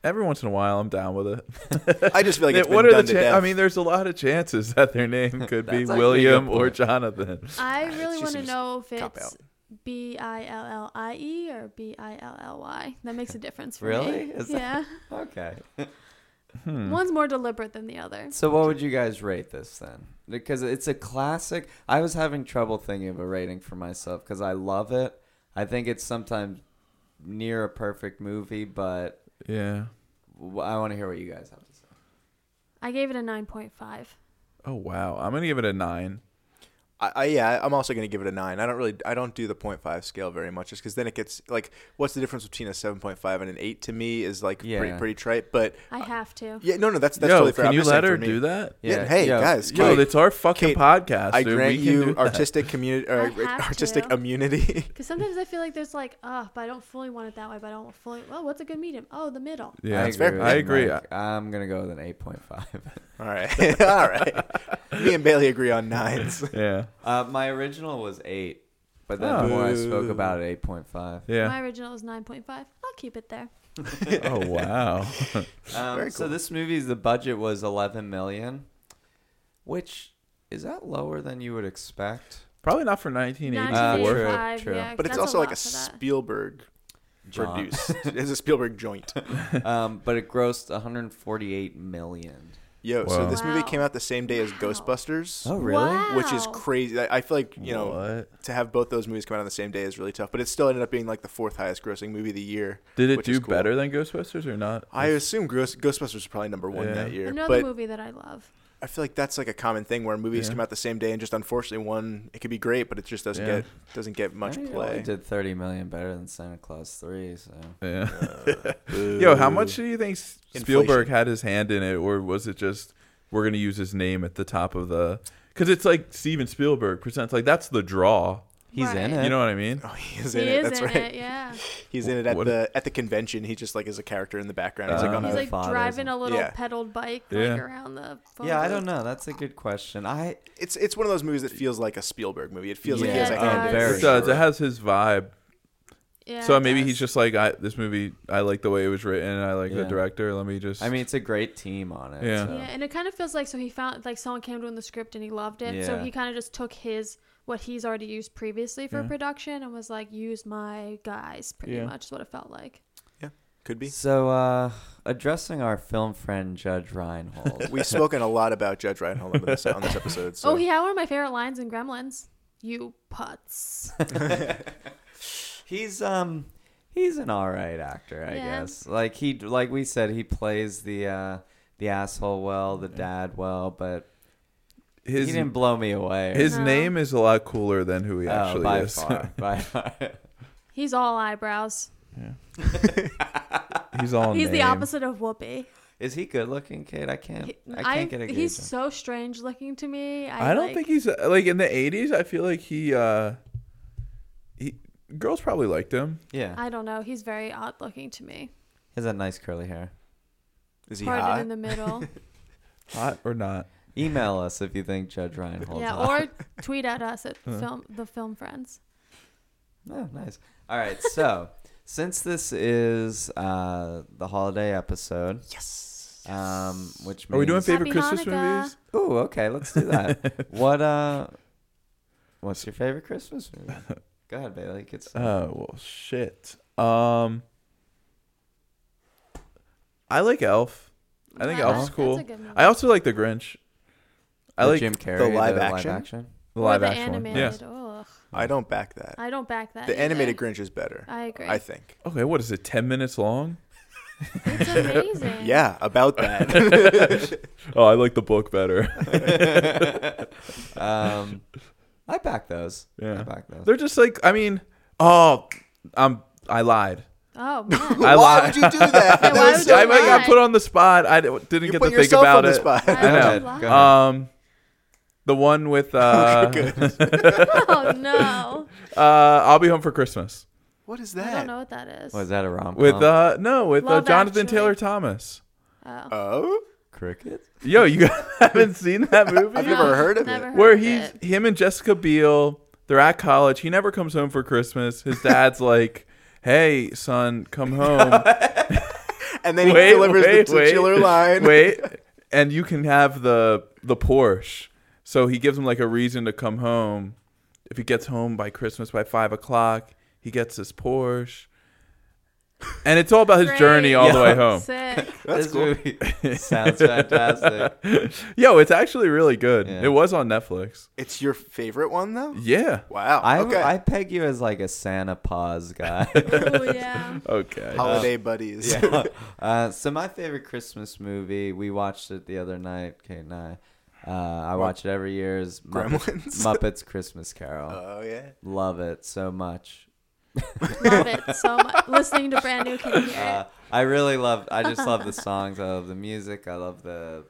S3: every once in a while I'm down with it.
S4: <laughs> I just feel like it's been
S3: what are
S4: done
S3: the
S4: to
S3: cha-
S4: death.
S3: I mean, there's a lot of
S4: <laughs>
S3: chances that their name could be
S1: That's actually a
S3: William
S1: good
S3: or
S1: point.
S3: Jonathan.
S2: I
S4: it
S2: really
S4: just
S2: want to
S4: seems
S2: know if
S4: cop
S2: it's
S4: out.
S2: B I L L I E or B I L L Y. That makes a difference for
S1: Really?
S2: me.
S1: Is that-
S2: yeah.
S1: Okay.
S2: One's more deliberate than the other.
S1: So what would you guys rate this then? Because it's a classic. I was having trouble thinking of a rating for myself because I love it. I think it's sometimes near a perfect movie, but
S3: Yeah.
S1: w- I want to hear what you guys have to say.
S2: I gave it a 9.5.
S3: Oh wow. I'm gonna give it a nine.
S4: I, I yeah, I'm also gonna give it a nine. I don't really, I don't do the 0.5 scale very much, just because then it gets like, what's the difference between a 7.5 and an eight? To me, is like pretty
S1: Yeah.
S4: pretty trite. But
S2: I have to.
S4: yeah, no, no, that's that's
S3: Yo,
S4: totally fair.
S3: can
S4: I'm
S3: you
S4: just
S3: let
S4: saying
S3: her
S4: for me.
S3: do that?
S4: Yeah, hey
S1: yo,
S4: guys,
S3: Yo,
S4: Kate,
S3: it's our fucking
S4: Kate,
S3: podcast.
S4: I
S3: dude.
S4: grant
S3: we can do
S4: you
S3: that.
S4: artistic community,
S2: I
S4: or,
S2: have
S4: artistic
S2: to.
S4: immunity. <laughs>
S2: Because sometimes I feel like there's like, oh, but I don't fully want it that way, but I don't fully. Well, what's a good medium? Oh, the middle.
S3: <laughs> Yeah,
S4: That's fair.
S1: with
S3: I
S1: you,
S3: agree.
S1: Mike. I'm gonna go with an eight point five. <laughs>
S3: <laughs>
S4: All right, <laughs> all right. Me and Bailey agree on nines.
S3: Yeah.
S1: Uh, my original was eight, but then
S3: Oh.
S1: the more I spoke
S4: Boo.
S1: about it, eight point five.
S2: My
S3: Yeah.
S2: original was 9.5. I'll keep it there.
S3: oh wow. <laughs>
S1: Um,
S4: Very
S1: So
S4: cool.
S1: this movie's the budget was eleven million, which is that lower than you would expect?
S3: Probably not for 1984.
S1: 1984. Uh,
S2: 9.5,
S1: true,
S2: yeah,
S4: <laughs> But it's
S2: that's
S4: also like
S2: lot
S4: a
S2: for that.
S4: Spielberg
S1: John.
S4: produced. it's a
S3: <laughs>
S4: Spielberg joint.
S1: um, but it grossed 148 million.
S4: Yo,
S3: Wow.
S4: so this movie
S2: Wow.
S4: came out the same day as
S2: Wow.
S4: Ghostbusters,
S3: Oh.
S2: Wow.
S4: which is crazy. I, I feel like you know
S3: what?
S4: to have both those movies come out on the same day is really tough. But it still ended up being like the fourth highest grossing movie of the year.
S3: Did it
S4: which is
S3: do
S4: cool.
S3: better than Ghostbusters or not?
S4: I assume Gross, Ghostbusters was probably number one
S3: Yeah.
S4: that year,
S2: Another
S4: but
S2: movie that I love.
S4: I feel like that's like a common thing where movies
S3: Yeah.
S4: come out the same day, and just unfortunately one it could be great, but it just doesn't
S3: Yeah.
S4: get doesn't get much
S1: I mean, it only
S4: play.
S1: did 30 million better than Santa Claus 3. So
S3: Yeah. <laughs> Yo, how much do you think S- Spielberg
S4: Inflation.
S3: had his hand in it, or was it just we're gonna use his name at the top of the? Because it's like Steven Spielberg presents, like that's the draw.
S1: he's in
S2: Right.
S1: it.
S3: You know what I mean?
S4: Oh, he is
S2: He
S4: in it.
S2: is
S4: That's
S2: in
S4: right.
S2: it, yeah.
S4: He's in it at
S3: What-
S4: the at the convention. He just like is a character in the background. He's like
S3: Uh,
S4: on
S2: He's
S4: a,
S2: like
S1: fathers
S2: driving
S1: and-
S2: a little
S4: Yeah.
S2: pedaled bike
S3: Yeah.
S2: like around the. phone
S1: yeah, I
S2: booth.
S1: don't know. That's a good question. I
S4: it's it's one of those movies that feels like a Spielberg movie. It feels like he
S2: Yeah,
S4: has a
S2: it
S4: hand
S1: does.
S4: in for
S3: It does.
S4: sure.
S3: It has his vibe.
S2: Yeah,
S3: so
S2: it
S3: maybe he's
S2: does.
S3: just like, I, this movie, I like the way it was written. and I like the
S1: Yeah.
S3: director. Let me just.
S1: I mean, it's a great team on it.
S3: Yeah.
S1: so-
S2: Yeah, and it kind of feels like so he found like someone came to him the script and he loved it, so
S1: Yeah.
S2: he kind of just took his what he's already used previously for
S3: Yeah.
S2: production and was like, use my guys, pretty
S3: Yeah.
S2: much is what it felt like.
S4: Could be.
S1: So uh, addressing our film friend Judge
S3: <laughs>
S1: Reinhold.
S4: We've spoken a lot about Judge Reinhold on this, on
S2: <laughs>
S4: this episode. So.
S2: Oh, he had one of my favorite lines in Gremlins. You
S1: <laughs>
S2: putz.
S1: <laughs> he's um he's an all right actor, I
S2: Yeah.
S1: guess. Like he like we said, he plays the uh, the asshole well, the dad well, but
S3: his
S1: he didn't blow me away.
S3: his
S2: No.
S3: name is a lot cooler than who he
S1: Oh,
S3: actually
S1: by
S3: is. <laughs>
S1: far, by far.
S2: He's all eyebrows.
S3: he's all.
S2: he's the
S3: name.
S2: opposite of Whoopi.
S1: Is he good looking, Kate? I can't.
S2: He-
S1: I can't get a good.
S2: he's so strange looking to me. I,
S3: I don't
S2: like-
S3: think he's uh, like in the '80s. I feel like he, uh he, girls probably liked him.
S1: yeah,
S2: I don't know. He's very odd looking to me.
S1: he has a nice curly hair.
S4: is he
S2: Parted
S4: hot?
S2: in
S1: <laughs>
S2: the middle.
S3: Hot or not?
S1: Email us if you think Judge Reinhold.
S2: yeah, or tweet at us at film the film friends.
S1: Oh, nice. All right, so <laughs> since this is uh, the holiday episode,
S4: yes.
S1: um, which means,
S3: Are we doing favorite
S2: Happy
S3: Christmas
S2: Hanukkah.
S3: movies?
S1: Oh, okay, let's do
S3: <laughs>
S1: that. what uh, what's your favorite Christmas movie? Go ahead, Bailey. It's
S3: Oh well, shit. Um, I like Elf. I think
S2: Wow,
S1: Elf's
S2: that's-
S3: cool.
S2: That's a good movie.
S3: I also like the Grinch. I like
S1: Jim Carrey
S4: live action?
S3: the
S2: Or
S3: live
S2: the
S3: action one.
S2: animated.
S3: Yeah.
S2: Ugh.
S4: I don't back that.
S2: I don't back that.
S4: the
S2: either.
S4: animated Grinch is better.
S2: I agree.
S4: I think.
S3: Okay, what is it? Ten minutes long? <laughs>
S2: it's amazing.
S4: Yeah, about <laughs> that.
S3: Oh, I like the book better. <laughs>
S1: Um, I back those. I
S3: Yeah.
S1: back those.
S3: They're just like I mean, oh, I'm I lied. <laughs>
S2: Oh man.
S3: I
S4: why
S3: lied.
S4: would you
S3: <laughs>
S4: do that?
S2: Yeah, why would you
S3: I
S2: lie?
S3: got put on the spot. I d- didn't
S4: You
S3: get to
S4: put
S3: think
S4: yourself
S3: about
S4: on the
S3: it.
S4: spot.
S1: Go
S2: I
S3: know.
S1: ahead,
S2: lied.
S1: go ahead.
S3: Um, the one with uh,
S2: oh no.
S3: <laughs> uh, I'll be home for Christmas
S4: <laughs> What is
S2: I don't know what
S4: that?
S2: that is.
S1: Was that a rom
S3: with
S4: Oh.
S3: uh, no, with uh,
S2: Love
S3: Jonathan
S2: Actually.
S3: Taylor Thomas.
S2: Oh.
S4: Oh,
S1: cricket?
S3: Yo, you <laughs> guys haven't seen that movie?
S4: I've never heard of
S2: never
S4: it.
S2: heard
S3: Where
S2: of
S3: he's
S2: it.
S3: him and Jessica Biel, they're at college. He never comes home for Christmas. His dad's like, "Hey, son, come
S4: <laughs>
S3: home."
S4: And then he
S3: Wait,
S4: delivers
S3: wait,
S4: the
S3: wait.
S4: titular line. <laughs>
S3: Wait, and you can have the the Porsche. So he gives him like a reason to come home, If he gets home by Christmas by five o'clock, he gets his Porsche. And it's all about his
S2: Great.
S3: journey all the
S1: Yeah.
S3: way home.
S2: Sick.
S4: That's
S1: this
S4: cool.
S1: movie <laughs> sounds fantastic.
S3: Yo, it's actually really good.
S1: Yeah.
S3: It was on Netflix.
S4: It's your favorite one though.
S3: Yeah.
S4: Wow.
S1: I
S4: okay.
S1: I peg you as like a Santa Paws guy.
S4: <laughs>
S1: <laughs>
S2: Oh yeah.
S3: Okay.
S4: Holiday buddies.
S1: yeah. Uh, so my favorite Christmas movie, we watched it the other night, Kate and I. Uh, I watch it every year. Is Muppet-
S4: Gremlins. <laughs>
S1: Muppets Christmas Carol.
S4: <laughs> oh yeah.
S1: Love it so much.
S2: Love it so much. Listening to brand new can hear
S3: <laughs>
S1: Uh, I really love. I just love
S4: <laughs>
S1: the songs. I love the music. I love the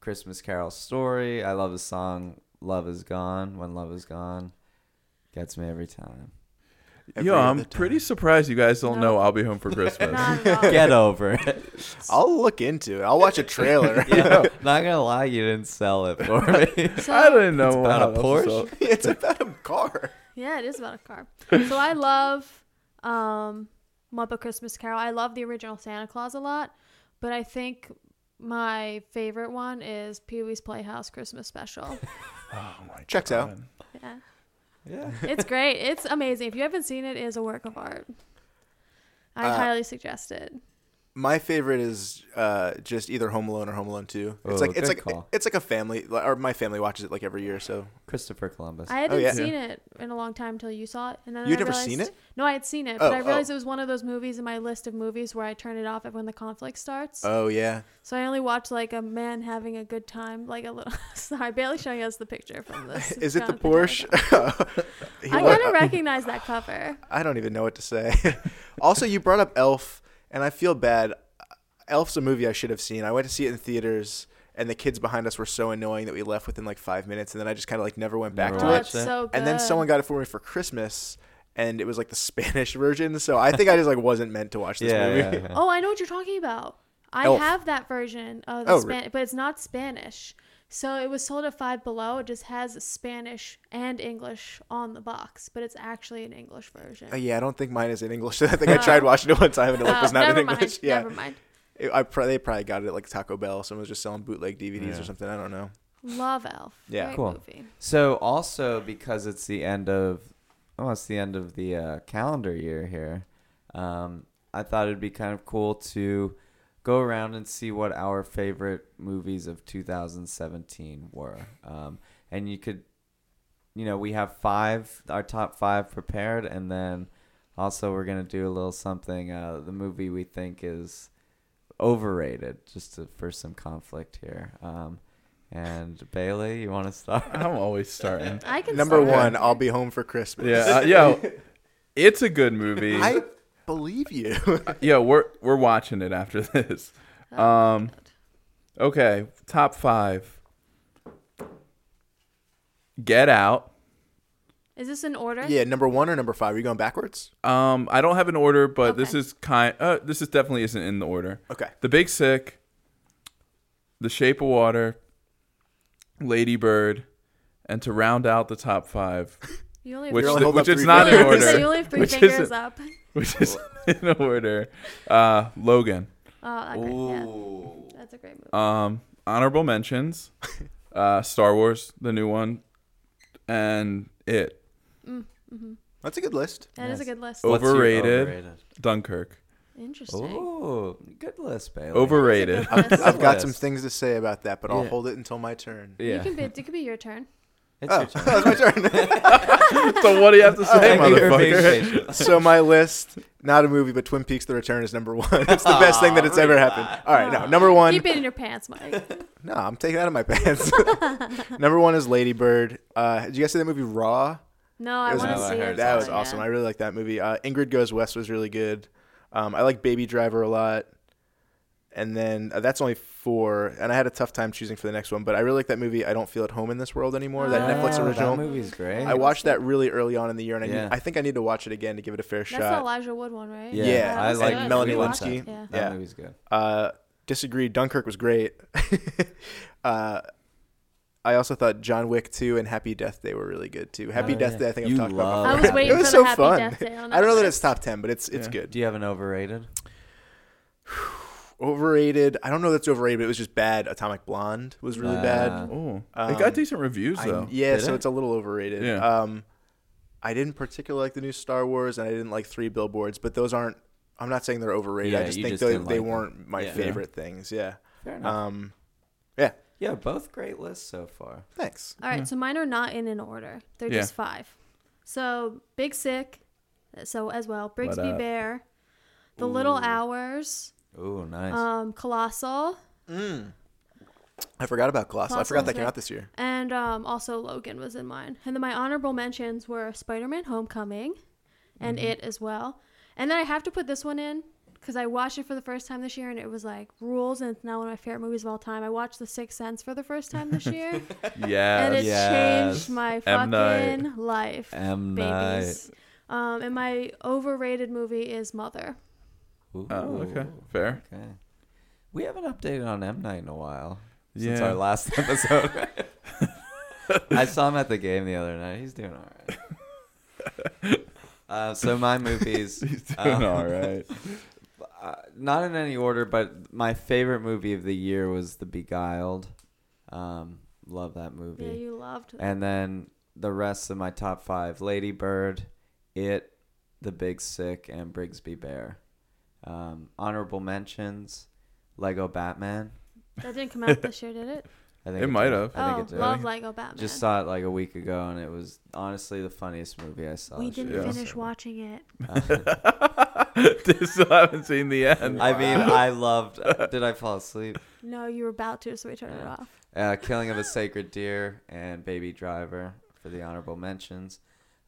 S1: Christmas Carol story. I love the song "Love Is Gone." When love is gone, gets me every time.
S4: <laughs> Every
S3: Yo,
S4: other
S3: I'm
S4: time.
S3: pretty surprised you guys don't
S2: No.
S3: know I'll be home for Christmas.
S2: it. Not at all.
S1: Get over it.
S4: I'll look into it. I'll watch
S3: <laughs>
S4: a trailer.
S1: Yeah, <laughs> not gonna lie, you didn't sell it for me.
S2: So,
S3: <laughs> I didn't know
S1: about
S3: how
S1: a
S3: else to
S1: Porsche?
S3: sell-
S4: <laughs> it's about a car.
S2: Yeah, it is about a
S4: <laughs>
S2: car. So I love um, Muppet Christmas Carol. I love the original Santa Claus a lot, but I think my favorite one is Pee Wee's Playhouse Christmas
S4: <laughs>
S2: Special.
S3: Oh my
S4: Checks out.
S3: God.
S2: Yeah,
S1: Yeah.
S2: it's great. It's amazing. If you haven't seen it, it is a work of art. I
S4: Uh,
S2: highly suggest it.
S4: My favorite is uh, just either Home Alone or Home Alone Two. It's
S1: Oh,
S4: like
S1: good
S4: it's like
S1: call.
S4: it's like a family, or my family watches it like every year. So
S1: Christopher Columbus.
S2: I hadn't
S4: oh, yeah.
S2: seen it in a long time until you saw it, and then
S4: You'd
S2: I
S4: never
S2: realized,
S4: seen it?
S2: No, I had seen it,
S4: Oh,
S2: but I
S4: oh.
S2: realized it was one of those movies in my list of movies where I turn it off when the conflict starts.
S4: oh yeah,
S2: So I only watched like a man having a good time, like a little. <laughs> Sorry, Bailey showing us the picture from
S4: <laughs>
S2: this.
S4: is it the
S2: Jonathan
S4: Porsche? <laughs>
S2: Downs.
S4: He
S2: I
S4: wa-
S2: kind of recognize that cover.
S4: I don't even know what to say. <laughs> also, you brought up Elf, and I feel bad. Elf's a movie I should have seen. I went to see it in theaters, and the kids behind us were so annoying that we left within like five minutes, and then I just kind of like never went back
S1: Never
S4: to
S2: Oh,
S1: watched
S4: it.
S1: that.
S2: it's so good.
S4: And then someone got it for me for Christmas, and it was like the <laughs> Spanish version. So I think I just like wasn't meant to watch this
S1: yeah, <laughs>
S4: movie.
S1: yeah, yeah.
S2: <laughs> Oh, I know what you're talking about. I
S4: Elf.
S2: have that version of the
S4: Oh, re-
S2: Spanish, but it's not Spanish. So it was sold at Five Below. It just has Spanish and English on the box, but it's actually an English version.
S4: <laughs> Uh, yeah, I don't think mine is in English. <laughs> I think I tried watching it one time and it like, was
S2: Oh,
S4: not in
S2: never
S4: English. <laughs>
S2: mind.
S4: Yeah,
S2: Never mind.
S4: It- I pro- they probably got it at like Taco Bell. Someone was just selling bootleg DVDs
S1: Yeah.
S4: or something. I don't know.
S2: Love Elf.
S4: Yeah.
S2: Great
S1: Cool.
S2: movie.
S1: So also because it's the end of oh it's the end of the uh, calendar year here, um, I thought it'd be kind of cool to go around and see what our favorite movies of 2017 were, um, and you could, you know, we have five our top five prepared, and then also we're gonna do a little something uh, the movie we think is overrated just to, for some conflict here. Um, and Bailey, you want to start?
S3: I'm always starting.
S2: I can
S4: Number
S2: start.
S4: one, I'll be home for Christmas.
S3: Yeah, uh, yo, it's a good movie.
S4: I believe you. <laughs>
S3: yeah, we're we're watching it after <laughs> this.
S2: Oh,
S3: Um, okay, top five. Get Out.
S2: Is this in order?
S4: yeah, number one or number five? Are you going backwards?
S3: Um, I don't have an order, but this
S2: Okay.
S3: is kind. Uh, this is definitely isn't in the order.
S4: Okay.
S3: The Big Sick, The Shape of Water, Lady Bird, and to round out the
S2: <laughs>
S3: top five,
S2: You only have
S3: which
S4: only
S3: the-
S4: holding up
S3: which is
S4: three
S3: not in
S4: fingers.
S3: order.
S2: <laughs> So you only have three
S3: which
S2: fingers
S3: isn't-
S2: up.
S3: which is in order. Uh, Logan.
S2: Oh, okay. Yeah.
S1: Ooh.
S2: That's a great movie.
S4: Uh,
S3: Um, honorable <laughs> mentions: uh, Star Wars, the new one, and it.
S4: That's a good list.
S2: That is
S1: nice.
S2: a good list.
S3: Oh,
S1: What's your
S3: Overrated. <laughs> Dunkirk.
S2: Interesting.
S3: Oh,
S1: Ooh, good list, Bailey.
S3: Overrated.
S2: That's a good
S4: I've
S2: list.
S4: got
S1: list.
S4: some things to say about that, but I'll
S1: Yeah.
S4: hold it until my turn. <laughs>
S2: You
S1: Yeah,
S2: can be, it could be your turn.
S1: it's
S4: Oh,
S1: your <laughs> turn.
S4: that's my
S3: <laughs>
S4: turn.
S3: so what do you have <laughs> to say,
S1: Thank you for being
S3: motherfucker?
S1: <laughs> patient.
S3: <laughs>
S4: so my list, not a movie, but Twin Peaks: The Return is number one. <laughs> It's the best thing that it's ever happened. All right, no,
S2: Aw.
S4: number one.
S2: Keep it in your pants, Mike.
S4: <laughs> No, I'm taking it out
S2: <laughs>
S4: of my pants. <laughs> number one is Lady Bird. Uh, did you guys see that movie Raw?
S2: No, I
S4: It was-
S2: want to
S1: No, I
S2: see
S1: heard
S2: it.
S4: That
S1: Oh,
S4: was
S2: yeah.
S4: awesome. I really like that movie. Uh, Ingrid Goes West was really good. Um, I like Baby Driver a lot. And then uh, that's only four. And I had a tough time choosing for the next one, but I really like that movie. I don't feel at home in this world anymore. Uh, That
S2: Oh,
S4: Netflix
S1: that
S4: original.
S1: movie's great.
S4: I watched that really early on in the year, and I,
S1: Yeah.
S4: need, I think I need to watch it again to give it a fair
S2: That's the
S4: shot.
S2: Elijah Wood one, right?
S1: Yeah,
S4: Yeah,
S1: I
S2: that's
S1: like
S2: good.
S4: Melanie
S2: We watched
S4: Linsky.
S2: it, Yeah.
S1: That
S4: Yeah.
S1: movie's good.
S4: Uh, disagree. Dunkirk was great. <laughs> uh, I also thought John Wick 2 and Happy Death Day were really good too. Happy
S1: Oh,
S4: Death
S1: yeah.
S4: Day, I think
S1: You
S4: I've talked about
S1: love
S4: before. <laughs>
S2: I was
S1: It
S2: waiting
S4: Oh, was
S2: for
S4: so
S2: the Happy
S4: fun.
S2: Death Day on <laughs>
S4: I don't know that
S2: Netflix.
S4: it's top 10, but it's it's
S3: Yeah.
S4: good.
S1: Do you have an overrated?
S3: Yeah.
S1: Do you have an
S4: overrated. I don't know that's overrated, but it was just bad. Atomic Blonde was really
S1: Ah.
S4: bad.
S3: Oh,
S4: Um,
S3: it got decent reviews
S4: I-
S3: though.
S4: yeah,
S1: Did
S4: so
S1: it?
S4: it's a little overrated.
S3: Yeah.
S4: Um, I didn't particularly like the new Star Wars, and I didn't like Three Billboards, but those aren't. I'm not saying they're overrated. I
S1: Yeah,
S4: just
S1: you
S4: think
S1: just
S4: they,
S1: didn't
S4: they
S1: like them.
S4: weren't my
S1: Yeah.
S4: favorite things. Yeah.
S1: Fair enough.
S4: Um, yeah.
S1: yeah, both great lists so far.
S4: Thanks.
S2: All right, so mine are not in an order. They're
S3: Yeah.
S2: just five. So Big Sick, so as well, Brigsby
S3: up?
S2: Bear, The Little Hours,
S1: Ooh, nice.
S2: um, Colossal,
S4: I forgot about Colossal. I
S2: Colossal's
S4: forgot that came
S2: great.
S4: out this year.
S2: and um, also Logan was in mine. And then my honorable mentions were Spider-Man: Homecoming, and
S1: Mm-hmm.
S2: it as well. And then I have to put this one in because I watched it for the first time this year, and it was like rules, and it's now one of my favorite movies of all time. I watched The Sixth Sense for the first
S1: <laughs>
S2: time this year, and it
S3: <laughs> Yes.
S1: Yes.
S2: changed my
S3: M. Night.
S2: fucking life.
S1: M
S2: babies.
S1: Night.
S2: Um, and my overrated movie is Mother.
S1: Ooh,
S3: Oh, okay. <laughs> Fair.
S1: Okay. We haven't updated on M Night in a while since
S3: Yeah.
S1: our
S3: <laughs>
S1: last episode. I saw him at the game the other night. He's doing all right. Uh, so my movies,
S3: <laughs> He's doing
S1: um,
S3: all right.
S1: <laughs> uh, not in any order, but my favorite movie of the year was The Beguiled. Um, love that movie.
S2: Yeah, you
S1: <laughs>
S2: loved that.
S1: And then the rest of my top five Lady Bird, It, The Big Sick, and Brigsby Bear. Um, honorable mentions Lego Batman.
S2: That didn't come out this year, did it?
S1: I think
S3: It might
S1: did.
S3: have.
S1: I
S2: Oh,
S1: think it did.
S2: love Lego Batman.
S1: Just saw it like a week ago, and it was honestly the funniest movie I saw.
S2: we
S1: this year. Uh,
S2: didn't
S3: Yeah.
S2: finish watching it.
S3: <laughs> They Still haven't seen the end.
S1: I mean, I loved. uh,
S3: <laughs>
S1: Did I fall asleep?
S2: No, you were about to, so we turned it off.
S1: Uh, Killing of a Sacred Deer and Baby Driver for the honorable mentions.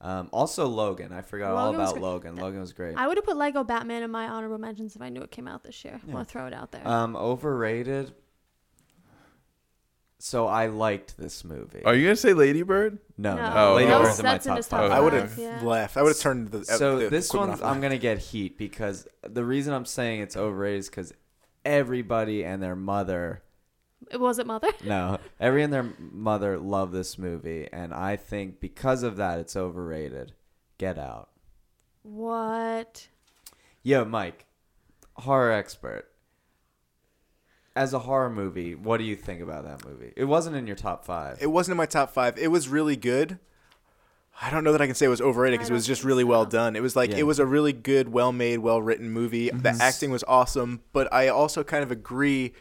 S1: Um, also Logan. I forgot all
S2: Logan was
S1: about
S2: great.
S1: Logan. Logan was great.
S2: I would have put Lego Batman in my honorable mentions if I knew it came out this year. I want to throw it out
S3: Uh,
S2: there.
S1: Um, overrated. So I liked this movie.
S3: Are you gonna say Ladybird?
S1: no, no.
S3: Oh,
S1: Lady
S3: okay. uh,
S1: Bird's in my
S2: That's in
S1: top
S2: his top
S1: five.
S3: five.
S4: I would
S2: Five,
S4: have
S2: yeah.
S4: left. I would have turned the. uh,
S1: So
S4: the
S1: this
S4: equipment
S1: one,
S4: off.
S1: I'm gonna get heat because the reason I'm saying it's overrated is because everybody and their mother,
S2: it wasn't Mother.
S1: no, every and their mother love this movie, and I think because of that, it's overrated. Get out.
S2: What?
S1: Yo, Mike, horror expert. As a horror movie, what do you think about that movie? It wasn't in your top five.
S4: It wasn't in my top five. It was really good. I don't know that I can say it was
S2: I
S4: overrated because it was
S2: don't
S4: just
S2: think
S4: really well
S2: so.
S4: done. It was like
S1: Yeah.
S4: it was a really good, well made, well written movie. The acting was awesome, but I also kind of agree.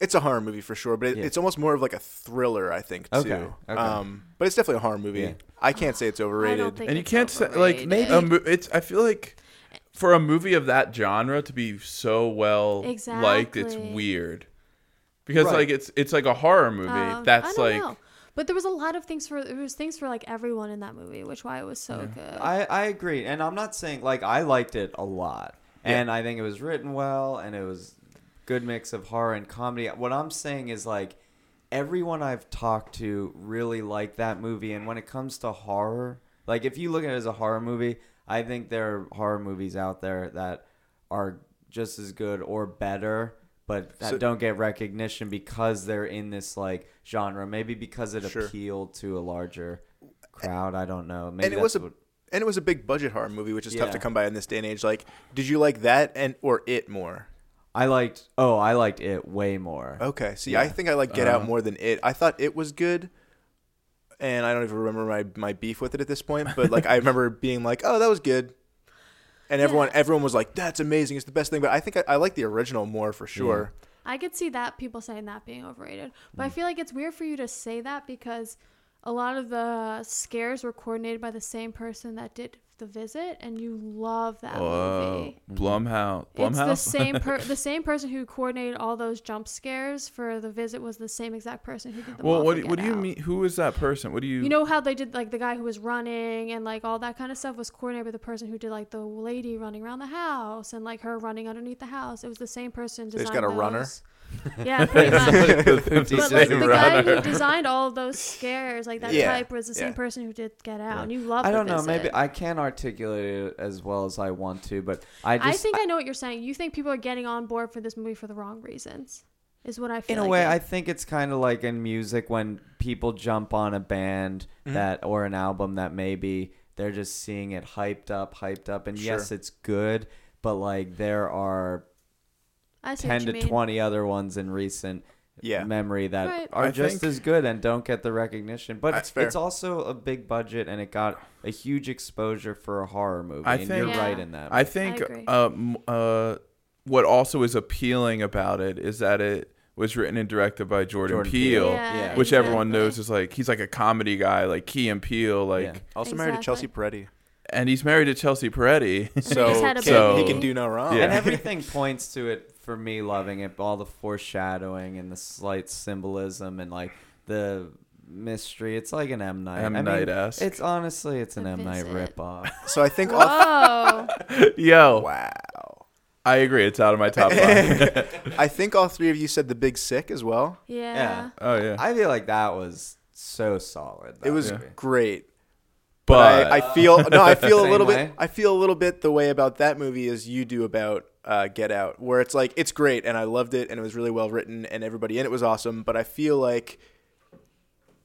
S4: It's a horror movie for sure, but it,
S1: Yeah.
S4: it's almost more of like a thriller, I think, too.
S1: Okay, okay.
S4: Um, but it's definitely a horror movie.
S1: Yeah.
S4: I can't say it's overrated.
S2: I don't think
S3: and you
S2: it's
S3: can't say like
S2: overrated.
S3: a mo- it's i feel like for a movie of that genre to be so well liked it's
S2: Exactly.
S3: weird because
S1: Right.
S3: like it's it's like a horror movie
S2: Um, I
S3: that's
S2: don't
S3: like
S2: know. But there was a lot of things for there was things for like everyone in that movie, which why it was so good.
S1: I, I agree. And I'm not saying, like, I liked it a lot. And I think it was written well and it was good mix of horror and comedy. What I'm saying is, like, everyone I've talked to really liked that movie. And when it comes to horror, like, if you look at it as a horror movie, I think there are horror movies out there that are just as good or better. But that
S4: So-
S1: don't get recognition because they're in this like genre. Maybe because it
S4: Sure.
S1: appealed to a larger crowd. I don't know. Maybe
S4: and it
S1: that's
S4: was a
S1: what-
S4: and it was a big budget horror movie, which is tough
S1: Yeah.
S4: to come by in this day and age. Like, did you like that and or it more?
S1: I liked. Oh, I liked it way more.
S4: Okay. See, I think I like Get Out more than it. I thought it was good, and I don't even remember my, my beef with it at this point. But like, I remember being like, "Oh, that was good," and everyone everyone was like, "That's amazing! It's the best thing." But I think I, I like the original more for sure.
S2: I could see that people saying that being overrated, but I
S3: Mm.
S2: feel like it's weird for you to say that because a lot of the scares were coordinated by the same person that did the visit, and you love that
S3: whoa
S2: movie.
S3: blumhouse
S2: It's the
S3: blumhouse
S2: same
S3: <laughs>
S2: per- the same person who coordinated all those jump scares for the visit was the same exact person who did them.
S3: well
S2: all
S3: what
S2: for
S3: do, what do
S2: Get
S3: you
S2: Out.
S3: mean who is that person what do you <laughs>
S2: You know how they did like the guy who was running and like all that kind of stuff was coordinated with the person who did like the lady running around the house and like her running underneath the house. It was the same person.
S4: They
S2: Designed
S4: just got a runner?
S2: those. <laughs> Yeah, pretty
S3: <laughs>
S4: <laughs>
S2: much. But like the
S1: Same
S2: <laughs> guy who designed all of those scares, like that
S4: Yeah,
S2: type, was the same
S4: yeah.
S2: person who did Get Out, and you love.
S1: I
S2: The
S1: don't know.
S2: Visit.
S1: Maybe I can't articulate it as well as I want to, but I
S2: I
S1: just
S2: think I know what you're saying. You think people are getting on board for this movie for the wrong reasons, is what I feel.
S1: in a
S2: like
S1: way
S2: it-
S1: I think it's kind of like in music when people jump on a band that or an album that maybe they're just seeing it hyped up, hyped up, and yes,
S4: Sure.
S1: it's good, but like there are
S2: I see what
S1: 10
S2: you
S1: to
S2: mean.
S1: 20 other ones in recent
S4: Yeah.
S1: memory that
S2: Right.
S1: are
S4: I
S1: just
S4: think-
S1: as good and don't get the recognition. But
S4: That's
S1: it's,
S4: fair.
S1: it's also a big budget and it got a huge exposure for a horror movie.
S3: I
S1: and you're
S3: think-
S1: right
S2: Yeah.
S1: in that.
S3: I think
S2: agree.
S3: uh, m- uh, what also is appealing about it is that it was written and directed by Jordan,
S1: Jordan
S3: Peele,
S1: Peele.
S2: Yeah,
S3: which everyone
S2: exactly.
S3: knows is like he's like a comedy guy, like Key and Peele, like,
S1: Yeah.
S4: Also married to Chelsea
S2: Exactly.
S4: Peretti.
S3: and he's married to Chelsea Peretti. <laughs>
S4: <laughs> So,
S2: just had a
S4: can-
S3: So-
S4: he can do no wrong.
S3: Yeah.
S1: And
S2: <laughs>
S1: everything points to it for me loving it. All the foreshadowing and the slight symbolism and like the mystery. It's like an M Night.
S3: M.
S1: I mean,
S3: Night-esque.
S1: It's honestly it's an
S2: The
S1: M Night
S2: visit.
S1: ripoff.
S4: <laughs> So I think all.
S2: <laughs>
S4: <laughs>
S2: Whoa.
S3: Yo,
S4: Wow.
S3: I agree. It's out of my top five.
S4: I think all three of you said the Big Sick as well.
S2: Yeah.
S1: Yeah.
S3: oh yeah,
S1: I feel like that was so solid.
S4: It
S1: that
S4: was
S1: movie.
S4: great.
S3: but,
S4: I, I feel no,
S1: <laughs>
S4: I feel a
S1: Same
S4: little bit.
S1: way?
S4: I feel a little bit the way about that movie as you do about uh, Get Out, where it's like it's great and I loved it and it was really well written and everybody in it was awesome, but I feel like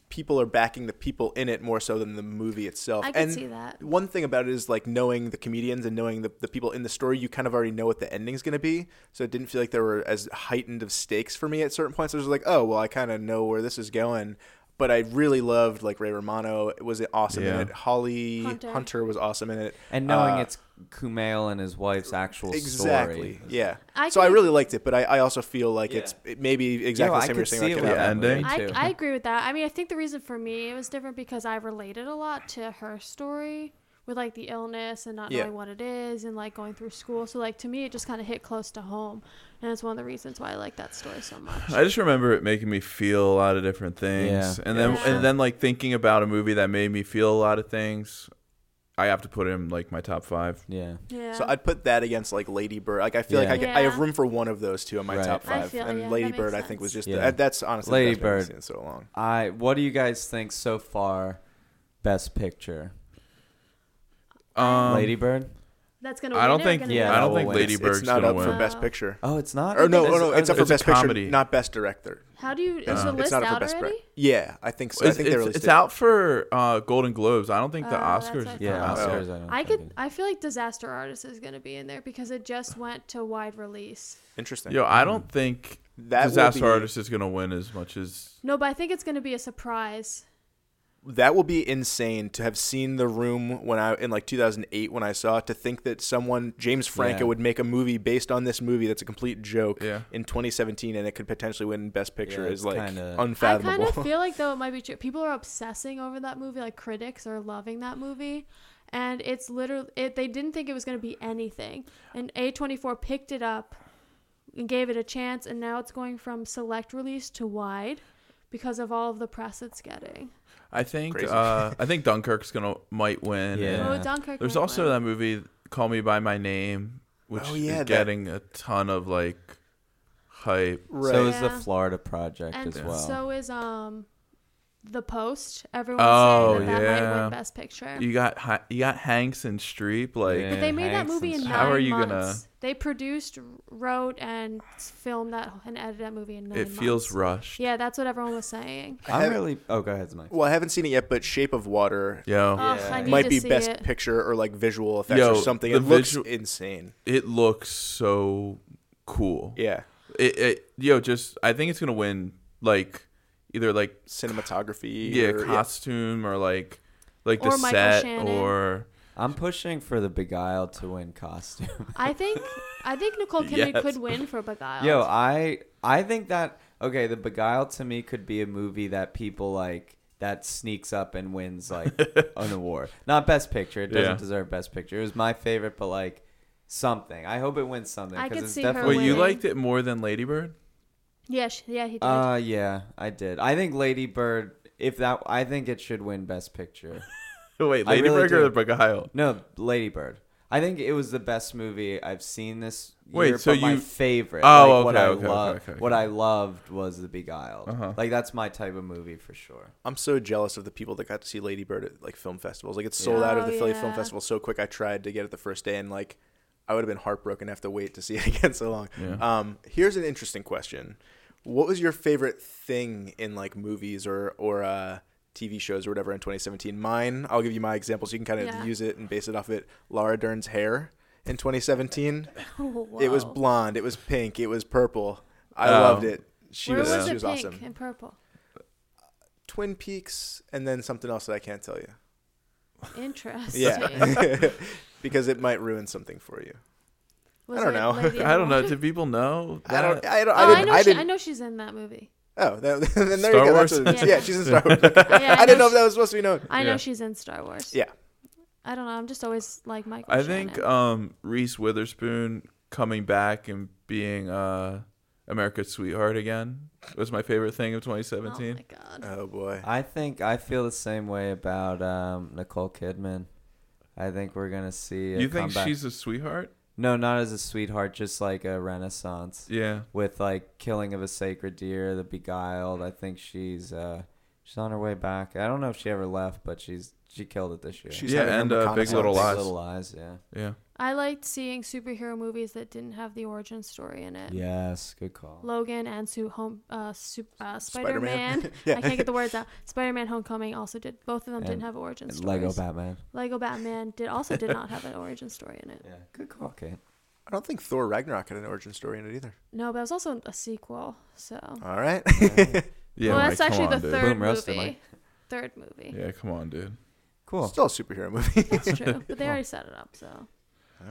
S4: people are backing the people in it more so than the movie itself.
S2: I can
S4: and
S2: see
S3: <laughs>
S2: that.
S4: One thing about it is like knowing the comedians and knowing the, the people in the story, you kind of already know what the ending's going to be. So it didn't feel like there were as heightened of stakes for me at certain points. I was like, oh, well, I kind of know where this is going. But I really loved like Ray Romano. It was awesome in
S3: Yeah.
S4: it. Holly Hunter.
S2: Hunter.
S4: was awesome in it.
S1: And knowing
S4: Uh,
S1: it's Kumail and his wife's actual
S4: exactly,
S1: story.
S4: yeah.
S2: I
S4: so I
S2: can-
S4: really liked it, but I, I also feel like
S1: Yeah.
S4: it's it maybe
S1: Yo,
S4: exactly the
S1: I
S4: same you're
S1: could see
S4: saying
S1: it
S4: about
S1: with
S4: Get Out.
S1: that
S3: ending.
S1: movie,
S2: I,
S1: too.
S2: I agree with that. I mean, I think the reason for me it was different because I related a lot to her story with like the illness and not
S4: Yeah.
S2: knowing what it is and like going through school. So like to me, it just kind of hit close to home, and it's one of the reasons why I like that story so much.
S3: <laughs> I just remember it making me feel a lot of different things,
S1: Yeah.
S3: and then
S2: Yeah, sure.
S3: and then like thinking about a movie that made me feel a lot of things. I have to put in like my top five.
S1: yeah.
S2: Yeah.
S4: So I'd put that against like Lady Bird. Like I feel like I,
S2: Yeah.
S4: ca- I have
S2: Yeah.
S4: room for one of those two in my
S1: Right.
S4: top
S2: I
S4: five,
S2: feel-
S4: and
S2: yeah, that
S4: Lady
S2: makes
S4: Bird I think was just
S1: sense.
S4: the-
S1: Yeah.
S4: that's honestly
S1: Lady
S4: the best movie I've
S1: Bird.
S4: seen in so long.
S1: I what do you guys think so far? Best picture.
S3: Um,
S1: Lady Bird?
S2: That's gonna.
S3: I don't
S2: win or
S3: think
S2: gonna
S1: Yeah,
S2: win?
S3: I don't
S1: that
S3: think
S1: will win.
S3: Lady
S4: It's,
S3: Bird's
S4: it's not
S3: gonna
S4: up
S3: win.
S4: for
S2: win.
S4: Best Picture.
S1: Oh, it's not.
S4: Or no,
S2: It's-
S4: oh, no, it's up for
S3: it's a
S4: Best Picture,
S3: comedy.
S4: not Best Director.
S2: How do you? Is
S4: Uh,
S2: the
S4: it's
S2: list
S4: not up for
S2: out
S4: Best Picture.
S2: already?
S4: Yeah, I think so. I
S3: it's,
S4: think they
S3: it's,
S4: released
S3: it's
S4: it.
S3: out for uh, Golden Globes. I don't think the
S2: Oh, that's
S3: Oscars.
S2: what I
S1: Yeah,
S4: Oh.
S1: Oscars. I, don't
S2: I
S1: think
S2: could.
S1: it-
S2: I feel like Disaster Artist is gonna be in there because it just went to wide release.
S4: Interesting.
S3: Yo, I don't think
S4: That will
S3: Disaster
S4: be-
S3: Artist is gonna win as much as
S2: No, but I think it's gonna be a surprise.
S4: that will be insane to have seen the room when I in like 2008 when I saw it to think that someone James Franco
S1: Yeah.
S4: would make a movie based on this movie that's a complete joke
S3: Yeah.
S4: in 2017 and it could potentially win Best Picture
S1: Yeah,
S4: is
S1: it's
S4: like
S1: kinda-
S2: I kind
S4: unfathomable.
S2: of
S4: <laughs>
S2: feel like
S3: <laughs>
S2: though it might be true. People are obsessing over that movie. Like critics are loving that movie, and it's literally it. They didn't think it was going to be anything, and A twenty four picked it up, and gave it a chance, and now it's going from select release to wide, because of all of the press it's getting.
S3: I think.
S4: Crazy.
S3: Uh, I think Dunkirk's gonna might win.
S1: Yeah.
S3: and
S2: Oh, Dunkirk.
S3: There's
S2: might
S3: also
S2: win.
S3: that movie Call Me by My Name, which
S4: Oh, yeah,
S3: is
S4: that-
S3: getting a ton of like hype.
S4: right.
S1: So is the
S2: Yeah.
S1: Florida Project
S2: and
S1: as well.
S2: so is um, the post. Everyone's
S3: Oh,
S2: saying that that might
S3: yeah.
S2: win best picture.
S3: You got Hi- you got Hanks and Streep. Like
S1: Yeah.
S2: But they made that
S1: Hanks
S2: movie in
S1: and
S2: nine
S3: stuff. How are you gonna-
S2: months. They produced, wrote, and filmed that and edited that movie in nine
S3: it feels
S2: months.
S3: rushed.
S2: Yeah, that's what everyone was saying.
S4: I
S1: I'm
S4: have-
S1: really. Oh, go ahead, Mike.
S4: well, I haven't seen it yet, but Shape of Water
S3: Yo,
S2: Ugh,
S1: Yeah.
S2: I need
S4: might
S2: to
S4: be
S2: see
S4: Best
S2: it.
S4: Picture or like visual effects
S3: Yo,
S4: or something.
S3: the
S4: It looks
S3: visual-
S4: insane.
S3: it looks so cool.
S4: Yeah,
S3: It, it yo just I think it's gonna win like either like
S4: cinematography.
S3: yeah
S4: or-
S3: costume or like like
S2: Or
S3: the
S2: Michael
S3: set
S2: Shannon.
S3: or
S1: I'm pushing for the Beguiled to win costume.
S2: I think I think
S3: <laughs>
S2: Nicole Kidman
S3: Yes.
S2: could win for Beguiled.
S1: Yo, I I think that okay, the Beguiled to me could be a movie that people like that sneaks up and wins like
S3: <laughs>
S1: an award. Not best picture. It doesn't
S3: Yeah.
S1: deserve best picture. It was my favorite, but like something. I hope it wins something
S2: I could
S1: because it's
S2: see her
S1: definitely.
S3: wait you
S2: winning.
S3: liked it more than Ladybird?
S2: <laughs> yeah, sh- yeah, he did. <laughs>
S1: Uh, yeah, I did. I think Lady Bird. If that, I think it should win best picture.
S3: <laughs> Wait,
S1: I really
S3: Ladybird or
S1: do.
S3: the Beguiled?
S1: No, Lady Bird. I think it was the best movie I've seen this
S3: Wait,
S1: year.
S3: so
S1: but my
S3: you-
S1: favorite?
S3: Oh,
S1: like, what
S3: okay,
S1: I
S3: okay,
S1: love,
S3: okay, okay,
S1: What
S3: okay.
S1: I loved was The Beguiled.
S3: Uh-huh.
S1: Like that's my type of movie for sure.
S4: I'm so jealous of the people that got to see Lady Bird at like film festivals. Like it sold out of the
S2: Oh,
S4: Philly Film
S2: yeah.
S4: Festival so quick. I tried to get it the first day, and like I would have been heartbroken to have to wait to see it <laughs> again so long. Um, here's an interesting question: What was your favorite thing in like movies or or uh, TV shows or whatever in 2017? Mine. I'll give you my example so you can kind of
S2: Yeah.
S4: use it and base it off of it. Laura Dern's hair. in 2017.
S2: Oh,
S4: It was
S2: wow.
S4: blonde. It was pink. It was purple. I
S3: Oh.
S4: loved it. She
S2: Where
S4: was,
S2: was
S4: she
S2: it
S4: was
S2: pink
S4: awesome.
S2: and purple?
S4: Twin Peaks, and then something else that I can't tell you.
S2: Interesting.
S4: Yeah, <laughs> because it might ruin something for you.
S2: <laughs> Was
S4: <laughs> I don't
S2: it
S4: know.
S2: Lady in
S3: <laughs> I don't know.
S2: Water?
S3: Do people know?
S4: <laughs> I don't.
S3: that?
S4: I
S2: <laughs> Oh,
S4: don't.
S2: I,
S4: I didn't.
S2: know
S4: I,
S2: she,
S4: didn't.
S2: I know she's in that movie.
S4: Oh, that, then there
S3: Star
S4: you go.
S3: Wars?
S4: That's what, yeah.
S2: Yeah.
S4: she's
S3: <laughs>
S4: in Star Wars.
S2: Yeah,
S4: <laughs> I didn't know if
S2: she-
S4: that was supposed to be known.
S2: I know
S3: Yeah.
S2: she's in Star Wars.
S4: Yeah.
S2: I don't know. I'm just always like Michael.
S3: I think
S2: Shannon.
S3: um, Reese Witherspoon coming back and being uh, America's sweetheart again was my favorite thing of
S2: Oh
S3: 2017.
S2: my god.
S4: Oh boy.
S1: I think I feel the same way about um, Nicole Kidman. I think we're gonna see. A
S3: you think
S1: comeback.
S3: she's a sweetheart?
S1: no, not as a sweetheart, just like a renaissance
S3: Yeah.
S1: with like Killing of a Sacred Deer, The Beguiled. I think she's uh, she's on her way back. I don't know if she ever left, but she's she killed it this year.
S4: She's
S3: yeah,
S4: having her
S3: and uh, Big
S4: reconnaissance.
S3: Little
S1: Big
S3: Lies.
S1: Little Lies, yeah.
S3: Yeah.
S2: I liked seeing superhero movies that didn't have the origin story in it.
S1: Yes, good call.
S2: Logan and Su- Home uh, Su- uh, Spider <laughs>
S4: Spider-Man. <laughs>
S2: Man.
S4: Yeah.
S2: I can't get the words out. Spider Man Homecoming also did. Both of them didn't
S1: And-
S2: have origin
S1: And
S2: stories.
S1: Lego Batman.
S2: Lego Batman did also did not have an origin story in it.
S1: Yeah, good call, Kate.
S4: I don't think Thor Ragnarok had an origin story in it either.
S2: No, but it was also a sequel. So
S4: All right.
S3: Yeah.
S2: well,
S3: Mike,
S2: that's
S3: come
S2: actually
S3: on,
S2: the
S3: dude.
S2: third
S1: Boom roasted,
S2: movie.
S1: Mike.
S2: Third movie.
S3: Yeah, come on, dude.
S1: Cool.
S4: <laughs> Still a superhero movie.
S2: That's true. But they already set it up, so
S4: All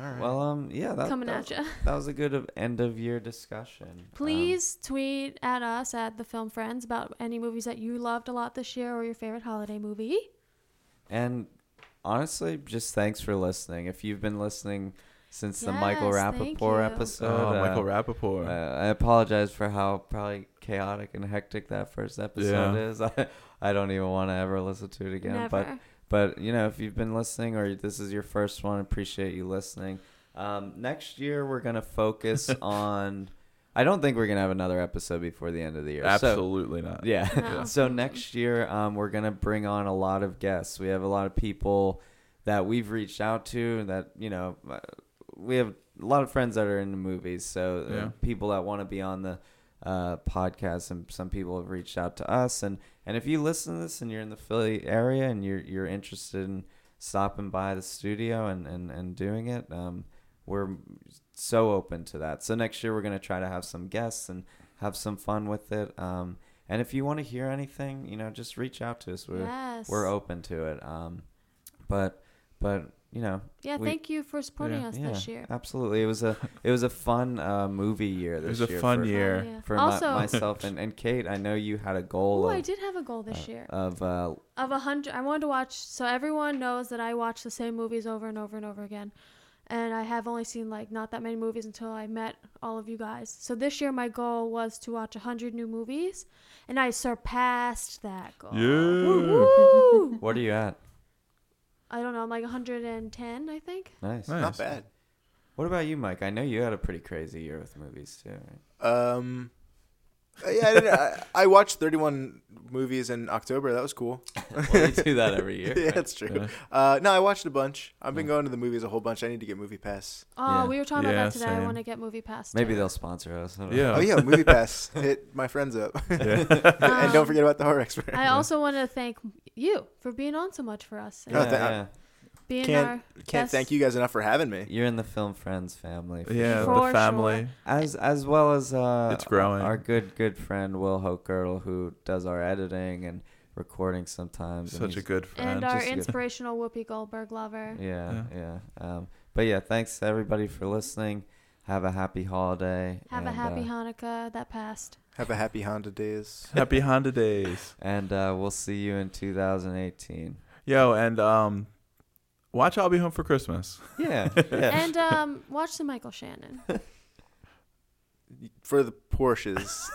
S4: right.
S1: Well, um, yeah, that,
S2: coming
S1: that,
S2: at you.
S1: that was a good of- end of year discussion. Um,
S2: Please tweet at us at the Film Friends about any movies that you loved a lot this year or your favorite holiday movie.
S1: And honestly, just thanks for listening. If you've been listening since the Michael
S2: Yes, thank
S1: Rappaport
S2: you.
S1: episode,
S3: oh,
S1: uh,
S3: Michael
S1: uh,
S3: Rappaport.
S1: I apologize for how probably chaotic and hectic that first episode
S3: Yeah.
S1: is. <laughs> I, I don't even want to ever listen to it again.
S2: Never.
S1: But but you know, if you've been listening or this is your first one, appreciate you listening. Um, next year we're gonna focus on. I don't think we're gonna have another episode before the end of the year. So-
S3: Absolutely not.
S1: yeah.
S2: No.
S1: so next year, um, we're gonna bring on a lot of guests. We have a lot of people that we've reached out to that you know, uh, we have a lot of friends that are in the movies. So uh,
S3: Yeah.
S1: people that want to be on the uh, podcast, and some people have reached out to us. And and if you listen to this and you're in the Philly area and you're you're interested in stopping by the studio and and and doing it, um, we're so open to that. So next year we're gonna try to have some guests and have some fun with it. Um, and if you want to hear anything, you know, just reach out to us. We're
S2: yes.
S1: we're open to it. Um, but but you know,
S2: Yeah,
S1: we-
S2: thank you for supporting
S3: Yeah.
S2: us
S1: yeah,
S2: this year.
S1: absolutely. It was a it was a fun uh, movie year.
S3: It
S1: This
S3: was a
S1: year
S3: fun
S1: for,
S2: Oh,
S3: year.
S2: yeah.
S1: for my-
S2: also,
S1: myself and, and Kate. I know you had a goal
S2: oh, I
S1: of,
S2: did have a goal this year
S1: of uh,
S2: of a hundred. I wanted to watch. So everyone knows that I watch the same movies over and over and over again, and I have only seen like not that many movies until I met all of you guys. So this year my goal was to watch a hundred new movies, and I surpassed that goal.
S3: Yeah.
S2: Woo!
S1: what are you at?
S2: I don't know. I'm like 110, I think.
S1: Nice.
S3: Nice.
S4: Not bad.
S1: What about you, Mike? I know you had a pretty crazy year with movies too. Right?
S3: <laughs>
S4: Um, yeah, I, didn't, I, I watched 31 movies in October. That was cool.
S1: Well, you
S4: <laughs>
S1: do that every
S3: <laughs>
S1: year.
S4: yeah, that's true. Uh, no, I watched a bunch. I've been going to the movies a whole bunch. I need to get Movie Pass.
S2: Oh,
S1: Yeah.
S2: we were talking
S3: Yeah,
S2: about that today.
S3: same.
S2: I want to get Movie Pass.
S1: Maybe
S2: too.
S4: <laughs>
S1: they'll sponsor us. I don't know.
S3: Yeah.
S4: Oh yeah,
S1: <laughs>
S4: Movie Pass. Hit my friends up, <laughs> and don't
S2: Um,
S4: forget about the horror expert.
S2: I also want to thank you for being on so much for us. And
S4: Oh, thank-
S1: Yeah,
S2: being
S4: Can't-
S2: our
S4: Can't
S2: best-
S4: thank you guys enough for having me.
S1: yeah. You're in the film friends family. for
S3: Yeah,
S1: sure.
S2: For
S3: the family.
S1: as as well as uh,
S3: It's growing.
S1: Our good good friend Will Hochgirdle, who does our editing and recording sometimes. and
S3: Such a
S1: he's-
S3: good friend.
S2: and our
S1: Just a good-
S2: inspirational Whoopi Goldberg lover.
S1: Yeah, yeah. Um, but yeah, thanks to everybody for listening. Have a happy holiday.
S2: Have a
S1: and,
S2: happy
S1: uh,
S2: Hanukkah that passed.
S4: Have a happy Honda days.
S3: Happy Honda days.
S1: and uh, we'll see you in
S3: <laughs>
S1: 2018.
S3: Yo, and um, watch I'll Be Home for Christmas.
S1: Yeah, yeah.
S2: And um, watch the Michael Shannon.
S4: For the Porsches.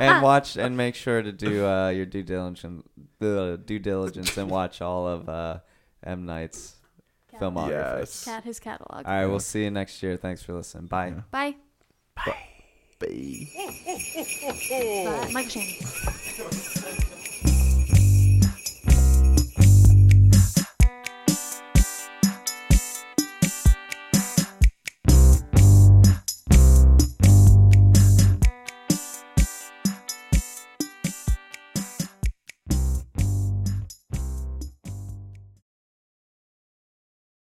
S1: <laughs> and watch and make sure to do uh, your due diligence, the due diligence, and watch all of uh, M Night's filmography.
S3: Yes.
S2: Cat his catalog.
S1: All right, we'll see you next year. Thanks for listening. Bye.
S3: Yeah.
S2: Bye.
S4: Bye.
S2: Bye. Michael Shannon.